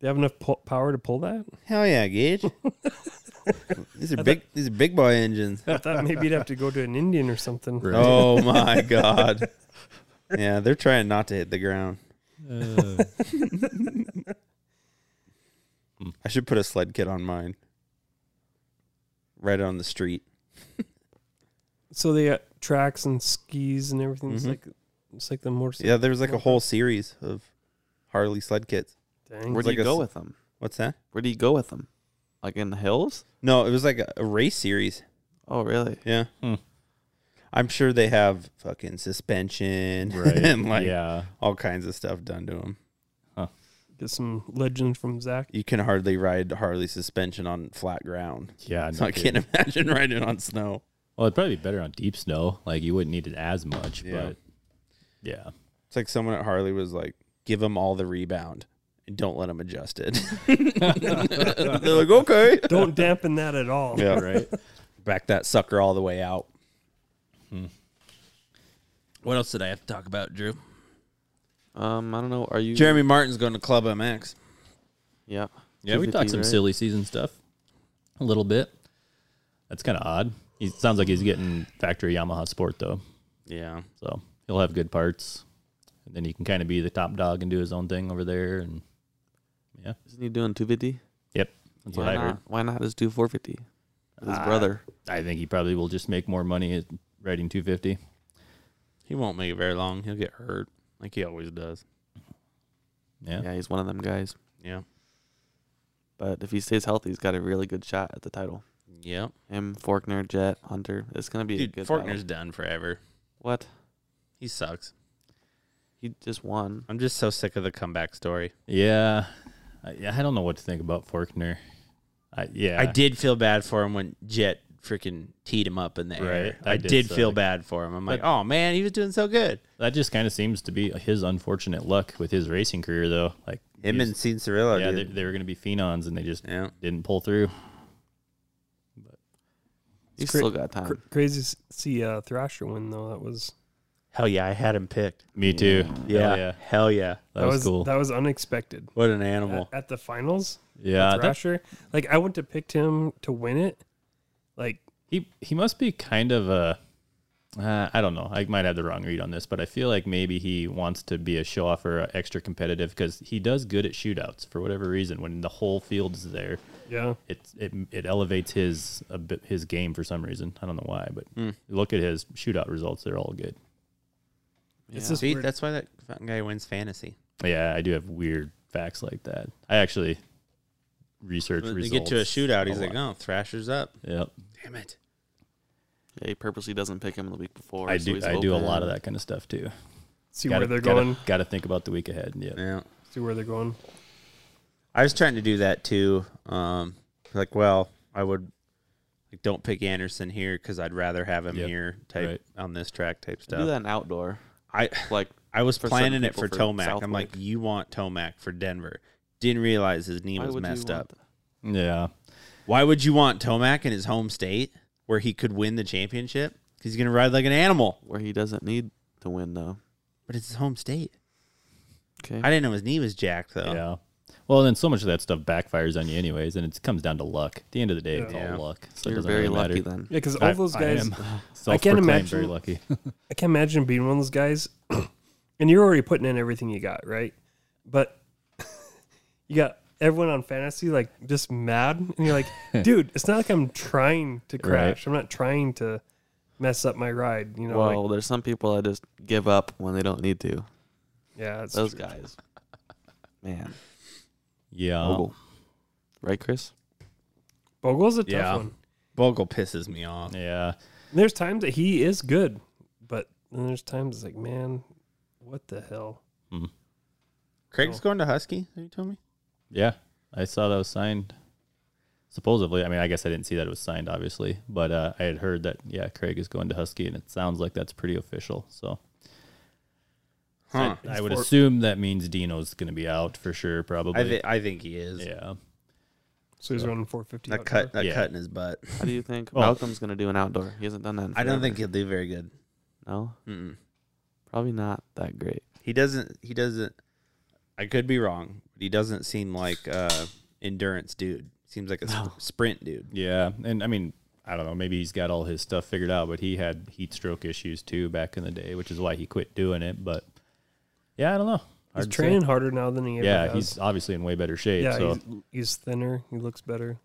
They have enough pu- power to pull that. Hell yeah, Gage. these are I big. these are big boy engines. I thought maybe you'd have to go to an Indian or something. Oh my god. Yeah, they're trying not to hit the ground. Uh, I should put a sled kit on mine. right on the street. So they got tracks and skis and everything. It's Mm-hmm. like it's like the motorcycle. Yeah, there was like a whole series of Harley sled kits. Dang. Where do you go with them? What's that? Where do you go with them? Like in the hills? No, it was like a, a race series. Oh, really? Yeah. Hmm. I'm sure they have fucking suspension Right, and like yeah. all kinds of stuff done to them. Get some legends from Zach. You can hardly ride Harley suspension on flat ground. Yeah, so no I can't kidding. imagine riding on snow. Well, it'd probably be better on deep snow. Like you wouldn't need it as much, Yeah. but yeah. It's like someone at Harley was like, "Give them all the rebound and don't let them adjust it." They're like, "Okay, Don't dampen that at all. yeah, right. Back that sucker all the way out." Hmm. What else did I have to talk about, Drew? Um, I don't know. Are you Jeremy Martin's going to Club MX. Yeah. Yeah, we 250, talked some right? silly season stuff a little bit. That's kind of odd. He sounds like he's getting factory Yamaha Sport though. Yeah. So he'll have good parts, and then he can kind of be the top dog and do his own thing over there. And yeah, Isn't he doing 250? Yep, that's Why what I not? heard. Why not just do 450 with his Uh, brother? I think he probably will just make more money at riding 250. He won't make it very long. He'll get hurt like he always does. Yeah. Yeah, he's one of them guys. Yeah. But if he stays healthy, he's got a really good shot at the title. Yep. Him, Forkner, Jet, Hunter. It's gonna be a Dude, good. Fortner's battle. done forever. What? He sucks. He just won. I'm just so sick of the comeback story. Yeah, I, yeah, I don't know what to think about Forkner. I, yeah, I did feel bad for him when Jet freaking teed him up in the air. Right, that I did did, feel suck. bad for him. I'm like, But- oh man, he was doing so good. That just kind of seems to be his unfortunate luck with his racing career, though. Like Him he's- and Sean Cirillo, yeah, dude. they, they were going to be phenons, and they just Yeah. didn't pull through. He's Cra- still got time. cr- crazy to see uh, Thrasher win though. That was Hell yeah, I had him picked. Me too. Yeah, Hell hell yeah. Hell yeah. That, was, cool. That was unexpected. What an animal. At, at the finals, Yeah, that- Thrasher. like I went to pick him to win it. Like he he must be kind of a uh, I don't know. I might have the wrong read on this, but I feel like maybe he wants to be a show off or uh, extra competitive because he does good at shootouts for whatever reason. When the whole field is there, Yeah. it it, it elevates his a bit, his game for some reason. I don't know why, but Hmm. look at his shootout results; they're all good. It's It's just See, weird- that's why that fucking guy wins fantasy. Yeah, I do have weird facts like that. I actually research When they results. get to a shootout, a he's like, lot. oh, Thrasher's up. Yep. Damn it. Yeah, he purposely doesn't pick him the week before. I so do. he's I do a open. lot of that kind of stuff too. See where they're going. Got to think about the week ahead. Yeah. Yeah. see where they're going. I was trying to do that too. Um, like, well, I would like don't pick Anderson here because I'd rather have him Yep, here type right. on this track type Do stuff. that in outdoor. I Like I was for planning certain it for people for Tomac. I'm like, Southwick. you want Tomac for Denver? Didn't realize his knee Why was would you messed want up. that? Yeah. Why would you want Tomac in his home state where he could win the championship? 'Cause he's gonna ride like an animal. Where he doesn't need to win though. But it's his home state. Okay. I didn't know his knee was jacked though. Yeah. Well, then so much of that stuff backfires on you, anyways, and it comes down to luck. At the end of the day, it's Yeah. all luck. So it You're doesn't very really lucky matter. then. Yeah, because all I- those I guys, am I can't self-proclaimed imagine. very lucky. I can't imagine being one of those guys, and you're already putting in everything you got, right? But you got everyone on fantasy like just mad, and you're like, dude, it's not like I'm trying to crash. I'm not trying to mess up my ride. You know, well, like, there's some people that just give up when they don't need to. yeah, it's Those guys. Man. yeah. Bogle. Right, Chris? Bogle's a tough Yeah. one. Bogle pisses me off. Yeah. And there's times that he is good, but then there's times it's like, man, what the hell? Oh. Craig's going to Husky. You told me. Yeah. I saw that was signed. Supposedly, I mean, I guess I didn't see that it was signed, obviously, but uh, I had heard that yeah, Craig is going to Husky, and it sounds like that's pretty official. So Huh. I would for- assume that means Dino's going to be out for sure, probably. I, thi- I think he is. yeah. So he's running 450. That out cut, there. that Yeah. cut in his butt. How do you think Well- Malcolm's going to do an outdoor? He hasn't done that. In I don't forever. think he'll do very good. No, Mm-mm. probably not that great. He doesn't. He doesn't. I could be wrong, but he doesn't seem like uh endurance dude. Seems like a sp- sprint dude. Yeah, and I mean, I don't know. Maybe he's got all his stuff figured out, but he had heat stroke issues too back in the day, which is why he quit doing it. But yeah, I don't know. He's Hard to say. training harder now than he ever Yeah, has. he's obviously in way better shape. yeah, so he's, he's thinner. He looks better.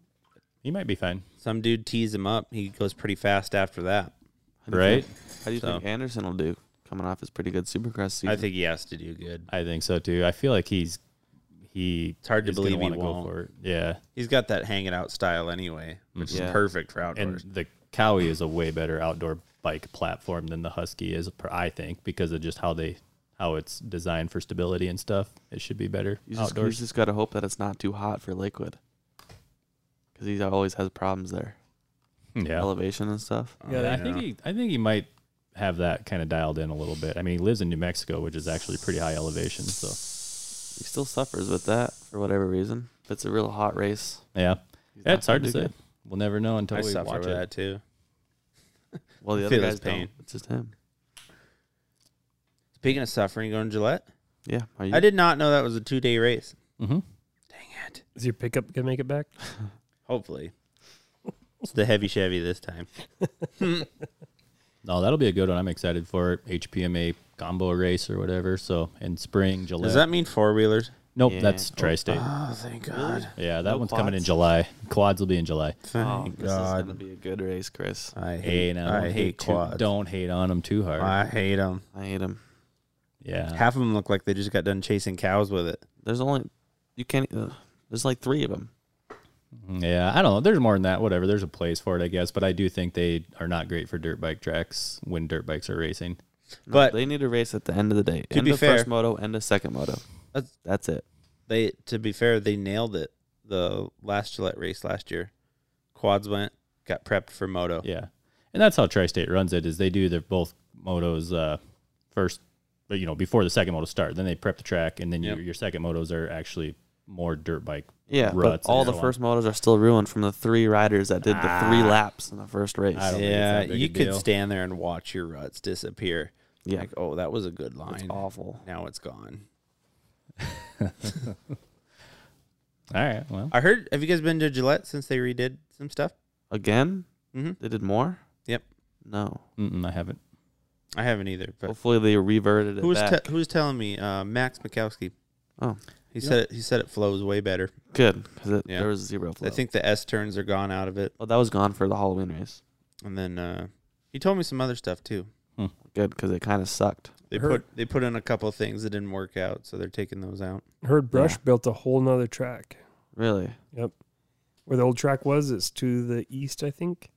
He might be fine. Some dude tees him up. He goes pretty fast after that. How do you think- how do you think Anderson will do coming off his pretty good Supercross season? I think he has to do good. I think so too. I feel like he's he. It's hard to is gonna believe he wanna go won't. for it. Yeah, He's got that hanging out style anyway, which Yeah. is perfect for and outdoors. the Cowie is a way better outdoor bike platform than the Husky is, per- I think, because of just how they how it's designed for stability and stuff. It should be better You just, outdoors. got to hope that it's not too hot for Lakewood, because he always has problems there. Yeah. elevation and stuff. Oh, Yeah, I think he I think he might have that kind of dialed in a little bit. I mean, he lives in New Mexico, which is actually pretty high elevation, so he still suffers with that for whatever reason. If it's a real hot race, yeah, he's that's not hard gonna to do say. good. We'll never know until I we suffer watch with it. that too. Well, the I other feel his guys don't. It's just him. Speaking of suffering, you going to Gillette? Yeah, are you- I did not know that was a two day race. Mm-hmm. Is your pickup gonna make it back? Hopefully. it's the heavy Chevy this time. No, that'll be a good one. I'm excited for it. HPMA combo race or whatever. So in spring, July. Does that mean four wheelers? Nope, that's tri-state. Oh, thank God. Yeah, that No one's coming in quads? July. Quads will be in July. Thank This is gonna be a good race, Chris. I Hey, hate, now, I don't hate, hate too- quads. don't hate on them too hard. I hate them. I hate them. Yeah. Half of them look like they just got done chasing cows with it. There's only you can't. Uh, there's like three of them. Mm, Yeah, I don't know. There's more than that. Whatever. There's a place for it, I guess. But I do think they are not great for dirt bike tracks when dirt bikes are racing. But they need a race at the end of the day. To end be of fair- first moto, end of second moto. That's, that's it. They to be fair, they nailed it. The last Gillette race last year, quads went, got prepped for moto. Yeah, and that's how Tri-State runs it. Is they do their both motos uh, first, but, you know, before the second moto start. Then they prep the track, and then your your second motos are actually more dirt bike. Yeah, ruts but all and the so on. first motos are still ruined from the three riders that did the three Ah. laps in the first race. I don't think it's yeah. that big a You could deal. stand there and watch your ruts disappear. Yeah. Like, oh, that was a good line. awful. Now it's gone. All right. Well, I heard. Have you guys been to Gillette since they redid some stuff? Again? Mhm. They did more? Yep. No. Mm-mm, I haven't. I haven't either. But Hopefully they reverted it who was back. te- who was telling me? Uh, Max Mikowski. Oh. he said it, he said it flows way better. Good, because there was zero flow. I think the S turns are gone out of it. Oh, that was gone for the Halloween race. And then uh, he told me some other stuff too. Good, because it kind of sucked. They Heard- put they put in a couple of things that didn't work out, so they're taking those out. Heard Brush built a whole nother track. Really? Yep. Where the old track was, it's to the east, I think.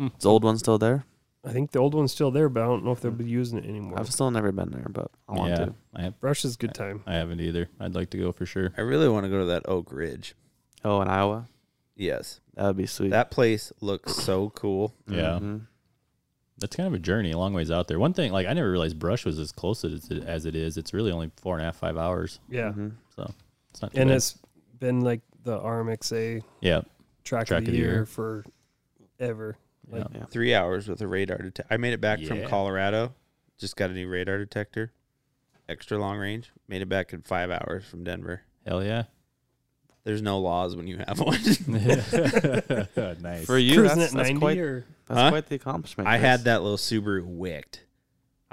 Is the old one still there? I think the old one's still there, but I don't know if they'll be using it anymore. I've still never been there, but I want yeah, to. I have, Brush is a good time. I haven't either. I'd like to go for sure. I really want to go to that Oak Ridge. Oh, in Iowa? Yes, That would be sweet. that place looks so cool. Mm-hmm. Yeah. That's kind of a journey, a long ways out there. One thing, like I never realized Brush was as close as it, as it is. It's really only four and a half, five hours. Yeah. Mhm. So it's not. Too And bad. it's been like the RMXA Yeah. track, of the, year, for ever. Like, Yeah. Three hours with a radar detector. I made it back from Yeah. Colorado. Just got a new radar detector, extra long range. Made it back in five hours from Denver. Hell yeah. There's no laws when you have one. Nice. For you, Cruising that's, at that's 90 quite, or- that's Huh? quite the accomplishment. I Chris. had that little Subaru wicked.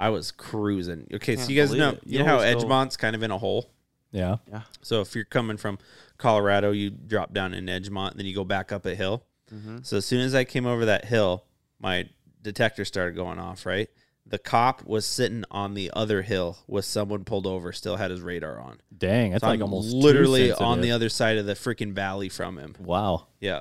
I was cruising. Okay, so Can't you guys believe know it. you, You know how always go- Edgemont's kind of in a hole. Yeah. Yeah. So if you're coming from Colorado, you drop down in Edgemont, then you go back up a hill. Mhm. So as soon as I came over that hill, my detector started going off. Right, the cop was sitting on the other hill with someone pulled over, still had his radar on. Dang, that's So like I'm almost too literally on sensitive. the other side of the freaking valley from him. Wow. Yeah,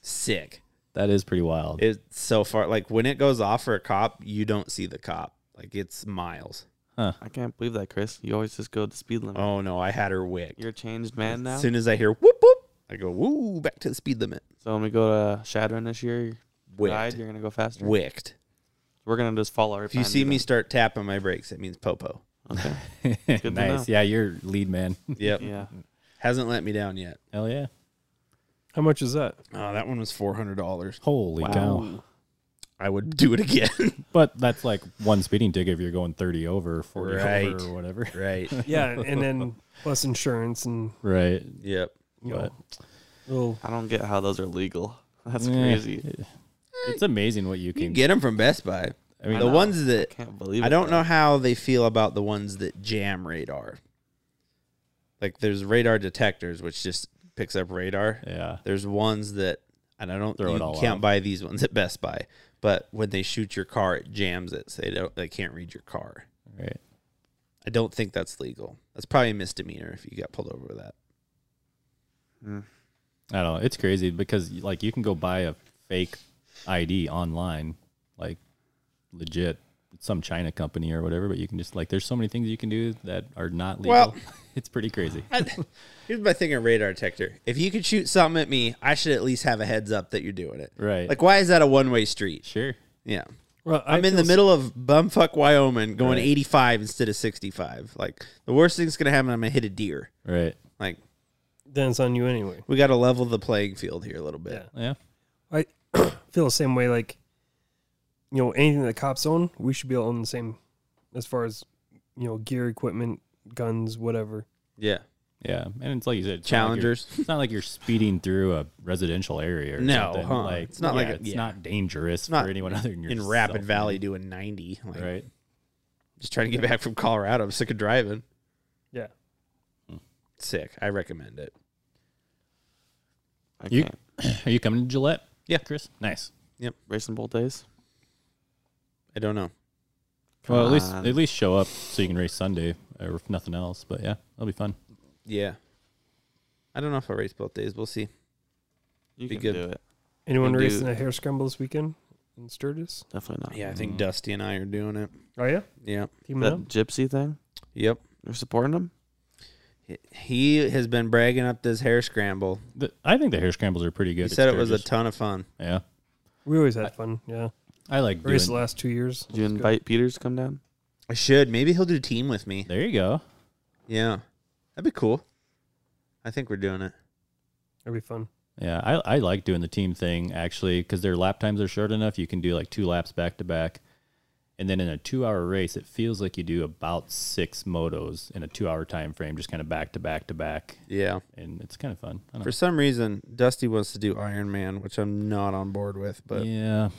sick. That is pretty wild. It's so far like when it goes off for a cop, you don't see the cop. Like it's miles. I can't believe that, Chris. You always just go the speed limit. Oh no, I had her wicked. You're a changed man now. As soon as I hear whoop whoop, I go woo back to the speed limit. so when we go to Shadron this year, you Wicked. ride, you're gonna go faster. Wicked. We're gonna just follow. Right If you behind see me then. start tapping my brakes, it means popo. okay. nice. to know. Yeah, you're lead man. Yep. Yeah. Hasn't let me down yet. Hell yeah. How much is that? Oh, that one was four hundred dollars. Holy cow. I would do it again. But that's like one speeding ticket if you're going 30 over, 40 Right. over, or whatever. right. Yeah, and then plus insurance and Right. Yep. you know, But- little I don't get how those are legal. That's Yeah. crazy. Eh. It's amazing what you You can can get them from Best Buy. I mean, the know. ones that I can't believe I it, don't though. know how they feel about the ones that jam radar. Like there's radar detectors, which just picks up radar. Yeah. There's ones that and I don't Throw you it all Can't out. buy these ones at Best Buy, but when they shoot your car, it jams it. So they don't. They can't read your car. Right. I don't think that's legal. That's probably a misdemeanor if you got pulled over with that. I don't know. It's crazy because like you can go buy a fake ID online, like legit some China company or whatever, but you can just like there's so many things you can do that are not legal. Well- it's pretty crazy. I- here's my thing on radar detector. If you could shoot something at me, I should at least have a heads up that you're doing it. Right. Like, why is that a one way street? Sure. Yeah. Well, I I'm in the feel s- middle of bumfuck Wyoming going Right. 85 instead of 65. Like, the worst thing's going to happen, I'm going to hit a deer. Right. Like, then it's on you anyway. we got to level the playing field here a little bit. Yeah. I feel the same way. Like, you know, anything that the cops own, we should be all on the same as far as, you know, gear, equipment, guns, whatever. Yeah. Yeah, and it's like you said, it's not like you're- Challengers. it's not like you're speeding through a residential area. Or No, something. huh. like It's not like a- it's yeah. not dangerous Not for anyone other than in yourself. Rapid Valley doing 90. Like, right? Just trying to get back from Colorado. I'm sick of driving. Yeah. Sick. I recommend it. I You can't. are you coming to Gillette? Yeah. Chris. Nice. Yep. Racing both days. I don't know. well, at least on. at least show up so you can race Sunday or if nothing else. But yeah, that'll be fun. Yeah. I don't know if I'll race both days. We'll see. You Be can good. do it. Anyone And do- racing a hair scramble this weekend in Sturgis? Definitely not. Yeah, I think Dusty and I are doing it. Oh, yeah. Yeah. Teaming That up? gypsy thing. Yep. You're supporting him. He has been bragging up this hair scramble. The, I think the hair scrambles are pretty good. He at said it was a Sturgis. ton of fun. yeah. We always had fun. Yeah. I like doing. Raced the last two years. Did you invite Peters to come down? I should. Maybe he'll do team with me. There you go. Yeah. That'd be cool. I think we're doing it. That'd be fun. Yeah, I, I like doing the team thing actually because their lap times are short enough. You can do like two laps back to back. And then in a two hour race, it feels like you do about six motos in a two hour time frame, just kind of back to back to back. Yeah. And it's kind of fun. I don't For some reason, Dusty wants to do Iron Man, which I'm not on board with, know. but yeah.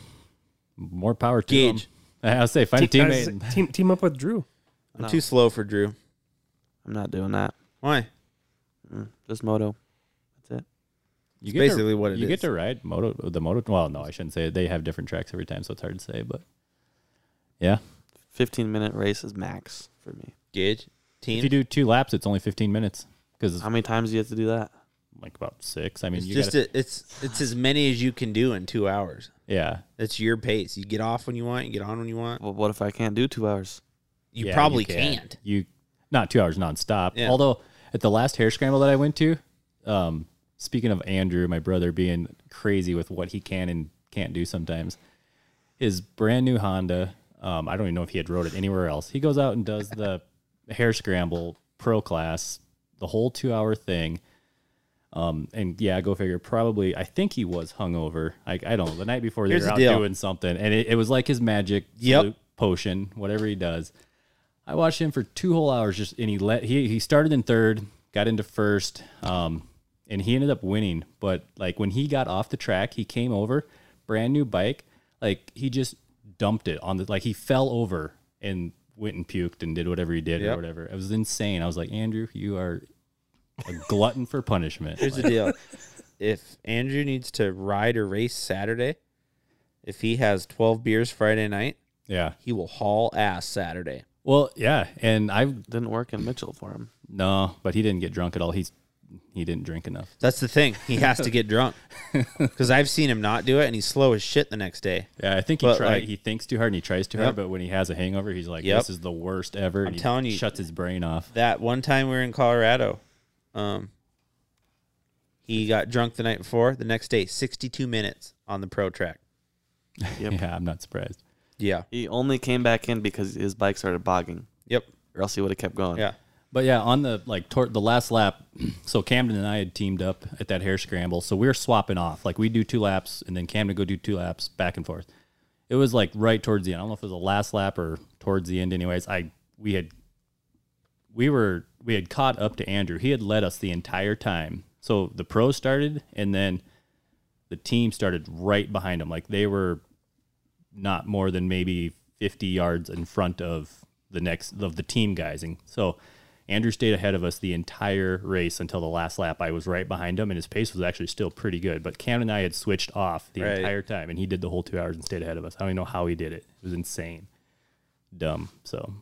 More power to Gauge. them. I'll say, find a Team- teammate. guys, team, team up with Drew. I'm No. too slow for Drew. I'm not doing that. Why? Mm, just moto. That's it. You It's get basically to, what it you is. get to ride moto the moto. Well, no, I shouldn't say it. they have different tracks every time, so it's hard to say. But yeah, 15 minute race is max for me. Gage? if Team? you do two laps, it's only fifteen minutes because How many times do you have to do that? like about six. I mean, it's you just gotta, a, it's it's as many as you can do in two hours. yeah. That's your pace. You get off when you want, you get on when you want. Well, what if I can't do two hours? You Yeah, probably can. can't. You not two hours nonstop. Yeah. Although at the last hair scramble that I went to, um, speaking of Andrew, my brother being crazy with what he can and can't do sometimes, his brand new Honda. Um, I don't even know if he had rode it anywhere else. He goes out and does the hair scramble pro class, the whole two hour thing. Um, and yeah, go figure. Probably, I think he was hungover. Like I don't know, the night before they Here's were the out deal. doing something, and it, it was like his magic Yep. salute potion, whatever he does. I watched him for two whole hours, just and he let he he started in third, got into first, um, and he ended up winning. But like when he got off the track, he came over, brand new bike, like he just dumped it on the like he fell over and went and puked and did whatever he did Yep. or whatever. It was insane. I was like, Andrew, you are a glutton for punishment. Here's the deal. If Andrew needs to ride or race Saturday, if he has 12 beers Friday night, yeah. he will haul ass Saturday. Well, yeah, and I Didn't work in Mitchell for him. no, but he didn't get drunk at all. He's he didn't drink enough. That's the thing. He has to get drunk. Because I've seen him not do it and he's slow as shit the next day. Yeah, I think he But, try, like- he thinks too hard and he tries too Yep. hard, but when he has a hangover, he's like, Yep. "This is the worst ever." and I'm he telling you. shuts his brain off. That one time we were in Colorado, um, he got drunk the night before. The next day, 62 minutes on the pro track. Yep. Yeah, I'm not surprised. Yeah. He only came back in because his bike started bogging, Yep. or else he would have kept going. Yeah. But yeah, on the like toward the last lap, so Camden and I had teamed up at that hair scramble, so we were swapping off. Like we do two laps, and then Camden go do two laps back and forth. It was like right towards the end. I don't know if it was the last lap or towards the end. Anyways, I we had we were we had caught up to Andrew. He had led us the entire time. So the pros started, and then the team started right behind him. Like they were not more than maybe 50 yards in front of the next of the team guys. And so Andrew stayed ahead of us the entire race until the last lap. I was right behind him, and his pace was actually still pretty good. But Cam and I had switched off the Right. entire time, and he did the whole two hours and stayed ahead of us. I don't even know how he did it. It was insane, dumb. So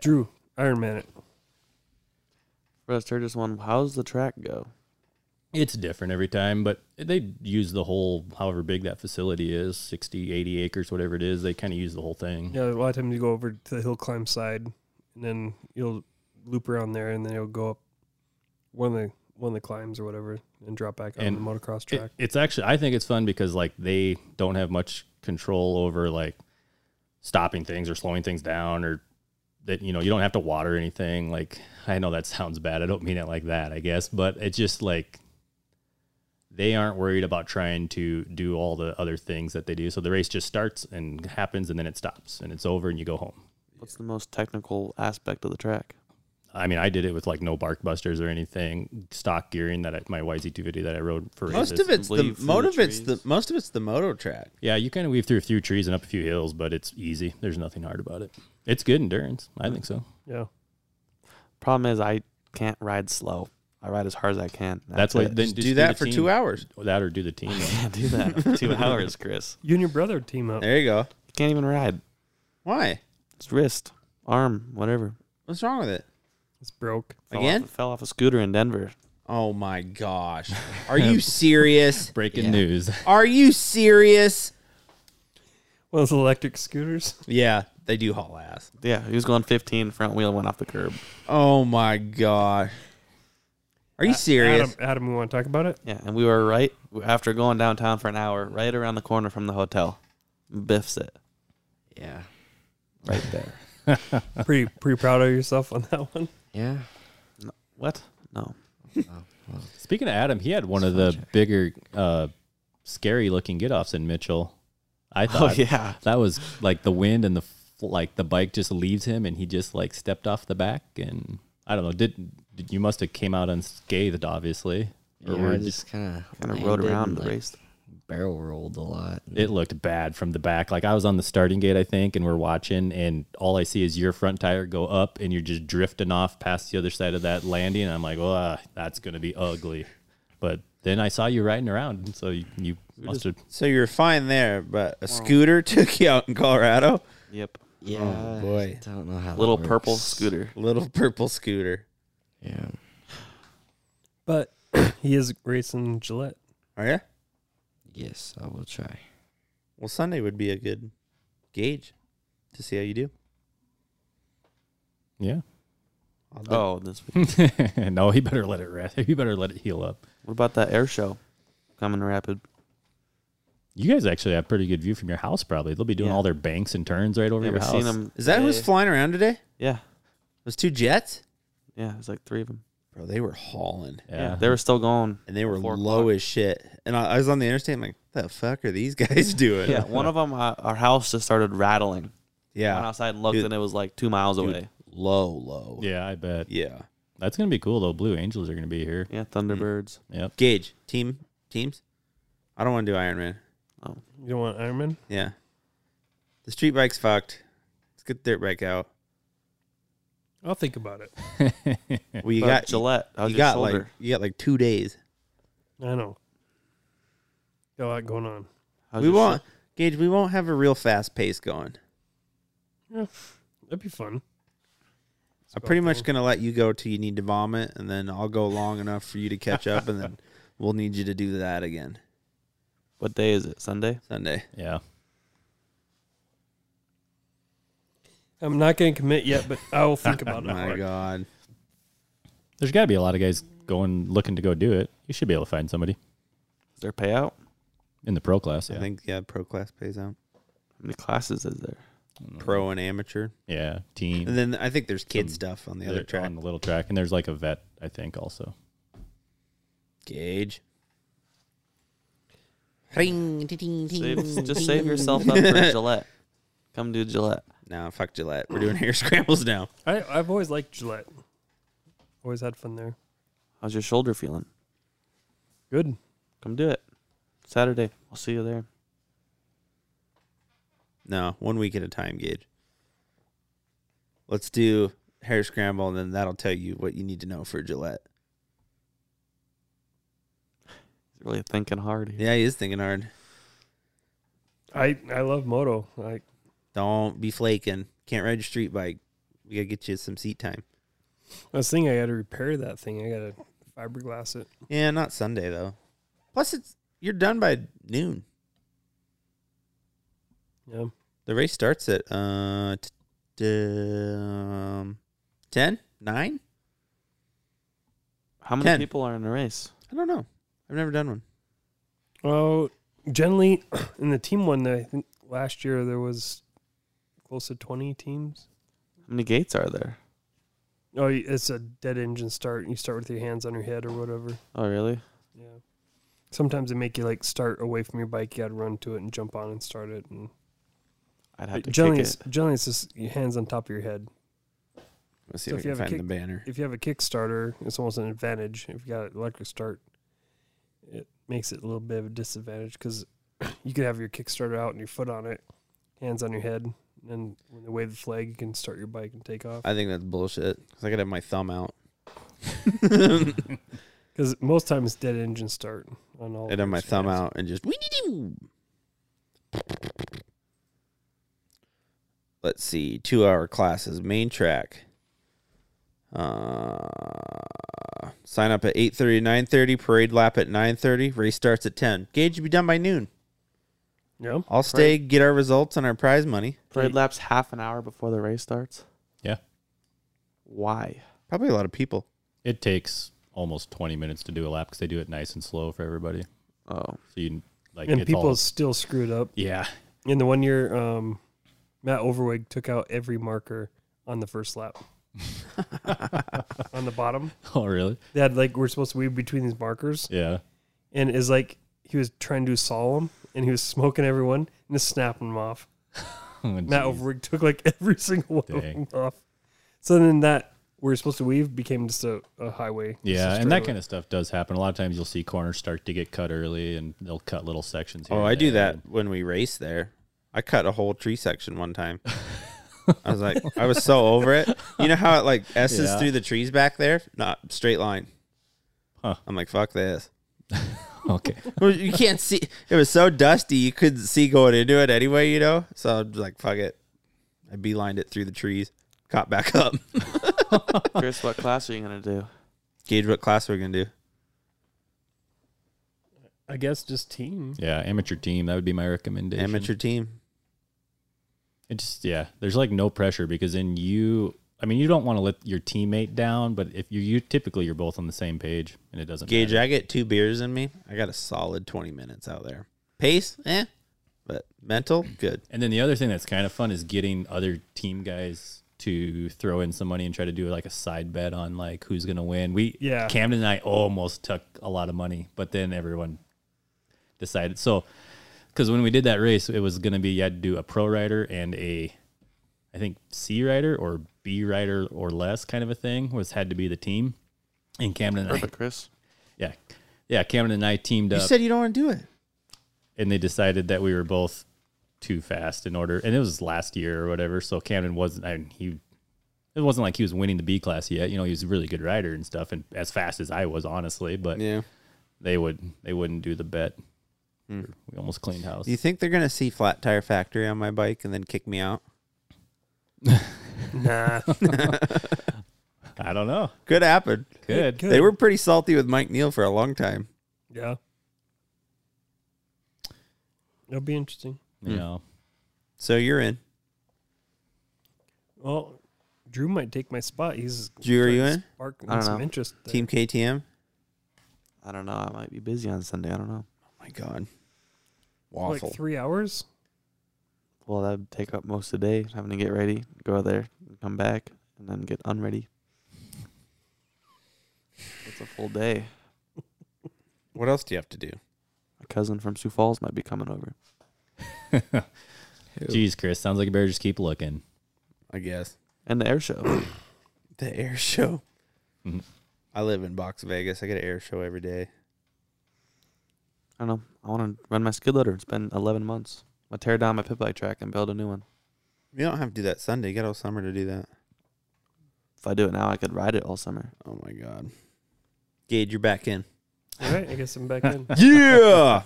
Drew, Iron Man it. Russ Sturgis one. How's the track go? It's different every time, but they use the whole, however big that facility is 60, 80 acres, whatever it is. They kind of use the whole thing. Yeah, a lot of times you go over to the hill climb side, and then you'll loop around there, and then you'll go up one of the one of the climbs or whatever, and drop back on the motocross it- track. it's actually, I think it's fun because like they don't have much control over like stopping things or slowing things down or that, you know, you don't have to water anything. Like, I know that sounds bad. I don't mean it like that, I guess, but it's just like they aren't worried about trying to do all the other things that they do. So the race just starts and happens and then it stops and it's over and you go home. What's the most technical aspect of the track? I mean, I did it with like no bark busters or anything, stock gearing that I, my YZ250 that I rode for Most races. of it's the most of it's the most of it's the moto track. Yeah, you kind of weave through a few trees and up a few hills, but it's easy. There's nothing hard about it. It's good endurance. I think so. Yeah. Problem is, I can't ride slow. I ride as hard as I can. That's, why it. like then just the team. That or do the team. I can't do that for two hours, Chris. You and your brother team up. There you go. Can't even ride. Why? It's wrist, arm, whatever. What's wrong with it? It's broke. Fell Again? off, fell off a scooter in Denver. Oh my gosh! Are you serious? Breaking news. Are you serious? One of those electric scooters. Yeah, they do haul ass. Yeah, he was going 15. Front wheel went off the curb. Oh my gosh! Are you A- serious? Adam, Adam, we want to talk about it. Yeah, and we were right after going downtown for an hour, right around the corner from the hotel. Biffs it. Yeah. Right there. pretty pretty proud of yourself on that one. Yeah. what? No. Speaking of Adam, he had one of the bigger, uh, scary looking get offs in Mitchell. Oh, I thought yeah. that was like the wind and the f- like the bike just leaves him and he just like stepped off the back and I don't know. Did, did you must have came out unscathed, obviously. Yeah, I did- just kinda Kinda rode landed around and, the like, race. Barrel rolled a lot. It looked bad from the back. Like I was on the starting gate, I think, and we're watching, and all I see is your front tire go up, and you're just drifting off past the other side of that landing. And I'm like, well, ah, that's gonna be ugly. But then I saw you riding around, so you, you must have. So you're fine there, but a scooter took you out in Colorado. Yep. Yeah. Oh boy. I don't know how. Little that purple works. scooter. Little purple scooter. Yeah. But he is racing Gillette. Are you? Yes, I will try. Well, Sunday would be a good gauge to see how you do. Yeah. I'll do- Oh, this week. no, he better let it rest. He better let it heal up. What about that air show coming to Rapid? You guys actually have pretty good view from your house, probably. They'll be doing Yeah. all their banks and turns right over Yeah, your we've house. seen 'em. Is that who's Yeah. flying around today? Yeah. Those two jets? Yeah, it's like three of them. Bro, they were hauling. Yeah. they were still going. And they were Four low as shit. And I, I was on the interstate. I'm like, what the fuck are these guys doing? Yeah, one of them, uh, our house just started rattling. Yeah. Went outside and looked, Dude. and it was like two miles Dude. away. Low, low. Yeah, I bet. Yeah. That's gonna be cool though. Blue Angels are gonna be here. Yeah, Thunderbirds. Yep. Gauge, team, teams. I don't want to do Iron Man. You don't want Iron Man? Yeah. The street bike's fucked. Let's get the dirt bike out. I'll think about it. Well, you But got Gillette, how's You your got like shoulder? you got like two days. I know. Got a lot going on. How's we your won't, Gage. We won't have a real fast pace going. Yeah, that'd be fun. I'm pretty much gonna let you go till you need to vomit, and then I'll go long enough for you to catch up, and then we'll need you to do that again What day is it? Sunday? Sunday. Yeah. I'm not going to commit yet, but I will think about it. My God, There's got to be a lot of guys going looking to go do it. You should be able to find somebody Is there payout? in the pro class. Yeah, I think yeah, pro class pays out, How many classes is there? Mm-hmm. pro and amateur, yeah, team. and then I think there's kid stuff on the other They're track. on the little track, and there's like a vet, I think, also. Gage. Ring, ding, ding, Save, ding, just ding. save yourself up for Gillette. Come do Gillette. No, fuck Gillette. We're doing hair scrambles now. I, I've always liked Gillette. Always had fun there. How's your shoulder feeling? Good. Come do it. Saturday. I'll see you there. No, one week at a time, Gage. Let's do hair scramble, and then that'll tell you what you need to know for Gillette. He's really thinking hard. Here. Yeah, he is thinking hard. I I love moto. Like, don't be flaking. Can't ride your street bike. We gotta get you some seat time. I was thinking I got to repair that thing. I got to fiberglass it. Yeah, not Sunday though. Plus, it's you're done by noon. Yeah. The race starts at uh t- t- um, 10, 9? How many Ten. people are in the race? I don't know. I've never done one. Oh, generally in the team one, that I think last year there was close to twenty teams. How many gates are there? Oh, it's a dead engine start. You start with your hands on your head or whatever. Oh, really? Yeah. Sometimes they make you like start away from your bike. You got to run to it and jump on and start it. And I'd have to generally, kick it's, generally it's just your hands on top of your head. Let's see So if I can you have a find the kick- banner. If you have a Kickstarter, it's almost an advantage. If you got an electric start, it makes it a little bit of a disadvantage because you could have your Kickstarter out and your foot on it, hands on your head, and when they wave the flag, you can start your bike and take off. I think that's bullshit. 'cause I gotta have my thumb out. Because most times it's dead engine start on all. I'd have my those thumb rides. out and just. Let's see. Two hour classes. Main track. Uh, sign up at 8.30 9.30 parade lap at 9.30 race starts at 10 gage will be done by noon Yeah. i'll stay get our results and our prize money Parade laps half an hour before the race starts. Yeah. Why? Probably a lot of people. It takes almost 20 minutes to do a lap because they do it nice and slow for everybody. Oh. So you like and it's people all- still screwed up. Yeah. In the one year, um, Matt Overweg took out every marker on the first lap. on the bottom. Oh, really? They had like we're supposed to weave between these markers. Yeah. And is like he was trying to do solemn and he was smoking everyone and just snapping them off. Matt geez. Overweg took like every single one of Dang. them off. So then that we're supposed to weave became just a, a highway. Yeah, and that kind of stuff does happen. A lot of times you'll see corners start to get cut early and they'll cut little sections. Here Oh, and I do there. that when we race there. I cut a whole tree section one time. I was like, I was so over it. You know how it like S's Yeah. through the trees back there? Not straight line. I'm like, fuck this. okay. Well, You can't see. It was so dusty, you couldn't see going into it anyway, you know? So I'm just like, fuck it. I beelined it through the trees, caught back up. Chris, what class are you gonna do? Gauge what class we're going to do. I guess just team. Yeah, amateur team. That would be my recommendation. Amateur team. It just yeah, there's like no pressure because then you. I mean, you don't want to let your teammate down, but if you you typically you're both on the same page and it doesn't. Gauge, matter. I get two beers in me. I got a solid 20 minutes out there. Pace, eh. But mental, good. And then the other thing that's kind of fun is getting other team guys to throw in some money and try to do like a side bet on like who's gonna win. We Yeah. Camden and I almost took a lot of money, but then everyone decided so because when we did that race, it was gonna be you had to do a pro rider and a I think C rider or B rider or less kind of a thing was had to be the team. And Camden and I, Perfect, Chris. yeah, yeah, Camden and I teamed You up said you don't want to do it. and they decided that we were both too fast in order and it was last year or whatever so camden wasn't I mean, he it wasn't like he was winning the b class yet you know he was a really good rider and stuff and as fast as i was honestly but Yeah. they would they wouldn't do the bet Hmm. we almost cleaned house Do you think they're gonna see Flat Tire Factory on my bike and then kick me out? Nah. i don't know Could happen. Could. They were pretty salty with Mike Neal for a long time. Yeah. It'll be interesting. you know So you're in. Well, Drew might take my spot. He's Drew, are you in? Sparking I don't some know. interest. there. Team KTM. I don't know. I might be busy on Sunday. I don't know. Oh my God. like Waffle. three hours. Well, that'd take up most of the day, having to get ready, go there, come back, and then get unready. It's a full day. What else do you have to do? My cousin from Sioux Falls might be coming over. Hmm. jeez chris sounds like you better just keep looking I guess. And the air show. The air show. Mm-hmm. Mhm. I live in Box Vegas. I get an air show every day. I don't know. I want to run my skid loader. It's been 11 months. I tear down my pit bike track and build a new one. You don't have to do that Sunday. You got all summer to do that. if I do it now, I could ride it all summer. Oh my god, Gage, you're back in. All right, I guess I'm back in. yeah.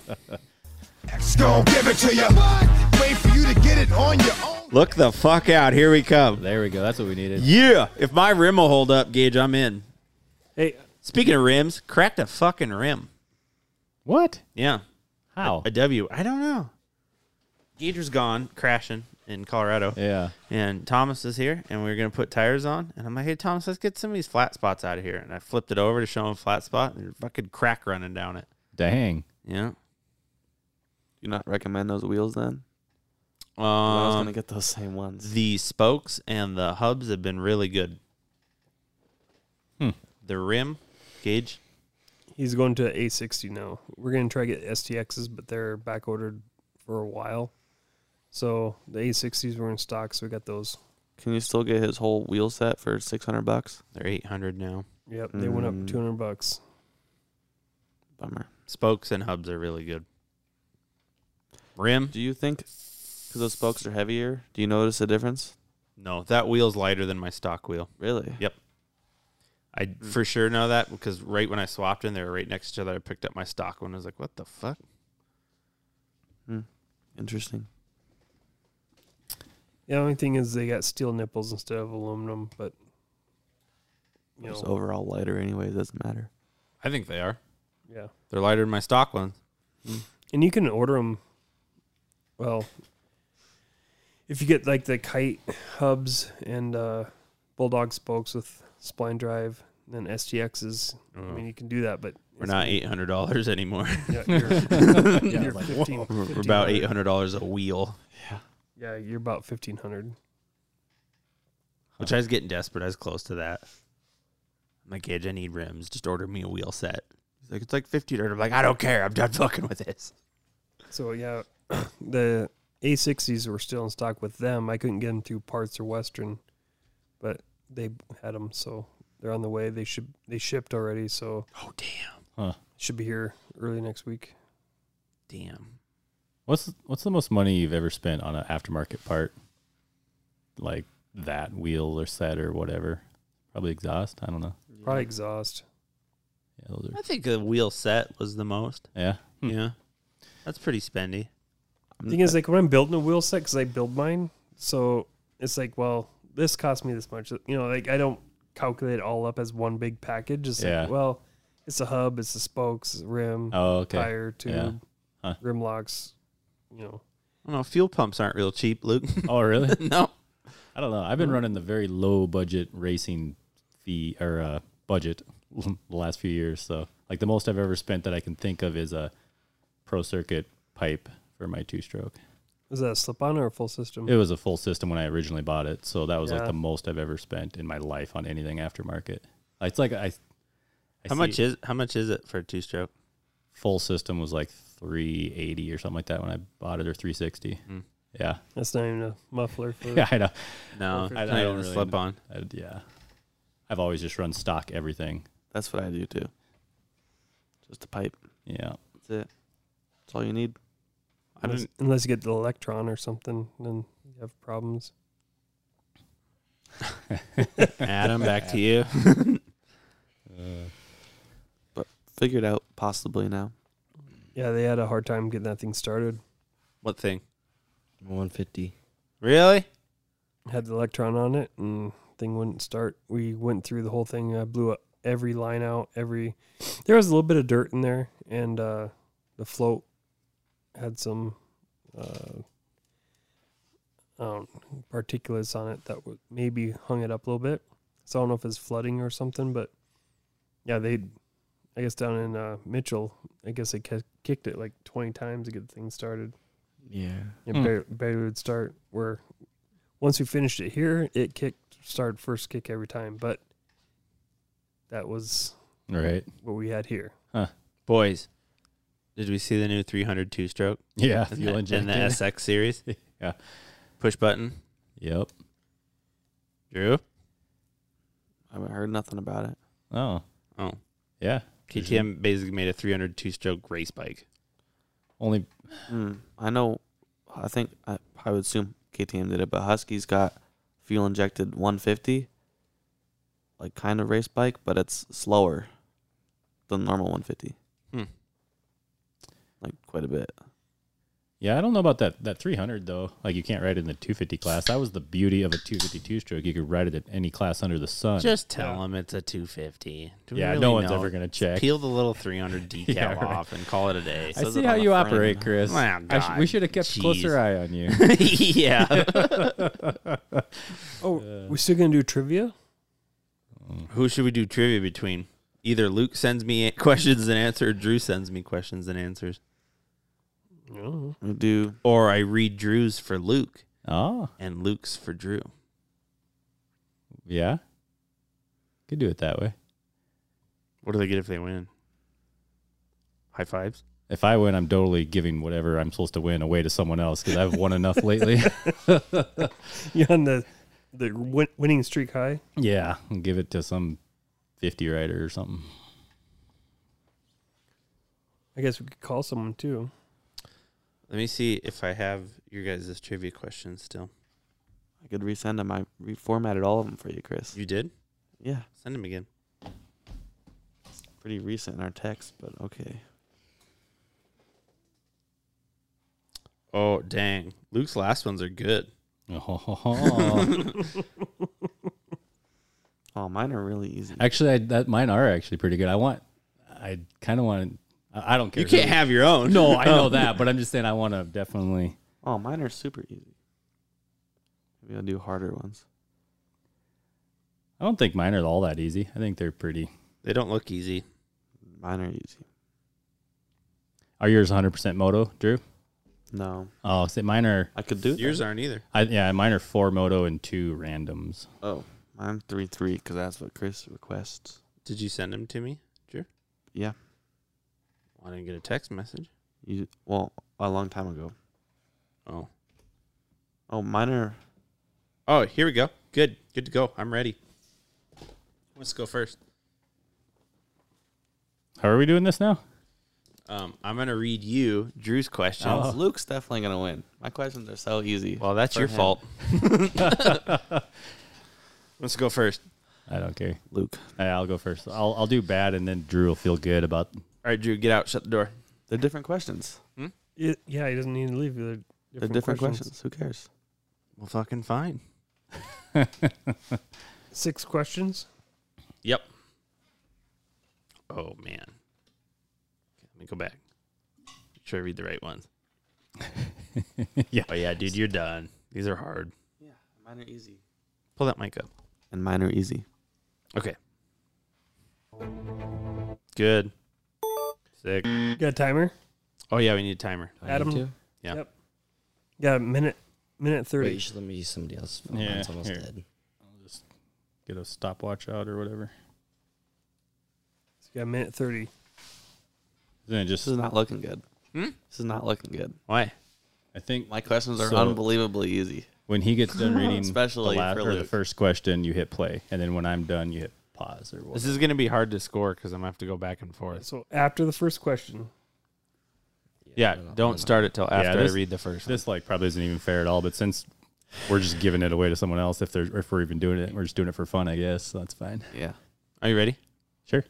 X gon' give it to you. Wait for you to get it on your own. Look the fuck out. Here we come. There we go. That's what we needed. Yeah. If my rim will hold up, Gage, I'm in. Hey. Speaking of rims, crack the fucking rim. What? Yeah. Oh. How? A, a W. I don't know. Gage was gone crashing in Colorado. Yeah. And Thomas is here, and we are gonna put tires on. And I'm like, hey Thomas, let's get some of these flat spots out of here. And I flipped it over to show him a flat spot, and there's fucking crack running down it. Dang. Yeah. You not recommend those wheels then? Um, I was gonna get those same ones. The spokes and the hubs have been really good. Hmm. The rim gauge. He's going to A60 now. We're going to try to get STXs, but they're back ordered for a while. So the A60s were in stock, so we got those. Can you still get his whole wheel set for six hundred bucks? They're eight hundred now. Yep, they went up Mm. 200 bucks. Bummer. Spokes and hubs are really good. Rim. Do you think because those spokes are heavier? Do you notice a difference? No, that wheel's lighter than my stock wheel. Really? Yep. I for sure know that because right when I swapped in, they were right next to each other. I picked up my stock one. I was like, what the fuck? Interesting. The only thing is they got steel nipples instead of aluminum, but you It's know, overall lighter anyway. Doesn't matter. I think they are. yeah. They're lighter than my stock ones. And you can order them. Well, if you get like the kite hubs and uh, bulldog spokes with spline drive, then STXs. I mean, you can do that, but Oh. We're it's not gonna- eight hundred dollars anymore. Yeah, you're, Yeah, you're like, 15 We're we're about 1500. eight hundred dollars a wheel, Yeah, you're about fifteen hundred. which I was getting desperate. I was close to that. I'm like, Gage, I need rims. Just order me a wheel set. He's like, it's like fifty dollars. I'm like, I don't care. I'm done fucking with this. So yeah, the A60s were still in stock with them. I couldn't get them through Parts or Western, but they had them, so they're on the way. They should they shipped already, so Oh damn, should be here early next week. damn. What's what's the most money you've ever spent on an aftermarket part? Like that wheel or set or whatever. Probably exhaust. I don't know. Probably exhaust. Yeah, those are, I think a wheel set was the most. yeah. Hmm. Yeah, that's pretty spendy. Mm, thing is, like when I'm building a wheel set, because I build mine, so it's like, well, this cost me this much. You know, like I don't calculate it all up as one big package. It's Yeah. like, well, it's a hub, it's the spokes, it's a rim, Oh, okay. tire, tube, Yeah. Huh. rim locks. You know, I don't know. Fuel pumps aren't real cheap, Luke. Oh, really? no, I don't know. I've been running the very low budget racing fee or uh, budget the last few years. So, like the most I've ever spent that I can think of is a pro circuit pipe for my two stroke. is that a slip on or a full system? Mm-hmm. It was a full system when I originally bought it, so that was like Yeah. the most I've ever spent in my life on anything aftermarket. It's like I, I see how much is how much is it for a two stroke? full system was like three eighty or something like that when I bought it, or three sixty. Mm. Yeah, That's not even a muffler. For yeah, I know. No, Four I, I, don't don't even really slip on. I, yeah, I've always just run stock everything. That's what I do too. Just a pipe. Yeah. That's it. That's all you need. I unless, didn't. unless you get the electron or something, then you have problems. Adam, back to you. Uh. Figured out possibly now. Yeah, they had a hard time getting that thing started. What thing? 150. Really? Had the electron on it, and thing wouldn't start. We went through the whole thing. I blew up every line out. Every there was a little bit of dirt in there, and uh, the float had some uh, I don't know, particulates on it that would maybe hung it up a little bit. So I don't know if it's flooding or something, but yeah, they I guess down in uh, Mitchell, I guess they ki- kicked it like twenty times to get the thing started. Yeah. It Hmm. barely, barely would start. Where once we finished it here, it kicked started first kick every time, but that was Right. what we had here. Boys, did we see the new 300 two stroke Yeah. in fuel the, in the injector. SX series? Yeah. Push button. Yep. Drew? I haven't heard nothing about it. Oh. Oh. Yeah. KTM basically made a 300 two stroke race bike. Only Hmm. I know. I think I, I would assume KTM did it, but Husky's got fuel injected 150, like kind of race bike, but it's slower than normal 150. Hmm. Like quite a bit. Yeah, I don't know about that that 300 though. Like you can't ride it in the 250 class. That was the beauty of a 252 stroke. You could ride it at any class under the sun. Just tell them it's a 250. Do we Yeah, really no one's know? ever gonna check. Peel the little 300 decal Yeah, right. off and call it a day. I see how you operate, Chris. Oh, I sh- God. we should have kept Jeez. closer eye on you. yeah. Oh, we still gonna do trivia? Who should we do trivia between? Either Luke sends me questions and answers, or Drew sends me questions and answers. No. We do. Or I read Drew's for Luke. Oh. And Luke's for Drew. Yeah. Could do it that way. What do they get if they win? High fives? If I win, I'm totally giving whatever I'm supposed to win away to someone else because I've won enough lately. You're on the the win- winning streak high. yeah, and give it to some 50 rider or something. I guess we could call someone too. Let me see if I have your guys' trivia questions still. I could resend them. I reformatted all of them for you, Chris. You did? Yeah. Send them again. Pretty recent in our text, but okay. Oh, dang. Luke's last ones are good. Oh, mine are really easy. Actually, I, that mine are actually pretty good. I want, I kind of want. I I don't care. You can't who- have your own. No, I know that, but I'm just saying I want to definitely. Oh, mine are super easy. Maybe I'll do harder ones. I don't think mine are all that easy. I think they're pretty. They don't look easy. Mine are easy. Are yours 100% moto, Drew? No. Oh, so mine are. I could do Yours aren't either. I, yeah, mine are four moto and two randoms. Oh, mine three three because that's what Chris requests. Did you send them to me, Drew? Yeah. I didn't get a text message. You well a long time ago. Oh. Oh, mine are Oh, here we go. Good. Good to go. I'm ready. Let's go first. How are we doing this now? Um, I'm going to read you Drew's Oh. question. John's- Luke's definitely gonna win. My questions are so easy. Well, that's for your him. fault. Let's go first. I don't care. Luke. I'll go first. I'll, I'll do bad, and then Drew will feel good about. All right, Drew, get out. Shut the door. They're different questions. It, yeah, he doesn't need to leave. They're different, They're different questions. Who cares? Well, fucking fine. Six questions. Yep. Oh, man. Okay, let me go back. Make sure I read the right ones. yeah. Oh, yeah, dude, you're done. These are hard. Yeah, mine are easy. Pull that mic up. And mine are easy. Okay. Good. Sick. You got a timer, Oh, yeah, we need a timer. Adam? to? Yeah. Yep. You got a minute, minute Wait, thirty. you should let me use somebody else's phone. Yeah, Mine's almost here. dead. I'll just get a stopwatch out or whatever. You got a minute thirty. Then it This just. is not looking good. Hmm? This is not looking good. Why? I think My questions are So- unbelievably easy. when he gets done reading, Especially the, la- for or the Luke. first question, you hit play, and then when I'm done, you hit pause or This whatever. is going to be hard to score because I'm going to have to go back and forth. So after the first question, Yeah, don't start it till after this- I read the first one. This like probably isn't even fair at all, but since we're just giving it away to someone else, if they're if we're even doing it, we're just doing it for fun, I guess. So that's fine. Yeah. Are you ready? Sure.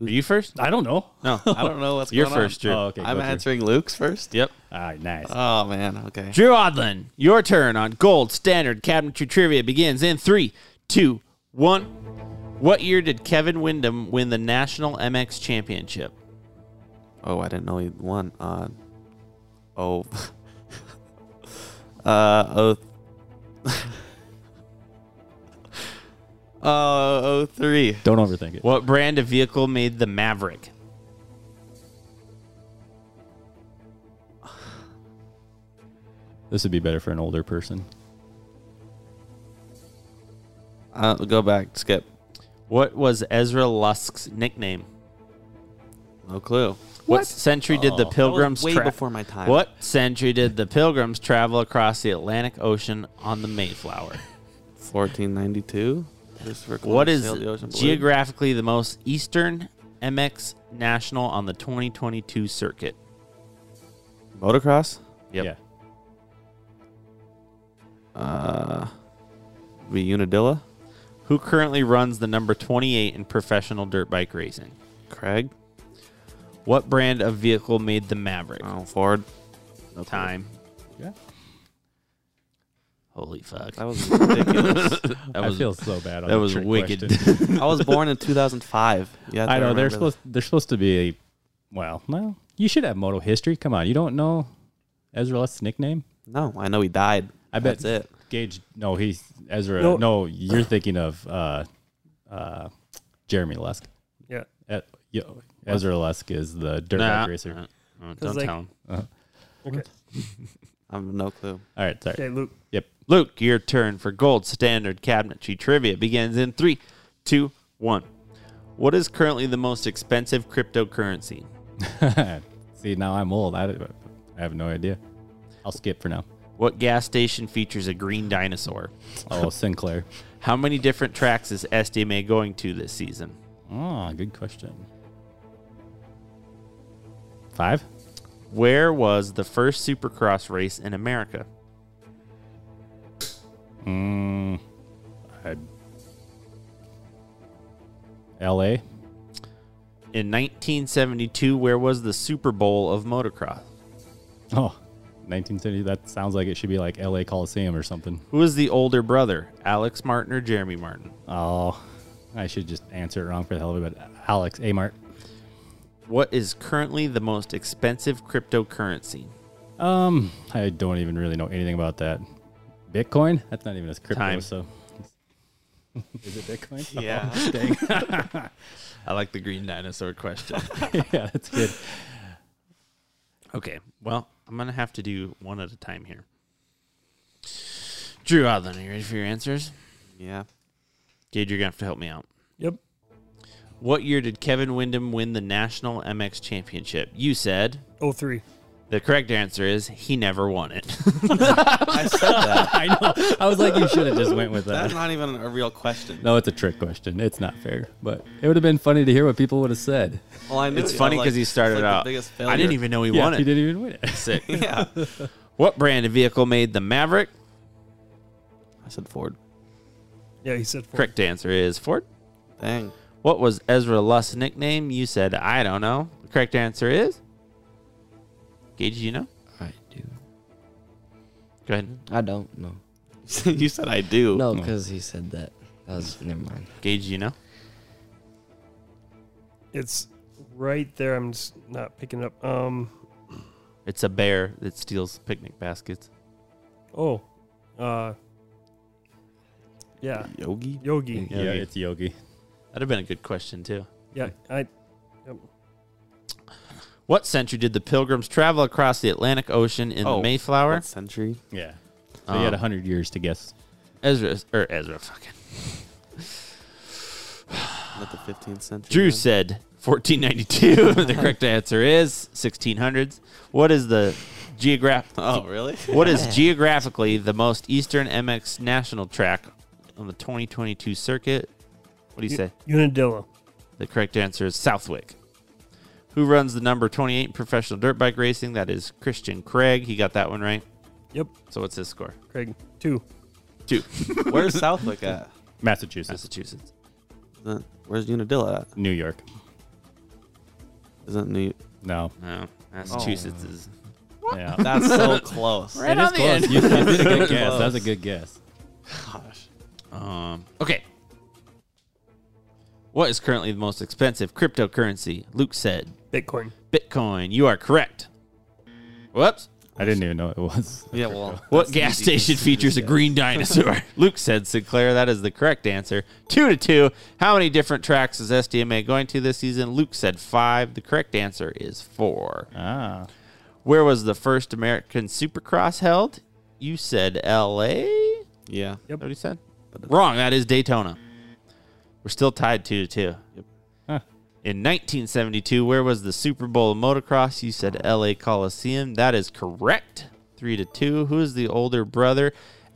Are you first? I don't know. No. I don't know what's You're going on. first, Drew. Oh, okay. I'm go through. answering Luke's first. Yep. All right, nice. Oh Uh, man. Okay. Drew Odlin, your turn on gold standard cabinetry trivia begins in three, two, one. What year did Kevin Wyndham win the National MX Championship? Oh, I didn't know he won. Uh, oh. uh, oh. Uh, oh, three. don't overthink it. What brand of vehicle made the Maverick? This would be better for an older person. Uh, go back. Skip. What was Ezra Lusk's nickname? No clue. What, century did the Pilgrims Oh, way tra- before my time. What century did the Pilgrims travel across the Atlantic Ocean on the Mayflower? 1492. Christopher What Columbus is sailed the ocean blue. geographically the most eastern MX national on the 2022 circuit? motocross? Yep. Yeah. Uh, be Unadilla. Who currently runs the number 28 in professional dirt bike racing? Craig. What brand of vehicle made the Maverick? Oh, Ford. No time. Yeah. Holy fuck. That was ridiculous. I feel so bad on that the was trick wicked. question. I was born in 2005. Yeah, I know they're remember supposed they're supposed to be. Well, no, you should have moto history. Come on, you don't know Ezra Lust's nickname? No, I know he died. I bet That's it. Gage. No, he's Ezra. No. No, you're thinking of uh, uh, Jeremy Lusk. Yeah. E- yo, Ezra Lusk is the dirt Nah. bike racer. Uh, uh, don't 'Cause, like- tell him. Uh-huh. Okay. I have no clue. All right, sorry. Okay, Luke. Yep. Luke, your turn for gold standard cabinetry trivia begins in three, two, one. What is currently the most expensive cryptocurrency? See, now I'm old. I, I have no idea. I'll skip for now. What gas station features a green dinosaur? Oh, Sinclair. How many different tracks is SDMA going to this season? Ah, good question. Five? Where was the first supercross race in America? Mm, I, LA? In 1972, where was the Super Bowl of motocross? Oh, 1970. That sounds like it should be like LA Coliseum or something. Who is the older brother, Alex Martin or Jeremy Martin? Oh, I should just answer it wrong for the hell of it. But Alex Amart. What is currently the most expensive cryptocurrency? Um, I don't even really know anything about that. Bitcoin? That's not even as crypto. Time. So, is it Bitcoin? Yeah. Oh, dang. I like the green dinosaur question. yeah, that's good. Okay. Well, I'm going to have to do one at a time here. Drew Odlin, are you ready for your answers? Yeah. Gage, you're going to have to help me out. Yep. What year did Kevin Wyndham win the National MX Championship? You said. Oh three. The correct answer is he never won it. I said that. I know. I was like, you should have just went with That's that. not even a real question. No, it's a trick question. It's not fair, but it would have been funny to hear what people would have said. Well, I knew it's it. I funny was because like, he started it's like the out. biggest I didn't failure. even know he Yeah, won He it. didn't even win it. Sick. Yeah. what brand of vehicle made the Maverick? I said Ford. Yeah, he said four. Correct answer is Ford. Dang. What was Ezra Lust's nickname? You said I don't know. The correct answer is. Gage, you know. I do. Go ahead. I don't know. you said I do. No, because he said that. That was never mind. Gage, you know. It's right there. I'm just not picking it up. Um. It's a bear that steals picnic baskets. Oh. Uh. Yeah. Yogi. Yogi. Yeah, it's Yogi. That'd have been a good question too. Yeah. I. What century did the Pilgrims travel across the Atlantic Ocean in Oh, the Mayflower? What century? Yeah. So you had Um, 100 years to guess. Ezra or Ezra fucking. Not the 15th century. Drew man. said 1492. the correct answer is 1600s. What is the geograph? Oh, really? What is geographically the most eastern MX national track on the 2022 circuit? What do you say? Unadilla. The correct answer is Southwick. Who runs the number 28 in professional dirt bike racing? That is Christian Craig. He got that one right. Yep. So what's his score? Craig. Two. Two. Where's Southwick at? Massachusetts, Massachusetts. Isn't- Where's Unadilla at? New York. Isn't New? No. No, Massachusetts is. Yeah. That's so close. It is close. You, you did a good guess. That was a Close. good guess. Um, okay. What is currently the most expensive cryptocurrency? Luke said Bitcoin. Bitcoin. You are correct. Whoops. I didn't even know it was. Yeah. Well. What gas station features a green dinosaur? Luke said Sinclair. That is the correct answer. Two to two. How many different tracks is SDMA going to this season? Luke said five. The correct answer is four. Ah. Where was the first American Supercross held? You said L.A. Yeah. Yep. What he said? Wrong. That is Daytona. We're still tied two to two. Yep. Huh. In 1972, where was the Super Bowl of motocross? You said L.A. Coliseum. That is correct. Three to two. Who is the older brother?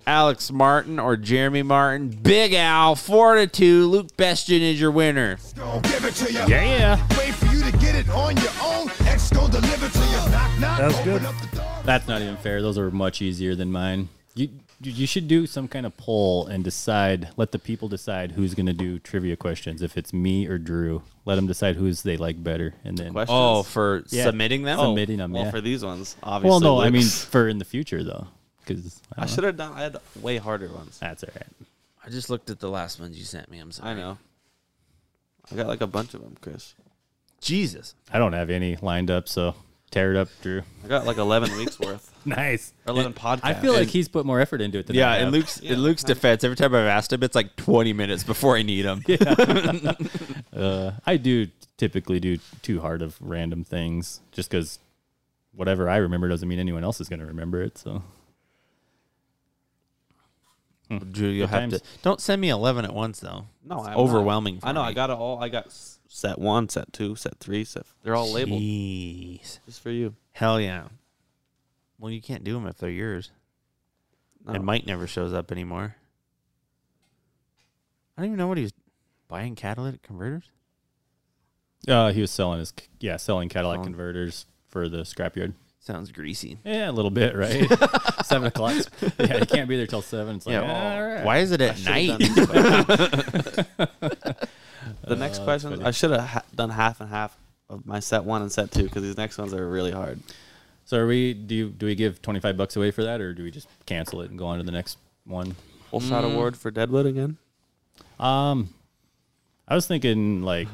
Alex Martin or Jeremy Martin? Big Al. Four to two. Luke Bestian is your winner. Gon' give it to you. Yeah. Wait for you to get it on your own. X gon' deliver to you. Knock, knock. That was good. Open up the door. That's not even fair. Those are much easier than mine. You You- You should do some kind of poll and decide. Let the people decide who's going to do trivia questions. If it's me or Drew, let them decide who's they like better, and then Questions? Oh, for submitting them? submitting Oh, them. well, yeah. for these ones, Well, obviously, no, I mean Luke's. for in the future though, because I should have done. I had way harder ones. That's all right. I just looked at the last ones you sent me. I'm sorry. I know. I got like a bunch of them, Chris. Jesus, I don't have any lined up, so tear it up, Drew. I got like 11 weeks worth. Nice. Or 11 And podcasts. I feel like he's put more effort into it than yeah, I in have. Luke's in Luke's defense, every time I've asked him, it's like twenty minutes before I need him. uh, I do typically do too hard of random things just because whatever I remember doesn't mean anyone else is going to remember it. So, Drew, you'll have to. Don't send me eleven at once though. No, it's I'm not. overwhelming. I know. I got it all. I got s- set one, set two, set three, set. They're all labeled. Jeez. Just for you. Hell yeah. Well, you can't do them if they're yours. And Mike never shows up anymore. I don't even know what he was buying catalytic converters. uh, he was selling his yeah selling Cadillac converters for the scrapyard. Sounds greasy. Yeah, a little bit, right? seven o'clock. Yeah, you can't be there till seven. It's like, Yeah. all right. Why is it I at should've night? done these questions. the next Uh, question, funny. I should have ha- done half and half of my set one and set two because these next ones are really hard. So are we? Do you, do we give twenty five bucks away for that, or do we just cancel it and go on to the next one? Wolf Shot Award for Deadwood again. Um, I was thinking like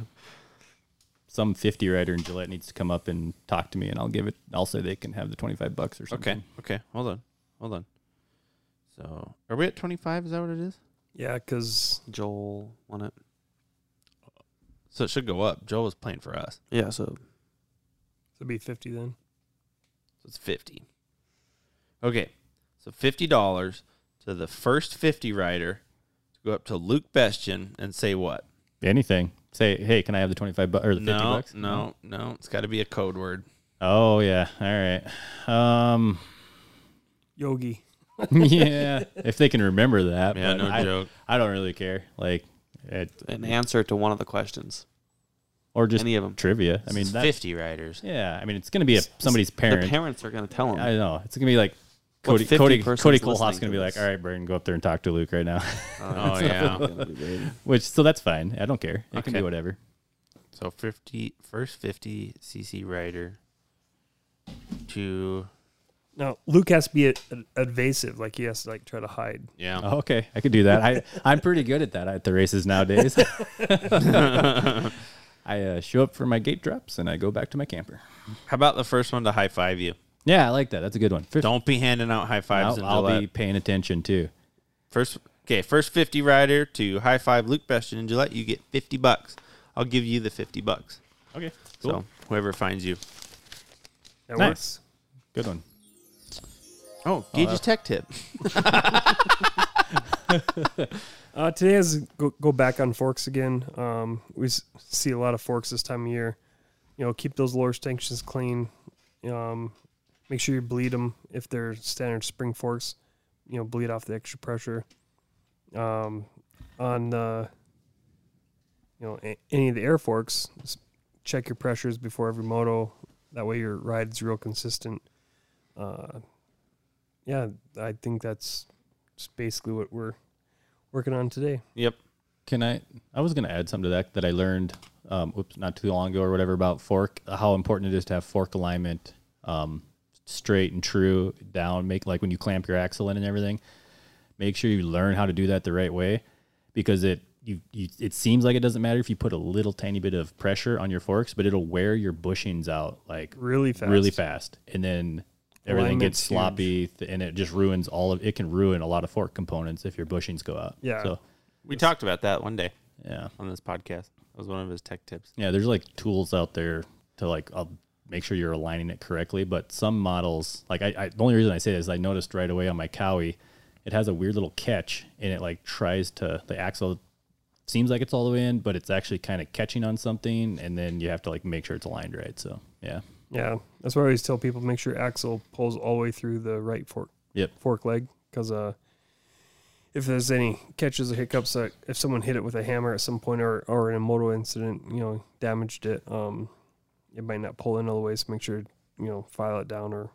some fifty rider in Gillette needs to come up and talk to me, and I'll give it. I'll say they can have the twenty five bucks or something. Okay. Okay. Hold on. Hold on. So, are we at 25? Is that what it is? Yeah, because Joel won it. So it should go up. Joel was playing for us. Yeah, so it'd be fifty then. So it's 50. Okay. So $50 to the first 50 rider to go up to Luke Bestian and say what? Anything. Say, hey, can I have the twenty five bucks or the fifty no, bucks? No, no. It's got to be a code word. Oh yeah. All right. Um. Yogi. yeah. If they can remember that. Yeah, but no I, joke. I don't really care. Like, it, An answer to one of the questions. or just Any of 'em. trivia. I This mean, is that, 50 riders. Yeah, I mean, it's gonna be a, somebody's parent. The parents are going to tell him. I know. It's gonna be like What, Cody. 50 Cody. persons Cody Kohlhaas listening to gonna be like, this? all right, Brayden, go up there and talk to Luke right now. Oh, yeah. Which so that's fine. I don't care. It can Okay. be whatever. So 50 first 50 CC rider to Now Luke has to be a, a- evasive, like he has to like try to hide. yeah. Oh, okay, I could do that. I I'm pretty good at that at the races nowadays. I uh, show up for my gate drops and I go back to my camper. How about the first one to high five you? Yeah, I like that. That's a good one. First, Don't be handing out high fives. I'll, in I'll Gillette. be paying attention too. First, okay, first fifty rider to high five Luke Bestian and Gillette, you get fifty bucks. I'll give you the fifty bucks. Okay, So whoever finds you. That Nice. works. Good one. Oh, Gage's that's- tech tip. Uh, today is go, go back on forks again. Um, we s- see a lot of forks this time of year. You know, keep those lower stanchions clean. Um, make sure you bleed them if they're standard spring forks. You know, bleed off the extra pressure. Um, on the, you know, a- any of the air forks, s- check your pressures before every moto. That way your ride's real consistent. Uh, yeah, I think that's just basically what we're working on today. Yep. Can I? I was going to add something to that that I learned, um, oops, not too long ago or whatever about fork. How important it is to have fork alignment, um, straight and true down. Make like when you clamp your axle in and everything. Make sure you learn how to do that the right way, because it you, you it seems like it doesn't matter if you put a little tiny bit of pressure on your forks, but it'll wear your bushings out like Really fast. really fast, and then everything Alignment's gets sloppy, th- and it just ruins all of. It can ruin a lot of fork components if your bushings go out. Yeah. So We talked about that one day yeah. on this podcast. That was one of his tech tips. Yeah, there's like tools out there to like uh, make sure you're aligning it correctly. But some models, like I, I, the only reason I say this is I noticed right away on my Cowie, it has a weird little catch and it like tries to the axle seems like it's all the way in, but it's actually kind of catching on something, and then you have to like make sure it's aligned right. So yeah, Yeah, that's why I always tell people make sure axle pulls all the way through the right fork. Yep. Fork leg, because uh, if there's any catches or hiccups, uh, if someone hit it with a hammer at some point or or in a moto incident, you know, damaged it, um, it might not pull in all the way. So make sure you know file it down or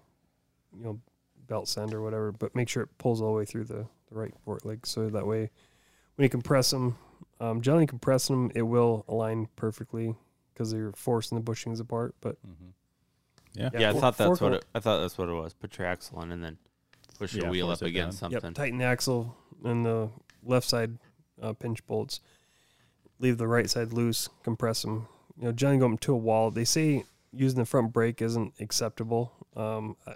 you know belt send or whatever, but make sure it pulls all the way through the, the right port leg. So that way, when you compress them, um, generally compressing them, it will align perfectly because they're forcing the bushings apart. But Yeah, I for- thought that's fork what will- it, Uh, I thought that's what it was. Put your axle on and then push your Yeah, wheel force up it against down. something. Yep, tighten the axle and the left side uh, pinch bolts. Leave the right side loose. Compress them. You know, generally go 'em to a wall. They say using the front brake isn't acceptable. Um, I,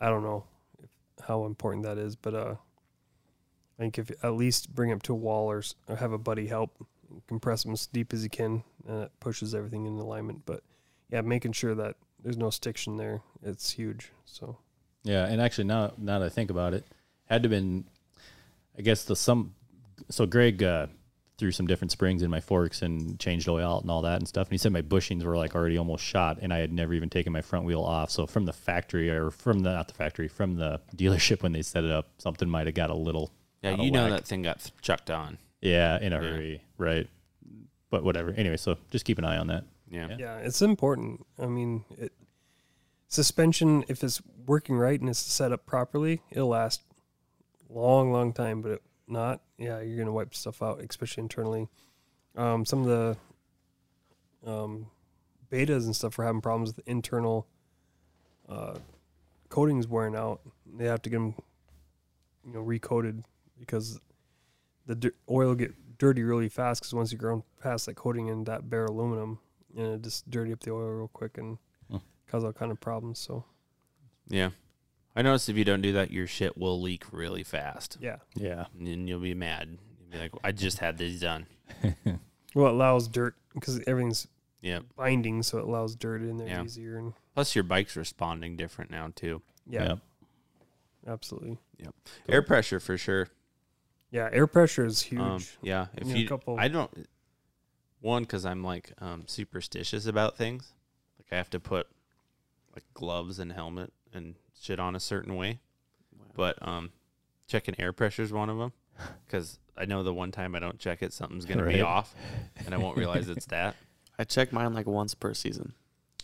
I don't know if, how important that is, but uh, I think if at least bring them to a wall or, s- or have a buddy help compress them as deep as you can, and it pushes everything into alignment. But yeah, making sure that there's no stiction there, it's huge. So Yeah, and actually now now that I think about it, had to have been I guess the some so Greg uh, threw some different springs in my forks and changed oil out and all that and stuff. And he said my bushings were like already almost shot and I had never even taken my front wheel off. So from the factory or from the not the factory, from the dealership when they set it up, something might have got a little Yeah, out of you know whack. that thing got th- chucked on. Yeah, in a hurry. Right. But whatever. Anyway, so just keep an eye on that. Yeah. Yeah, it's important. I mean, it, suspension if it's working right and it's set up properly, it'll last long, long time. But it not, yeah, you're gonna wipe stuff out, especially internally. Um, some of the um, betas and stuff are having problems with internal uh, coatings wearing out. They have to get them, you know, recoated because the dir- oil get dirty really fast. Because once you grown past that coating and that bare aluminum, and it just dirty up the oil real quick and Hmm. cause all kind of problems. So Yeah. I noticed if you don't do that, your shit will leak really fast. Yeah. Yeah. And then you'll be mad. You'll be like, I just had these done. well, it allows dirt because everything's Yep. binding, so it allows dirt in there Yeah. easier. And Plus, your bike's responding different now, too. yeah, absolutely. Yep. Air pressure for sure. Yeah, air pressure is huge. Um, yeah, if know, you, a couple, I don't. One, because I'm like um, superstitious about things. Like I have to put like gloves and helmet and shit on a certain way. But um, checking air pressure is one of them. Because I know the one time I don't check it, something's gonna be Right. off, and I won't realize it's that. I check mine like once per season.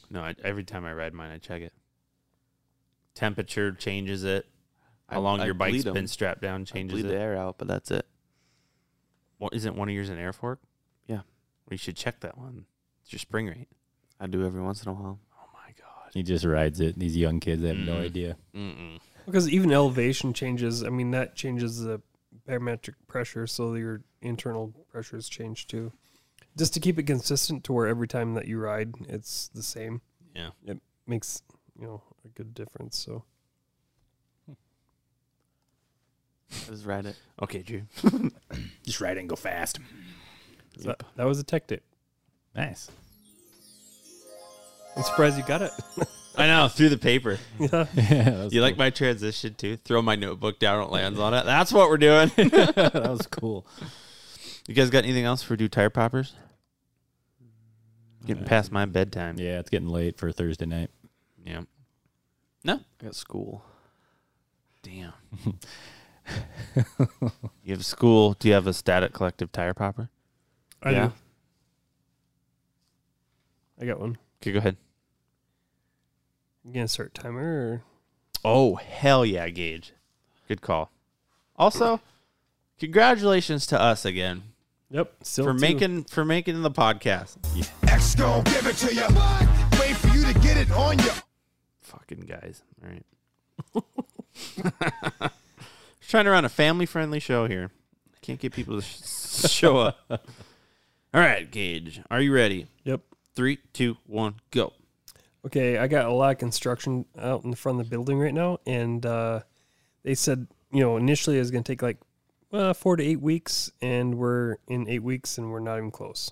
No, I, every time I ride mine, I check it. Temperature changes it. How I- long I your bike's bleed 'em. been strapped down I changes bleed it. the air out, but that's it. What isn't one of yours an air fork? Yeah. We should check that one. It's your spring rate. I do every once in a while. He just rides it. These young kids have no Mm. idea. Mm-mm. because even elevation changes. I mean, that changes the barometric pressure, so your internal pressures change too. Just to keep it consistent to where every time that you ride, it's the same. Yeah. it makes you know a good difference. So. Just ride it. Okay, Drew. Just ride it and go fast. So that, that was a tech tip. Nice. I'm surprised you got it. I know through the paper. Yeah. you like my transition too? Throw my notebook down, it lands on it. That's what we're doing. that was cool. You guys got anything else for do tire poppers? Getting past my bedtime. Yeah, it's getting late for Thursday night. Yeah. No. I got school. Damn. You have school. Do you have a static collective tire popper? I yeah. do. I got one. Okay, go ahead. You gonna start timer? Oh hell yeah, Gage. Good call. Also, congratulations to us again. Yep. Still for two. making for making the podcast. X gon' give it to you. Wait for you to get it on your Fucking guys. All right. trying to run a family friendly show here. Can't get people to sh- show up. All right, Gage. Are you ready? Yep. Three, two, one, go. Or? Okay, I got a lot of construction out in the front of the building right now, and uh, they said you know initially it was gonna take like uh, four to eight weeks, and we're in eight weeks, and we're not even close.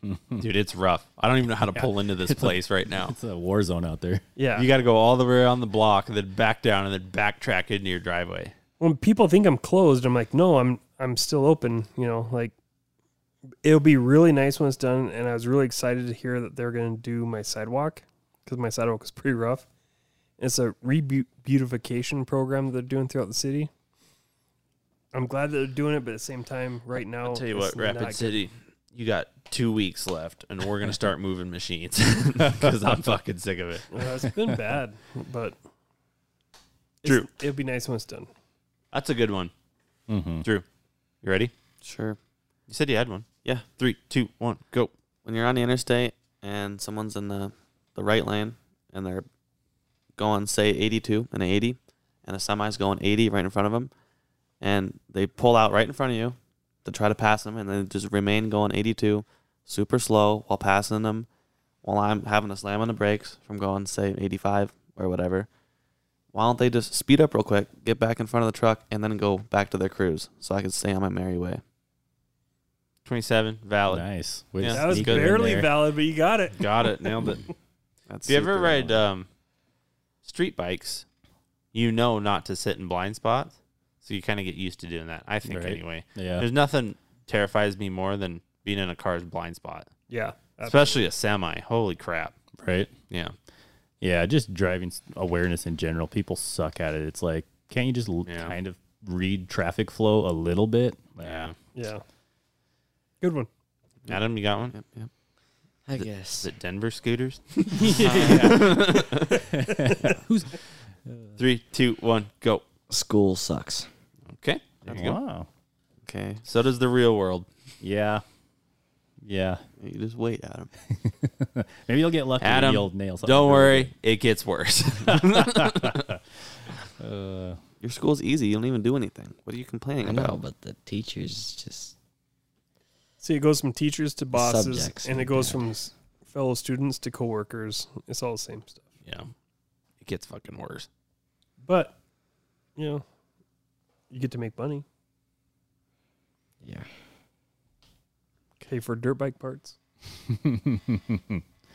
Dude, it's rough. I don't even know how to pull into this It's a- place right now. It's a war zone out there. Yeah. You got to go all the way around the block and then back down and then backtrack into your driveway. when people think I'm closed, I'm like, no, I'm I'm still open. You know, like it'll be really nice when it's done. And I was really excited to hear that they're going to do my sidewalk because my sidewalk was pretty rough. It's a re-beautification program that they're doing throughout the city. I'm glad that they're doing it, but at the same time, right now, I'll tell you it's what, Rapid not good. City, you got two weeks left, and we're gonna start moving machines because I'm fucking sick of it. Well, it's been bad, but True. it's- it'd be nice when it's done. That's a good one. Mhm. Drew, you ready? Sure. You said you had one. Yeah. Three, two, one, go. When you're on the interstate and someone's in the, the right lane and they're going, say, 82 and 80, and a semi's going 80 right in front of them, and they pull out right in front of you to try to pass them, and they just remain going 82 super slow while passing them, while I'm having to slam on the brakes from going, say, 85 or whatever. Why don't they just speed up real quick, get back in front of the truck, and then go back to their cruise so I can stay on my merry way? 27, valid. Nice. Way to That was sneak it in barely there. valid, but you got it. Got it. Nailed it. That's if you ever super ride um, street bikes, you know not to sit in blind spots. So you kind of get used to doing that, I think, Right. anyway. Yeah. There's nothing terrifies me more than being in a car's blind spot. Yeah, Especially a semi. Holy crap. right? Yeah. Yeah, just driving s- awareness in general. People suck at it. It's like, can't you just l kind of read traffic flow a little bit? Yeah. Yeah. Good one. Adam, you got one? Yep. yep. I Is it- guess. Is it Denver scooters? Who's- Three, two, one, go. School sucks. Okay. There you go. Wow. Okay. So does the real world. Yeah. Yeah. You just wait, Adam. Maybe you'll get lucky Adam, and you'll nail something. don't really worry, it gets worse. Uh, Your school's easy. You don't even do anything. What are you complaining I know, about? but the teachers just See, it goes from teachers to bosses, subjects and are it goes from s- fellow students to coworkers. It's all the same stuff. Yeah. It gets fucking worse. But you know, you get to make money. Yeah. Pay for dirt bike parts.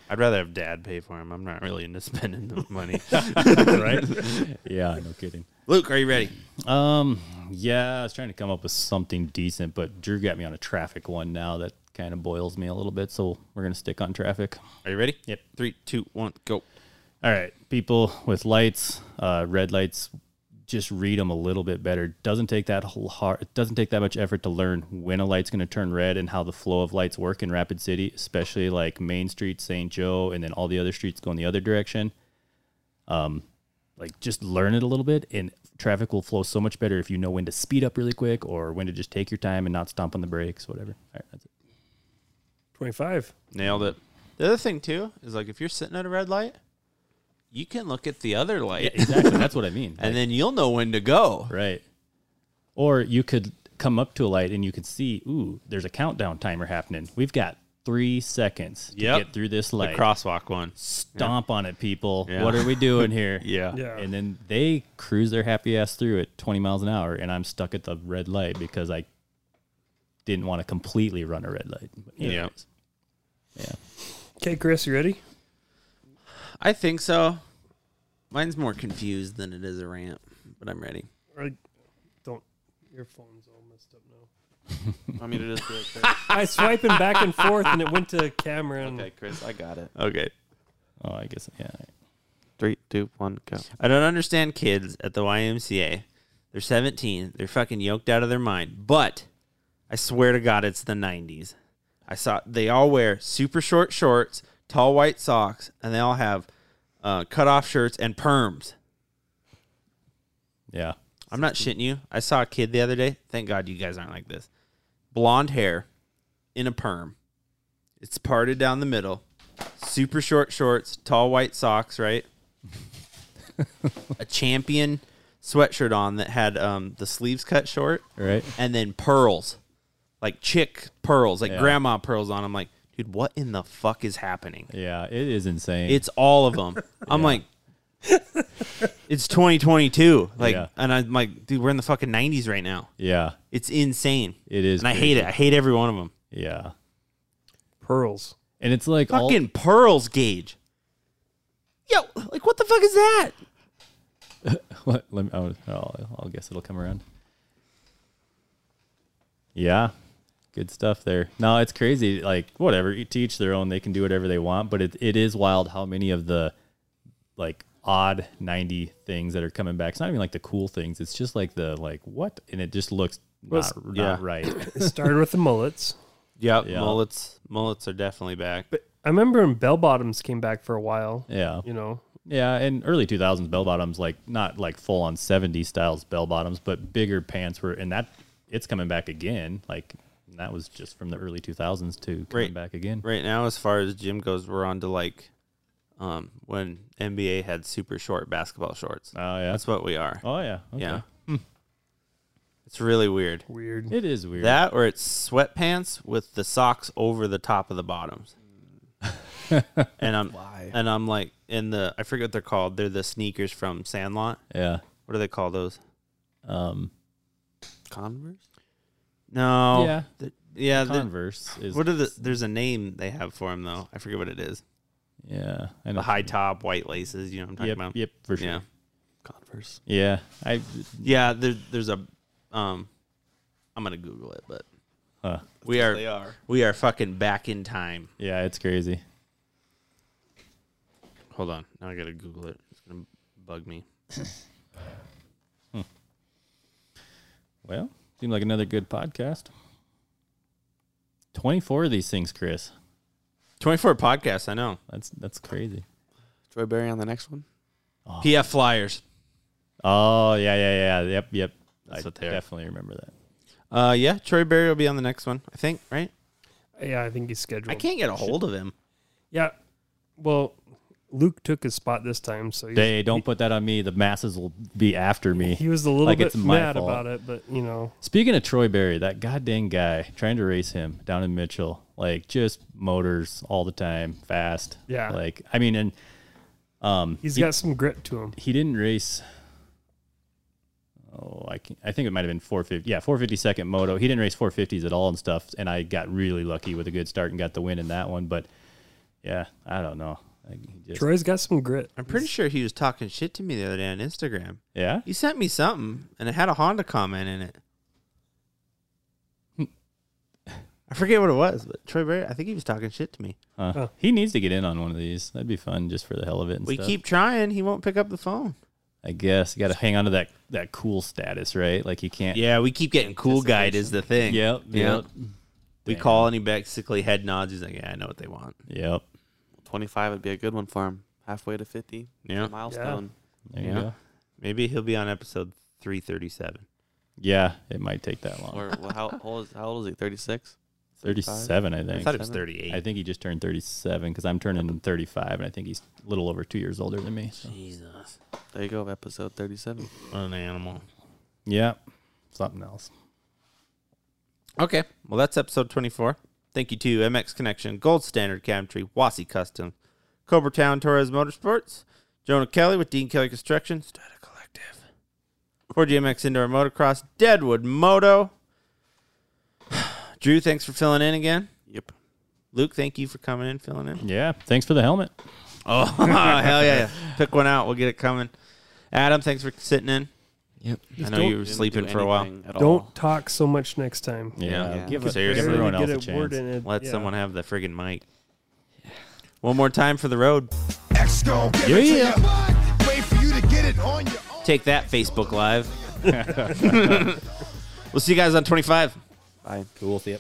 I'd rather have dad pay for him. I'm not really into spending the money. right? Yeah, no kidding. Luke, are you ready? Um, yeah, I was trying to come up with something decent, but Drew got me on a traffic one now that kind of boils me a little bit, so we're going to stick on traffic. Are you ready? Yep. Three, two, one, go. All right, people with lights, uh, red lights, just read them a little bit better. Doesn't take that whole hard, it doesn't take that much effort to learn when a light's going to turn red and how the flow of lights work in Rapid City, especially like Main Street, St. Joe, and then all the other streets go in the other direction. Um, like just learn it a little bit, and traffic will flow so much better if you know when to speed up really quick or when to just take your time and not stomp on the brakes, whatever. All right, that's it. Twenty-five. Nailed it. The other thing too is like if you're sitting at a red light, you can look at the other light. exactly. That's what I mean. and then you'll know when to go. Right. Or you could come up to a light and you could see, ooh, there's a countdown timer happening. We've got three seconds to Yep. get through this The light. crosswalk one. Stomp on it, people. Yeah. What are we doing here? Yeah. Yeah. And then they cruise their happy ass through at 20 miles an hour, and I'm stuck at the red light because I didn't want to completely run a red light. But Yeah. anyways. Yeah. Okay, Chris, you ready? I think so. Mine's more confused than it is a rant, but I'm ready. Or don't. Your phone's all messed up now. I mean, it is good. Chris. I was swiping back and forth, and it went to camera. And okay, Chris, I got it. Okay. Oh, I guess, yeah. Three, two, one, go. I don't understand kids at the YMCA. They're 17. They're fucking yoked out of their mind. But I swear to God, it's the 90s. I saw they all wear super short shorts, tall white socks, and they all have uh, cut off shirts and perms. Yeah. I'm not shitting you. I saw a kid the other day. Thank God you guys aren't like this. Blonde hair in a perm. It's parted down the middle. Super short shorts, tall white socks, right? a champion sweatshirt on that had um, the sleeves cut short. Right. And then pearls. Like chick pearls, like Yeah. grandma pearls on. I'm like, dude, what in the fuck is happening? Yeah. It is insane. It's all of them. I'm like, it's 2022. Like, Yeah. and I'm like, dude, we're in the fucking 90s right now. yeah. It's insane. It is. and I hate it. crazy. I hate every one of them. Yeah. Pearls. And it's like all- Fucking pearls, Gage. Yo, like, what the fuck is that? What? Let me, I'll, I'll, I'll guess it'll come around. Yeah, good stuff there. No, it's crazy. Like whatever, you teach their own. They can do whatever they want. But it, it is wild how many of the like odd ninety things that are coming back. It's not even like the cool things. It's just like the like what, and it just looks Well, not, it's- not yeah. right. It started with the mullets. Yep, Yeah. mullets mullets are definitely back. I remember when bell bottoms came back for a while. Yeah. You know, Yeah, and early 2000s bell bottoms, like not like full on 70s styles bell bottoms, but bigger pants were, and that it's coming back again. Like that was just from the early 2000s to coming Right. back again. Right now, as far as gym goes, we're on to like um, when NBA had super short basketball shorts. Oh yeah, that's what we are. Oh yeah, yeah. Okay. Hmm. It's really weird. Weird. It is weird. That or it's sweatpants with the socks over the top of the bottoms. and I'm and I'm like in the I forget what they're called. They're the sneakers from Sandlot. Yeah. What do they call those? Um, Converse. No. Yeah. The- yeah. the- Converse is- What are the? There's a name they have for them though. I forget what it is. Yeah. I know. The high top white laces. You know what I'm talking Yep, about. yep, for sure. Yeah. Converse. Yeah, I. Yeah. There, there's a. Um, I'm gonna Google it, but Huh. we are, they are. we are fucking back in time. Yeah, it's crazy. Hold on. Now I gotta Google it. It's gonna bug me. Well, seemed like another good podcast. 24 of these things, Chris. 24 podcasts, I know. That's that's crazy. Troy Berry on the next one. PF Flyers. Oh, yeah, yeah, yeah. Yep, yep. That's I what they are. definitely remember that. Uh, yeah. Troy Berry will be on the next one, I think. Right? yeah, I think he's scheduled. I can't get a hold of him. Yeah. Well, Luke took his spot this time, so he's- They don't put that on me. The masses will be after me. He was a little Like, bit it's my mad fault. about it, but you know, Speaking of Troy Berry, that goddamn guy trying to race him down in Mitchell, like just motors all the time, fast. Yeah. Like I mean, and um, he's he- got some grit to him. He didn't race. Oh, I can, I think it might have been 450. Yeah, 450 second moto. He didn't race 450s at all and stuff. And I got really lucky with a good start and got the win in that one. But yeah, I don't know. Like, he just- Troy's got some grit. I'm pretty sure he was talking shit to me the other day on Instagram. Yeah? He sent me something, and it had a Honda comment in it. I forget what it was, but Troy Berry, I think he was talking shit to me. Huh. He needs to get in on one of these. That'd be fun just for the hell of it. And We stuff. keep trying. He won't pick up the phone. I guess you got to hang on to that that cool status, right? Like you can't. Yeah, we keep getting cool guide is the thing. Yep, yep. We Damn. call and he basically head nods. He's like, "Yeah, I know what they want." Yep. 25 would be a good one for him. Halfway to 50. Yeah. Milestone. There you go. Maybe he'll be on episode three thirty seven. Yeah, it might take that long. Or well, how old is how old is he? 36. 37, I think. thought it was 38. I think he just turned 37 because I'm turning 35, and I think he's a little over two years older than me. So. Jesus, There you go. Episode 37. what an animal. Yeah, something else. Okay, well that's episode twenty four. Thank you to MX Connection, Gold Standard Cabinetry, Wasi Custom, Cobra Town Torres Motorsports, Jonah Kelly with Dean Kelly Construction, Strata Collective, 4GMX Indoor Motocross, Deadwood Moto. Drew, thanks for filling in again. Yep. Luke, thank you for coming in, filling in. Yeah, thanks for the helmet. Oh, hell yeah. Pick one out. We'll get it coming. Adam, thanks for sitting in. Yep. I know don't- you were Didn't sleeping do for a while. anything Don't talk so much next time. Yeah, Yeah. give, it- Seriously. give everyone Barely else get a a word chance. in it. Let Yeah. someone have the friggin' mic. One more time for the road. X gon' give it to you. Wait for you to get it on your Take that, Facebook Live. we'll see you guys on 25. Bye. Cool. See ya.